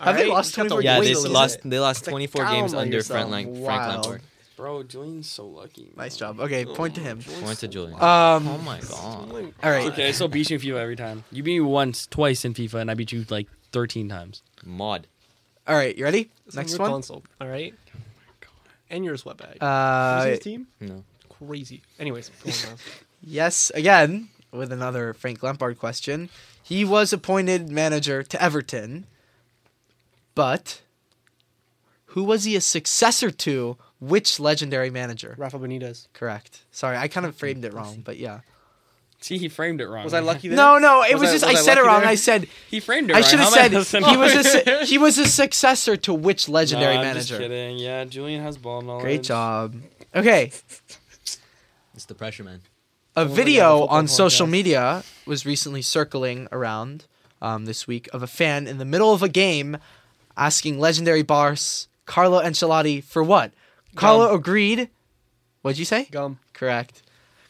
[SPEAKER 1] Have they lost 24
[SPEAKER 3] Yeah, they
[SPEAKER 1] Wait,
[SPEAKER 3] lost. They lost 24
[SPEAKER 1] calm
[SPEAKER 3] games
[SPEAKER 1] on
[SPEAKER 3] under
[SPEAKER 1] yourself.
[SPEAKER 3] Frank, Lang- Frank
[SPEAKER 1] Wild.
[SPEAKER 3] Lampard.
[SPEAKER 2] bro. Julian's so lucky.
[SPEAKER 1] nice job. Okay, point to him.
[SPEAKER 3] Point to Julian. oh
[SPEAKER 1] Um,
[SPEAKER 3] my god.
[SPEAKER 1] all right.
[SPEAKER 2] Okay, I still beat you in FIFA every time. You beat me once, twice in FIFA, and I beat you like 13 times.
[SPEAKER 3] Mod.
[SPEAKER 1] All right, you ready? Next one.
[SPEAKER 4] Console. All right. And your sweat bag. You see
[SPEAKER 1] Uh,
[SPEAKER 4] his team?
[SPEAKER 3] No.
[SPEAKER 4] Crazy. Anyways, go on, Miles.
[SPEAKER 1] Yes, again, with another Frank Lampard question. He was appointed manager to Everton, but who was he a successor to? Which legendary manager?
[SPEAKER 4] Rafa Benitez.
[SPEAKER 1] Correct. Sorry, I kind of framed it wrong, but yeah.
[SPEAKER 2] See, he framed it wrong.
[SPEAKER 4] Was I lucky there?
[SPEAKER 1] No, no, it
[SPEAKER 4] Was
[SPEAKER 1] was
[SPEAKER 4] I-
[SPEAKER 1] just I
[SPEAKER 4] was I
[SPEAKER 1] said it
[SPEAKER 4] lucky
[SPEAKER 1] wrong.
[SPEAKER 4] there?
[SPEAKER 1] I said
[SPEAKER 2] He framed it
[SPEAKER 1] I
[SPEAKER 2] wrong.
[SPEAKER 1] should have
[SPEAKER 2] How am
[SPEAKER 1] said
[SPEAKER 2] I
[SPEAKER 1] he was a su- he was a successor to which
[SPEAKER 2] No,
[SPEAKER 1] legendary
[SPEAKER 2] I'm
[SPEAKER 1] manager?
[SPEAKER 2] Just kidding. Yeah, Julian has ball knowledge.
[SPEAKER 1] Great job. Okay,
[SPEAKER 3] It's the pressure, man.
[SPEAKER 1] a
[SPEAKER 4] my God,
[SPEAKER 1] video
[SPEAKER 4] football
[SPEAKER 1] on social
[SPEAKER 4] podcast.
[SPEAKER 1] media was recently circling around um, this week of a fan in the middle of a game asking legendary bars Carlo Ancelotti for what? Carlo agreed. What'd you say?
[SPEAKER 4] Gum.
[SPEAKER 1] Correct.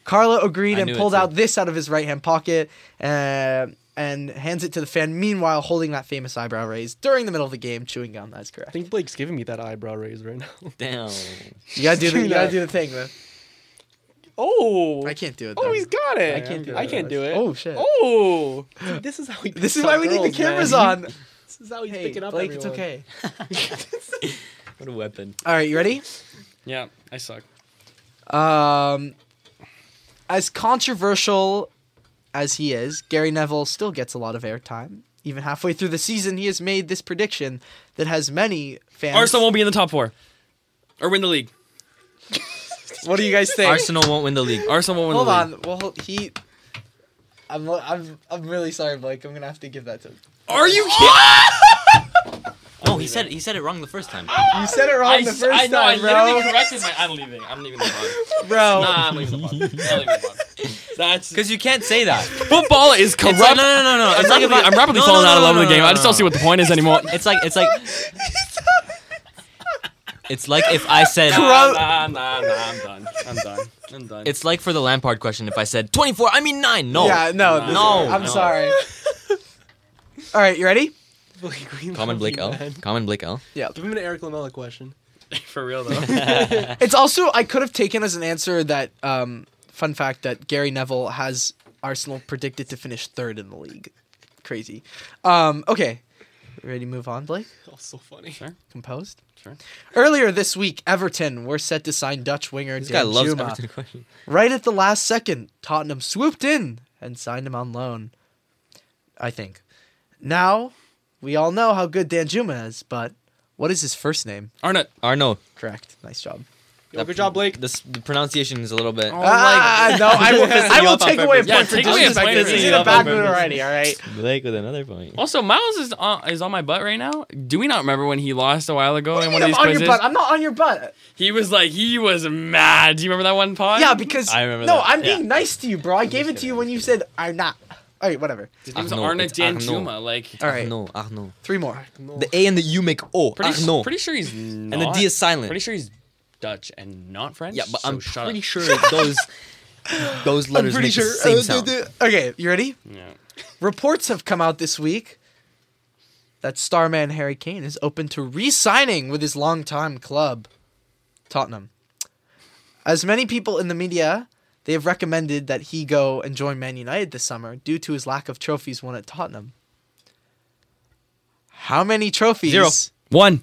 [SPEAKER 1] Carlo agreed
[SPEAKER 3] I
[SPEAKER 1] and
[SPEAKER 3] knew it
[SPEAKER 1] pulled
[SPEAKER 3] too.
[SPEAKER 1] out this out of his right hand pocket uh, and hands it to the fan, meanwhile holding that famous eyebrow raise during the middle of the game, chewing gum. That's
[SPEAKER 4] I
[SPEAKER 1] correct.
[SPEAKER 4] think Blake's giving me that eyebrow raise right now.
[SPEAKER 3] Damn.
[SPEAKER 1] You gotta do the,
[SPEAKER 4] Do
[SPEAKER 1] you gotta
[SPEAKER 4] that.
[SPEAKER 1] do the thing, man.
[SPEAKER 4] Oh.
[SPEAKER 1] I can't do it.
[SPEAKER 4] Oh,
[SPEAKER 1] though.
[SPEAKER 4] he's got it.
[SPEAKER 1] I can't do
[SPEAKER 4] I
[SPEAKER 1] it.
[SPEAKER 4] can't do it.
[SPEAKER 1] Oh, shit.
[SPEAKER 4] Oh. See, this is how he.
[SPEAKER 1] This is why we need the cameras on.
[SPEAKER 4] This is how he's
[SPEAKER 1] Hey,
[SPEAKER 4] picking up.
[SPEAKER 1] Blake, it's
[SPEAKER 4] everyone.
[SPEAKER 1] okay.
[SPEAKER 3] What a weapon.
[SPEAKER 1] All right, you ready?
[SPEAKER 2] Yeah, I suck.
[SPEAKER 1] Um, as controversial as he is, Gary Neville still gets a lot of airtime. Even halfway through the season, he has made this prediction that has many fans.
[SPEAKER 2] Arsenal won't be in the top four, or win the league.
[SPEAKER 1] what do you guys think?
[SPEAKER 3] Arsenal won't win the league.
[SPEAKER 2] Arsenal won't win
[SPEAKER 1] Hold
[SPEAKER 2] the league.
[SPEAKER 1] on. Well, he. I'm, I'm, I'm really sorry, Blake. I'm gonna have to give that to him.
[SPEAKER 2] Are you kidding?
[SPEAKER 3] Oh, he said he said it wrong the first time.
[SPEAKER 1] You said it wrong
[SPEAKER 2] I,
[SPEAKER 1] the first
[SPEAKER 2] I know. I
[SPEAKER 1] time,
[SPEAKER 2] literally
[SPEAKER 1] bro.
[SPEAKER 2] corrected my. I'm leaving. I'm leaving the pod.
[SPEAKER 1] Bro,
[SPEAKER 2] Nah, I'm leaving the pod. I'm leaving the pod. That's
[SPEAKER 3] Because you can't say that.
[SPEAKER 2] football is
[SPEAKER 3] It's
[SPEAKER 2] corrupt.
[SPEAKER 3] like, no, no, no, no. It's
[SPEAKER 2] I'm
[SPEAKER 3] like
[SPEAKER 2] rapidly,
[SPEAKER 3] if I-
[SPEAKER 2] I'm rapidly
[SPEAKER 3] no,
[SPEAKER 2] falling
[SPEAKER 3] no,
[SPEAKER 2] out of
[SPEAKER 3] no,
[SPEAKER 2] love
[SPEAKER 3] no,
[SPEAKER 2] with the
[SPEAKER 3] no,
[SPEAKER 2] game.
[SPEAKER 3] no,
[SPEAKER 2] I just don't
[SPEAKER 3] no.
[SPEAKER 2] see what the point is anymore.
[SPEAKER 3] It's like it's like. It's like if I said.
[SPEAKER 1] Corrupt.
[SPEAKER 2] Nah, nah, nah, nah, I'm done. I'm done. I'm done.
[SPEAKER 3] It's like for the Lampard question. If I said 24, I mean nine. No.
[SPEAKER 1] yeah, no,
[SPEAKER 2] No,
[SPEAKER 1] this-
[SPEAKER 3] no.
[SPEAKER 1] I'm sorry. All right, you ready?
[SPEAKER 4] Blake, we
[SPEAKER 3] Common
[SPEAKER 4] love
[SPEAKER 3] Blake
[SPEAKER 4] you,
[SPEAKER 3] L.
[SPEAKER 4] man.
[SPEAKER 3] Common Blake L.
[SPEAKER 1] Yeah.
[SPEAKER 4] Give him an Eric Lamella question.
[SPEAKER 2] for real though.
[SPEAKER 1] It's also I could have taken as an answer that um, fun fact that Gary Neville has Arsenal predicted to finish third in the league. Crazy. Um, okay, ready to move on, Blake?
[SPEAKER 4] Oh, so funny.
[SPEAKER 2] Sure.
[SPEAKER 1] Composed.
[SPEAKER 2] Sure.
[SPEAKER 1] Earlier this week, Everton were set to sign Dutch winger
[SPEAKER 3] This guy
[SPEAKER 1] Dan
[SPEAKER 3] loves
[SPEAKER 1] Juma.
[SPEAKER 3] Everton question.
[SPEAKER 1] Right at the last second, Tottenham swooped in and signed him on loan. I think. Now, we all know how good Dan Juma is, but what is his first name?
[SPEAKER 2] Arnott.
[SPEAKER 3] Arno.
[SPEAKER 1] Correct. Nice job.
[SPEAKER 4] Yo, good job, Blake.
[SPEAKER 3] This, the pronunciation is a little bit.
[SPEAKER 1] ah, no, I will,
[SPEAKER 4] Pissing
[SPEAKER 1] I
[SPEAKER 4] you
[SPEAKER 1] will
[SPEAKER 4] off on
[SPEAKER 1] take away a point
[SPEAKER 4] purpose.
[SPEAKER 2] Yeah,
[SPEAKER 1] for
[SPEAKER 2] take away a
[SPEAKER 1] disrespect.
[SPEAKER 2] point for
[SPEAKER 1] He's in
[SPEAKER 2] being
[SPEAKER 1] the
[SPEAKER 2] off
[SPEAKER 1] back
[SPEAKER 2] on
[SPEAKER 1] room
[SPEAKER 2] purpose.
[SPEAKER 1] already, all right?
[SPEAKER 3] Blake with another point.
[SPEAKER 2] Also, Miles is on, is on my butt right now. Do we not remember when he lost a while ago in one of
[SPEAKER 1] I'm
[SPEAKER 2] these
[SPEAKER 1] on
[SPEAKER 2] quizzes?
[SPEAKER 1] your butt. I'm not on your butt.
[SPEAKER 2] He was like, he was mad. Do you remember that one pod?
[SPEAKER 1] Yeah, because
[SPEAKER 3] I remember
[SPEAKER 1] no,
[SPEAKER 3] that.
[SPEAKER 1] I'm being nice to you, bro. I gave it to you when you said I'm not. All right, whatever.
[SPEAKER 2] His name's
[SPEAKER 3] Arnaud,
[SPEAKER 2] Arnott
[SPEAKER 3] it's Arnaud.
[SPEAKER 2] Danjuma. Like,
[SPEAKER 1] All right,
[SPEAKER 3] Arno. Arno.
[SPEAKER 1] three more.
[SPEAKER 4] No.
[SPEAKER 3] The A and the U make O.
[SPEAKER 2] pretty, s-
[SPEAKER 3] Arno.
[SPEAKER 2] pretty sure he's not.
[SPEAKER 3] Uh, and the D is silent.
[SPEAKER 2] Pretty sure he's Dutch and not French.
[SPEAKER 3] yeah, but
[SPEAKER 2] so
[SPEAKER 3] I'm
[SPEAKER 2] shut
[SPEAKER 3] pretty
[SPEAKER 2] up.
[SPEAKER 3] sure those Those
[SPEAKER 1] I'm
[SPEAKER 3] letters
[SPEAKER 1] pretty
[SPEAKER 3] make
[SPEAKER 1] sure.
[SPEAKER 3] the same
[SPEAKER 1] uh,
[SPEAKER 3] sound.
[SPEAKER 1] d- d- Okay, you ready?
[SPEAKER 2] Yeah.
[SPEAKER 1] Reports have come out this week that Starman Harry Kane is open to re signing with his longtime club, Tottenham. As many people in the media, they have recommended that he go and join Man United this summer due to his lack of trophies won at Tottenham. How many trophies?
[SPEAKER 3] Zero.
[SPEAKER 2] One.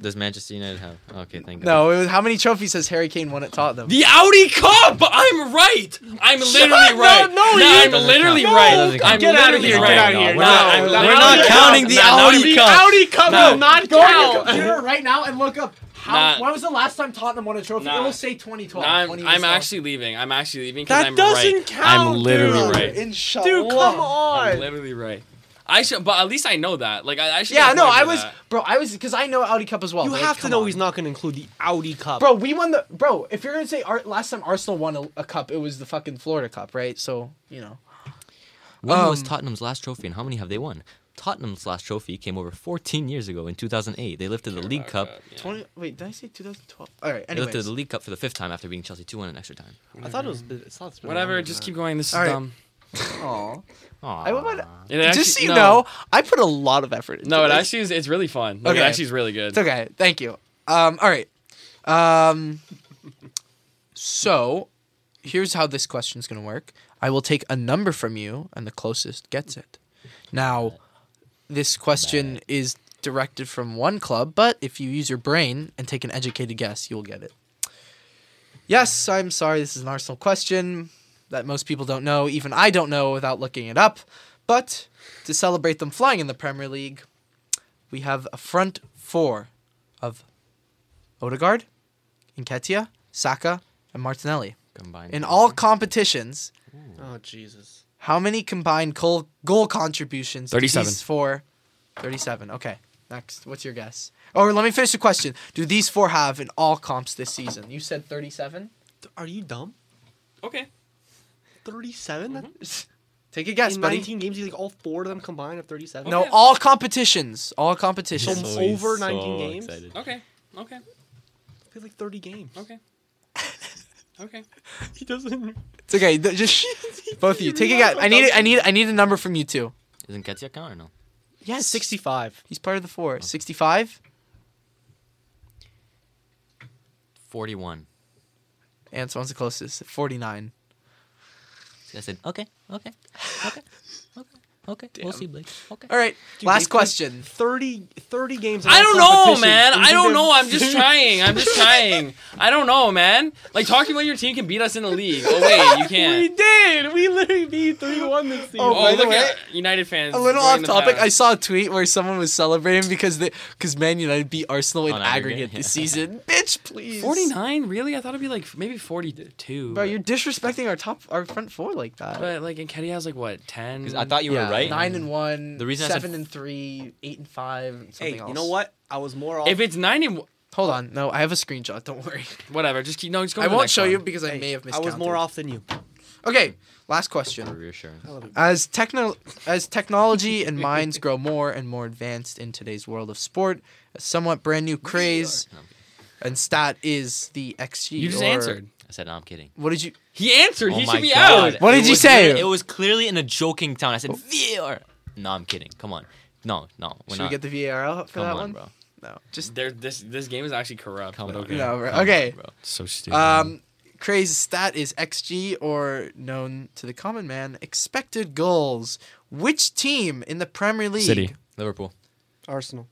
[SPEAKER 3] Does Manchester United have? Okay, thank God.
[SPEAKER 1] No, it was, how many trophies has Harry Kane won at Tottenham?
[SPEAKER 2] The Audi Cup. I'm right. I'm literally
[SPEAKER 4] no,
[SPEAKER 2] right.
[SPEAKER 4] no, you-
[SPEAKER 2] I'm
[SPEAKER 3] Doesn't
[SPEAKER 2] literally
[SPEAKER 3] count.
[SPEAKER 2] right.
[SPEAKER 3] Doesn't count.
[SPEAKER 2] I'm
[SPEAKER 4] Get out of
[SPEAKER 2] literally
[SPEAKER 4] here.
[SPEAKER 2] right.
[SPEAKER 4] Get out of here.
[SPEAKER 3] we're not-
[SPEAKER 4] No,
[SPEAKER 2] we're
[SPEAKER 4] no,
[SPEAKER 2] not
[SPEAKER 4] no,
[SPEAKER 2] counting
[SPEAKER 4] no,
[SPEAKER 2] the
[SPEAKER 4] no,
[SPEAKER 2] Audi
[SPEAKER 4] the
[SPEAKER 2] Cup.
[SPEAKER 4] Audi Cup
[SPEAKER 2] No.
[SPEAKER 4] will not
[SPEAKER 1] Go on your
[SPEAKER 4] count.
[SPEAKER 1] computer right now and look up how.
[SPEAKER 2] Nah.
[SPEAKER 1] when was the last time Tottenham won a trophy?
[SPEAKER 2] Nah.
[SPEAKER 1] It will say 2012.
[SPEAKER 2] I'm,
[SPEAKER 1] 20 years
[SPEAKER 2] I'm
[SPEAKER 1] old.
[SPEAKER 2] actually leaving. I'm actually leaving because
[SPEAKER 4] That
[SPEAKER 2] I'm
[SPEAKER 4] doesn't
[SPEAKER 2] right.
[SPEAKER 4] count,
[SPEAKER 2] I'm literally
[SPEAKER 4] dude.
[SPEAKER 2] right.
[SPEAKER 1] Inshallah.
[SPEAKER 4] Dude, come
[SPEAKER 2] I'm
[SPEAKER 4] on.
[SPEAKER 2] literally right. I should, but at least I know that. Like I, I should.
[SPEAKER 1] Yeah,
[SPEAKER 2] get a
[SPEAKER 1] no,
[SPEAKER 2] point
[SPEAKER 1] I
[SPEAKER 2] for
[SPEAKER 1] was,
[SPEAKER 2] that.
[SPEAKER 1] bro. I was because I know Audi Cup as well.
[SPEAKER 4] You
[SPEAKER 1] Like,
[SPEAKER 4] have to
[SPEAKER 1] come
[SPEAKER 4] know
[SPEAKER 1] on.
[SPEAKER 4] he's not going to include the Audi Cup.
[SPEAKER 1] Bro, we won the bro. If you're gonna say Ar- last time Arsenal won a, a cup, it was the fucking Florida Cup, right? So you know.
[SPEAKER 3] When was
[SPEAKER 1] Um,
[SPEAKER 3] Tottenham's last trophy, and how many have they won? Tottenham's last trophy came over 14 years ago in 2008. They lifted the League Cup.
[SPEAKER 2] Uh, Yeah.
[SPEAKER 1] 20, wait, did I say 2012? All right.
[SPEAKER 3] They lifted
[SPEAKER 1] Anyways.
[SPEAKER 3] the League Cup for the fifth time after beating Chelsea 2-1 in extra time.
[SPEAKER 4] I thought it was. It's not
[SPEAKER 2] Whatever. Just keep going. This is
[SPEAKER 1] All right.
[SPEAKER 2] dumb.
[SPEAKER 1] Aw.
[SPEAKER 3] Aww.
[SPEAKER 1] I would-
[SPEAKER 2] It
[SPEAKER 1] Just so
[SPEAKER 2] actually-
[SPEAKER 1] you know, I put a lot of effort into
[SPEAKER 2] No, it
[SPEAKER 1] this.
[SPEAKER 2] actually is. It's really fun. Like, It
[SPEAKER 1] Okay.
[SPEAKER 2] actually is really good.
[SPEAKER 1] It's okay. Thank you. Um, all right. Um, so, here's how this question's going to work I will take a number from you, and the closest gets it. Now, this question is directed from one club, but if you use your brain and take an educated guess, you'll get it. Yes, I'm sorry, this is an Arsenal question that most people don't know. Even I don't know without looking it up. But to celebrate them flying in the Premier League, we have a front four of Odegaard, Nketiah, Saka, and Martinelli.
[SPEAKER 3] Combined.
[SPEAKER 1] In all competitions,
[SPEAKER 4] Oh Jesus.
[SPEAKER 1] how many combined goal, goal contributions? do
[SPEAKER 2] 37.
[SPEAKER 1] These four, 37. Okay. Next. What's your guess? Or let me finish the question. Do these four have in all comps this season? You said 37?
[SPEAKER 4] Are you dumb?
[SPEAKER 2] Okay.
[SPEAKER 4] 37? That-
[SPEAKER 1] Take a guess,
[SPEAKER 4] in
[SPEAKER 1] buddy.
[SPEAKER 4] 19 games, you think all four of them combined have 37?
[SPEAKER 1] No,
[SPEAKER 2] Okay.
[SPEAKER 1] all competitions. All competitions.
[SPEAKER 4] So- over 19 games?
[SPEAKER 2] Okay. Okay.
[SPEAKER 4] I feel like 30 games.
[SPEAKER 2] Okay. Okay.
[SPEAKER 4] He doesn't.
[SPEAKER 1] It's okay. th- Just both of you. Take a guess. I need. I need. I need a number from you two.
[SPEAKER 3] Isn't Ketia count or no?
[SPEAKER 1] Yes.
[SPEAKER 4] 65.
[SPEAKER 1] He's part of the four. 65.
[SPEAKER 3] 41.
[SPEAKER 1] Antoine's the closest. 49.
[SPEAKER 3] I said, okay, okay, okay, okay, okay. We'll see, Blake. Okay.
[SPEAKER 1] All right.
[SPEAKER 4] Dude,
[SPEAKER 1] Last
[SPEAKER 4] they played
[SPEAKER 1] question.
[SPEAKER 4] 30, 30 games. in
[SPEAKER 2] I
[SPEAKER 4] all
[SPEAKER 2] don't know,
[SPEAKER 4] competitions.
[SPEAKER 2] man.
[SPEAKER 4] You
[SPEAKER 2] I
[SPEAKER 4] think
[SPEAKER 2] don't
[SPEAKER 4] they're-
[SPEAKER 2] know. I'm just trying. I'm just trying. I don't know, man. Like talking about your team can beat us in the league. Oh wait, you
[SPEAKER 4] We
[SPEAKER 2] can't.
[SPEAKER 4] did. We literally beat 3 1 this season.
[SPEAKER 1] Oh,
[SPEAKER 2] Oh,
[SPEAKER 1] by the
[SPEAKER 2] look
[SPEAKER 1] way,
[SPEAKER 2] at United fans.
[SPEAKER 1] A little off
[SPEAKER 2] joining the
[SPEAKER 1] topic. I
[SPEAKER 2] pack.
[SPEAKER 1] saw a tweet where someone was celebrating because they because Man United beat Arsenal in
[SPEAKER 3] On
[SPEAKER 1] aggregate,
[SPEAKER 3] aggregate,
[SPEAKER 1] this
[SPEAKER 3] yeah.
[SPEAKER 1] season. Bitch, please.
[SPEAKER 2] 49? Really? I thought it'd be like maybe 42.
[SPEAKER 1] Bro, you're disrespecting our top our front four like that.
[SPEAKER 2] But like, and Kenny has like what 10?
[SPEAKER 3] Because I thought you
[SPEAKER 1] yeah,
[SPEAKER 3] were right.
[SPEAKER 1] Nine and one.
[SPEAKER 3] The reason I said-
[SPEAKER 1] seven and three, eight and five. and
[SPEAKER 4] hey,
[SPEAKER 1] Something
[SPEAKER 4] you know
[SPEAKER 1] else.
[SPEAKER 4] what? I was more off.
[SPEAKER 2] if it's 90,
[SPEAKER 1] Hold on. No, I have a screenshot. Don't worry.
[SPEAKER 2] whatever. Just keep. No, just go.
[SPEAKER 1] I
[SPEAKER 2] to the
[SPEAKER 1] won't
[SPEAKER 2] next
[SPEAKER 1] show
[SPEAKER 2] one.
[SPEAKER 1] you because I may have
[SPEAKER 4] I
[SPEAKER 1] miscounted.
[SPEAKER 4] was more off than you.
[SPEAKER 1] Okay, last question.
[SPEAKER 3] Mm-hmm. Reassurance.
[SPEAKER 1] As techno as technology and minds grow more and more advanced in today's world of sport, a somewhat brand new craze and stat is the XG.
[SPEAKER 2] You just
[SPEAKER 1] or-
[SPEAKER 2] answered.
[SPEAKER 3] I said, no, I'm kidding.
[SPEAKER 1] What did you?
[SPEAKER 2] He answered.
[SPEAKER 3] Oh
[SPEAKER 2] he
[SPEAKER 3] my
[SPEAKER 2] should be
[SPEAKER 3] God.
[SPEAKER 2] out.
[SPEAKER 1] What
[SPEAKER 3] It
[SPEAKER 1] did you
[SPEAKER 3] was
[SPEAKER 1] say? Oh.
[SPEAKER 3] clear- It was clearly in a joking tone. I said, VR. No, I'm kidding. Come on. No, no. We're
[SPEAKER 1] Should
[SPEAKER 3] not.
[SPEAKER 1] we get the VAR out for
[SPEAKER 3] Come
[SPEAKER 1] that
[SPEAKER 3] on,
[SPEAKER 1] one?
[SPEAKER 3] bro.
[SPEAKER 1] No, just
[SPEAKER 2] There, this this game is actually corrupt.
[SPEAKER 3] Come
[SPEAKER 2] but
[SPEAKER 3] on.
[SPEAKER 2] okay.
[SPEAKER 1] no. bro.
[SPEAKER 3] Come on,
[SPEAKER 1] Okay.
[SPEAKER 3] bro.
[SPEAKER 2] So stupid.
[SPEAKER 1] Um, craze stat is XG or known to the common man expected goals. Which team in the Premier League?
[SPEAKER 2] City.
[SPEAKER 3] Liverpool.
[SPEAKER 4] Arsenal.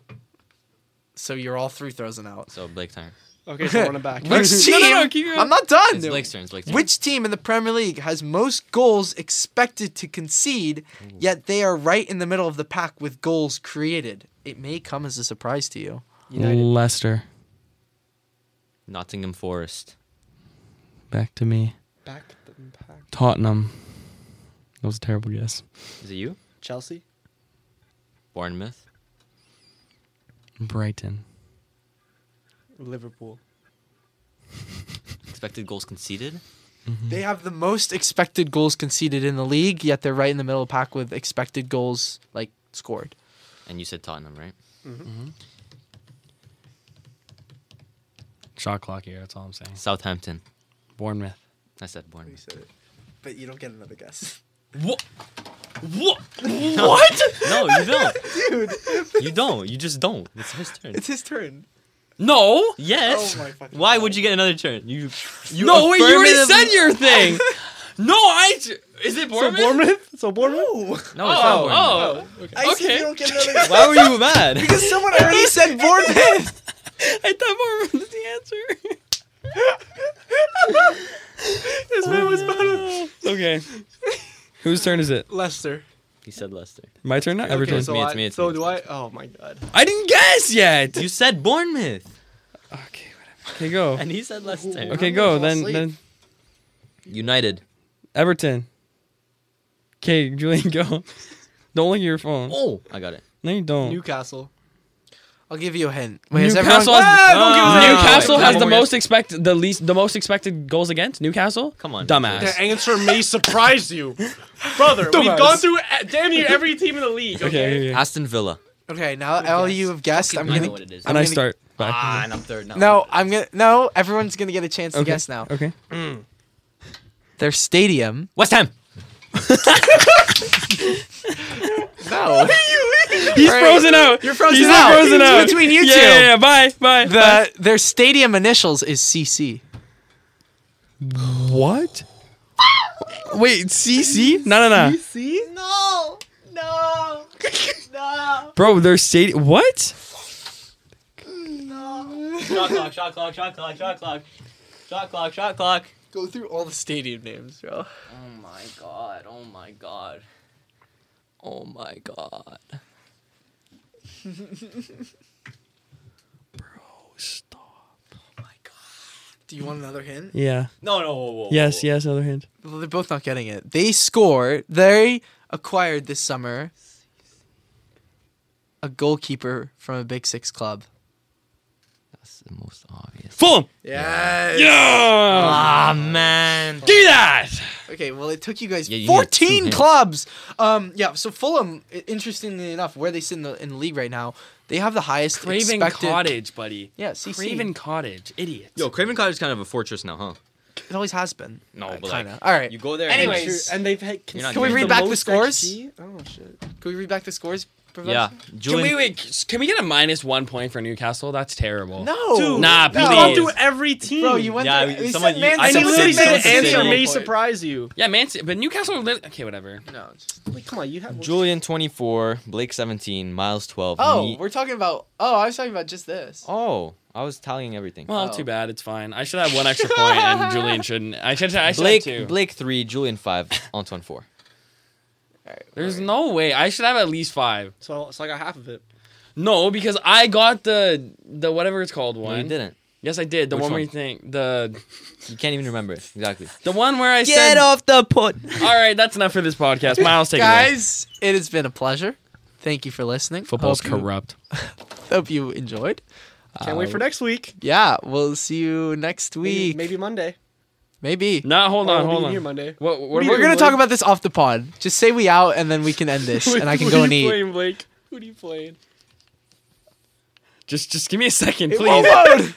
[SPEAKER 1] So you're all three throwing out.
[SPEAKER 3] So Blake's turn.
[SPEAKER 4] Okay, so run it back.
[SPEAKER 1] Which team?
[SPEAKER 2] No, no, no, keep going.
[SPEAKER 1] I'm not done.
[SPEAKER 3] It's Blake's turn. It's Blake's turn.
[SPEAKER 1] Which team in the Premier League has most goals expected to concede, yet they are right in the middle of the pack with goals created? It may come as a surprise to you.
[SPEAKER 4] United.
[SPEAKER 2] Leicester.
[SPEAKER 3] Nottingham Forest.
[SPEAKER 2] Back to me.
[SPEAKER 4] Back to the pack.
[SPEAKER 2] Hmm. Tottenham. That was a terrible guess.
[SPEAKER 3] Is it you?
[SPEAKER 4] Chelsea.
[SPEAKER 3] Bournemouth.
[SPEAKER 2] Brighton.
[SPEAKER 4] Liverpool.
[SPEAKER 3] Expected goals conceded.
[SPEAKER 1] They have the most expected goals conceded in the league, yet they're right in the middle of the pack with expected goals like scored.
[SPEAKER 3] And you said Tottenham, right?
[SPEAKER 2] Shot clock here. That's all I'm saying.
[SPEAKER 3] Southampton.
[SPEAKER 2] Bournemouth.
[SPEAKER 3] I said Bournemouth.
[SPEAKER 1] but you don't get another guess.
[SPEAKER 3] What? What? What? no, you don't.
[SPEAKER 1] Dude,
[SPEAKER 3] You don't. You just don't. It's his turn.
[SPEAKER 1] it's his turn.
[SPEAKER 2] No.
[SPEAKER 3] Yes.
[SPEAKER 1] Oh my fucking
[SPEAKER 3] Why would you get another turn? You. you
[SPEAKER 2] no, wait, you already
[SPEAKER 3] affirmative-
[SPEAKER 2] said your thing. no, I. j- Is it Bournemouth?
[SPEAKER 1] So Bournemouth.
[SPEAKER 3] No,
[SPEAKER 2] Oh,
[SPEAKER 3] it's not one.
[SPEAKER 2] oh, okay.
[SPEAKER 1] I said
[SPEAKER 2] Okay.
[SPEAKER 1] you don't get another guess.
[SPEAKER 3] Why were you mad?
[SPEAKER 1] Because someone already said Bournemouth.
[SPEAKER 2] I thought Bournemouth was the answer.
[SPEAKER 1] this man was better.
[SPEAKER 2] okay. Whose turn is it?
[SPEAKER 1] Lester.
[SPEAKER 3] he said Lester.
[SPEAKER 2] My turn now? Every
[SPEAKER 4] okay,
[SPEAKER 2] turn.
[SPEAKER 4] so
[SPEAKER 3] me, it's
[SPEAKER 4] I,
[SPEAKER 3] me, it's
[SPEAKER 4] so
[SPEAKER 3] me,
[SPEAKER 4] do
[SPEAKER 3] it's
[SPEAKER 4] I? Oh my god.
[SPEAKER 2] I didn't guess yet.
[SPEAKER 3] You said Bournemouth,
[SPEAKER 2] Okay, whatever. Okay, go.
[SPEAKER 3] and he said Leicester.
[SPEAKER 2] Okay,
[SPEAKER 1] I'm gonna
[SPEAKER 2] go.
[SPEAKER 1] fall
[SPEAKER 2] Then
[SPEAKER 1] asleep.
[SPEAKER 2] then
[SPEAKER 3] United.
[SPEAKER 2] Everton. Okay, Julian, go. Don't look at your phone.
[SPEAKER 3] Oh, I got it.
[SPEAKER 2] No, you don't.
[SPEAKER 4] Newcastle.
[SPEAKER 1] I'll give you a hint. Wait, is everyone-
[SPEAKER 2] Newcastle
[SPEAKER 4] Ah,
[SPEAKER 2] has,
[SPEAKER 4] don't give us
[SPEAKER 3] Ah,
[SPEAKER 4] that.
[SPEAKER 2] Newcastle
[SPEAKER 4] Wait,
[SPEAKER 2] has
[SPEAKER 4] one
[SPEAKER 2] the
[SPEAKER 4] more
[SPEAKER 2] most expected, the least, the most expected goals against Newcastle.
[SPEAKER 3] Come on,
[SPEAKER 4] guess.
[SPEAKER 2] dumbass.
[SPEAKER 4] The answer may surprise you, brother. we've
[SPEAKER 1] Dumbass.
[SPEAKER 4] gone through a- damn near every team in the league.
[SPEAKER 2] Okay,
[SPEAKER 4] Okay.
[SPEAKER 2] okay, okay.
[SPEAKER 3] Aston Villa.
[SPEAKER 1] Okay, now all you have guessed, I'm
[SPEAKER 3] I
[SPEAKER 1] gonna.
[SPEAKER 3] know what it is.
[SPEAKER 1] I'm
[SPEAKER 2] and I
[SPEAKER 1] gonna-
[SPEAKER 2] start. Back.
[SPEAKER 3] Ah, and I'm third now.
[SPEAKER 1] No, I'm gonna. No, everyone's gonna get a chance to
[SPEAKER 2] okay.
[SPEAKER 1] guess now.
[SPEAKER 2] Okay.
[SPEAKER 1] Their stadium.
[SPEAKER 3] West Ham.
[SPEAKER 1] No.
[SPEAKER 2] He's
[SPEAKER 1] Right.
[SPEAKER 2] frozen out.
[SPEAKER 1] You're frozen
[SPEAKER 2] He's
[SPEAKER 1] out.
[SPEAKER 2] frozen
[SPEAKER 1] It's
[SPEAKER 2] out.
[SPEAKER 1] between you
[SPEAKER 2] yeah,
[SPEAKER 1] two.
[SPEAKER 2] Yeah, yeah. Bye, bye.
[SPEAKER 1] The their stadium initials is CC.
[SPEAKER 2] bye. What? Wait, CC? No, no, no,
[SPEAKER 1] See?
[SPEAKER 5] No, no, no,
[SPEAKER 2] bro. They're stadium. What?
[SPEAKER 5] no.
[SPEAKER 3] Shot clock. Shot clock. Shot clock. Shot clock. Shot clock. Shot clock.
[SPEAKER 1] Go through all the stadium names, bro.
[SPEAKER 3] Oh my god. Oh my god. Oh my god.
[SPEAKER 1] Do you want another hint?
[SPEAKER 2] Yeah.
[SPEAKER 3] No, no. Whoa, whoa,
[SPEAKER 2] Yes. Yes. Other hand.
[SPEAKER 1] Well, they're both not getting it. They score. They acquired this summer a goalkeeper from a Big Six club.
[SPEAKER 3] That's the most obvious.
[SPEAKER 2] Fulham.
[SPEAKER 1] Yes.
[SPEAKER 2] Yeah.
[SPEAKER 3] Ah man.
[SPEAKER 2] Give me that.
[SPEAKER 1] Okay, well, it took you guys
[SPEAKER 3] Yeah, you need two
[SPEAKER 1] 14
[SPEAKER 3] hands.
[SPEAKER 1] clubs. Um, yeah, so Fulham, i- interestingly enough, where they sit in the, in the league right now, they have the highest
[SPEAKER 2] Craven
[SPEAKER 1] expected.
[SPEAKER 2] Cottage, buddy.
[SPEAKER 1] Yeah, CC.
[SPEAKER 2] Craven Cottage, idiot.
[SPEAKER 3] Yo, Craven Cottage is kind of a fortress now, huh?
[SPEAKER 1] It always has been.
[SPEAKER 3] No,
[SPEAKER 1] Uh,
[SPEAKER 3] but like,
[SPEAKER 1] kinda. All right.
[SPEAKER 3] You go there.
[SPEAKER 1] Anyways.
[SPEAKER 3] And
[SPEAKER 4] Sure, And they've had.
[SPEAKER 3] You're not
[SPEAKER 1] Can we
[SPEAKER 3] doing
[SPEAKER 1] read
[SPEAKER 3] the
[SPEAKER 1] back the scores?
[SPEAKER 4] Oh shit.
[SPEAKER 1] Can we read back the scores? Professor?
[SPEAKER 3] yeah.
[SPEAKER 2] Can
[SPEAKER 3] uh, Julian.
[SPEAKER 2] we wait? Can we get a minus one point for Newcastle? That's terrible.
[SPEAKER 1] No.
[SPEAKER 4] Dude,
[SPEAKER 2] Nah,
[SPEAKER 4] we've gone
[SPEAKER 2] please.
[SPEAKER 4] through every team.
[SPEAKER 1] Bro, you went
[SPEAKER 3] Yeah,
[SPEAKER 1] there.
[SPEAKER 3] we-
[SPEAKER 1] we
[SPEAKER 3] someone-
[SPEAKER 1] said
[SPEAKER 3] you-
[SPEAKER 1] Man
[SPEAKER 3] I
[SPEAKER 1] City,
[SPEAKER 4] I
[SPEAKER 3] said
[SPEAKER 4] literally
[SPEAKER 1] we
[SPEAKER 4] said
[SPEAKER 3] City, City,
[SPEAKER 4] the
[SPEAKER 3] City.
[SPEAKER 4] answer
[SPEAKER 3] City.
[SPEAKER 4] may
[SPEAKER 1] Liverpool.
[SPEAKER 4] surprise you.
[SPEAKER 2] Yeah, man. Ci- But Newcastle. li- Okay, whatever.
[SPEAKER 1] No, just-
[SPEAKER 4] Like, come on, you have.
[SPEAKER 3] Julian 24, Blake 17, Miles 12.
[SPEAKER 1] Oh,
[SPEAKER 3] me-
[SPEAKER 1] we're talking about. Oh, I was talking about just this.
[SPEAKER 3] oh, I was tallying everything.
[SPEAKER 2] Well,
[SPEAKER 1] Oh.
[SPEAKER 2] too bad. It's fine. I should have one extra point, and Julian shouldn't. I should. I should
[SPEAKER 3] Blake,
[SPEAKER 2] have two.
[SPEAKER 3] Blake 3, Julian 5, Antoine 4.
[SPEAKER 1] Alright,
[SPEAKER 2] There's
[SPEAKER 1] alright.
[SPEAKER 2] no way. I should have at least five.
[SPEAKER 4] So, so I got half of it.
[SPEAKER 2] No, because I got the the whatever it's called
[SPEAKER 3] No,
[SPEAKER 2] one.
[SPEAKER 3] you didn't.
[SPEAKER 2] Yes, I did. The
[SPEAKER 3] Which
[SPEAKER 2] one, where
[SPEAKER 3] one?
[SPEAKER 2] you think the
[SPEAKER 3] You can't even remember it. Exactly.
[SPEAKER 2] the one where I said.
[SPEAKER 3] off the put.
[SPEAKER 2] All right, that's enough for this podcast. Miles, take it away.
[SPEAKER 1] Guys, it has been a pleasure. Thank you for listening.
[SPEAKER 2] Football's
[SPEAKER 1] hope you,
[SPEAKER 2] corrupt.
[SPEAKER 1] Hope you enjoyed.
[SPEAKER 4] Can't wait for
[SPEAKER 3] Uh,
[SPEAKER 4] next week.
[SPEAKER 1] Yeah, we'll see you next
[SPEAKER 4] Maybe,
[SPEAKER 1] week.
[SPEAKER 4] maybe Monday.
[SPEAKER 1] Maybe.
[SPEAKER 2] No, hold
[SPEAKER 4] Or
[SPEAKER 2] on,
[SPEAKER 3] Oh,
[SPEAKER 4] we'll be
[SPEAKER 2] hold
[SPEAKER 4] in Here
[SPEAKER 2] on.
[SPEAKER 4] Monday.
[SPEAKER 2] What, what,
[SPEAKER 4] Be
[SPEAKER 1] We're
[SPEAKER 4] Either
[SPEAKER 1] gonna
[SPEAKER 4] way.
[SPEAKER 1] talk about this off the pod. Just say we out, and then we can end this, and I can go and eat.
[SPEAKER 4] Playing, Blake? Who do you playing?
[SPEAKER 2] Just, just give me a second,
[SPEAKER 1] It
[SPEAKER 2] please.
[SPEAKER 1] won't load.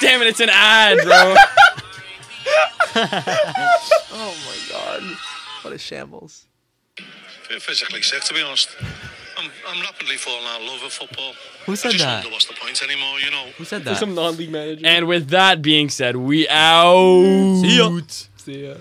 [SPEAKER 2] Damn it, it's an ad, bro.
[SPEAKER 1] Oh my god, what a shambles!
[SPEAKER 6] physically sick, to be honest. I'm, I'm rapidly falling out of love with football.
[SPEAKER 3] Who
[SPEAKER 6] I
[SPEAKER 3] said
[SPEAKER 6] just
[SPEAKER 3] that?
[SPEAKER 6] wonder what's the point anymore, you know.
[SPEAKER 3] Who said that?
[SPEAKER 4] Some non-league manager.
[SPEAKER 2] and with that being said, we out.
[SPEAKER 4] See uh, ya.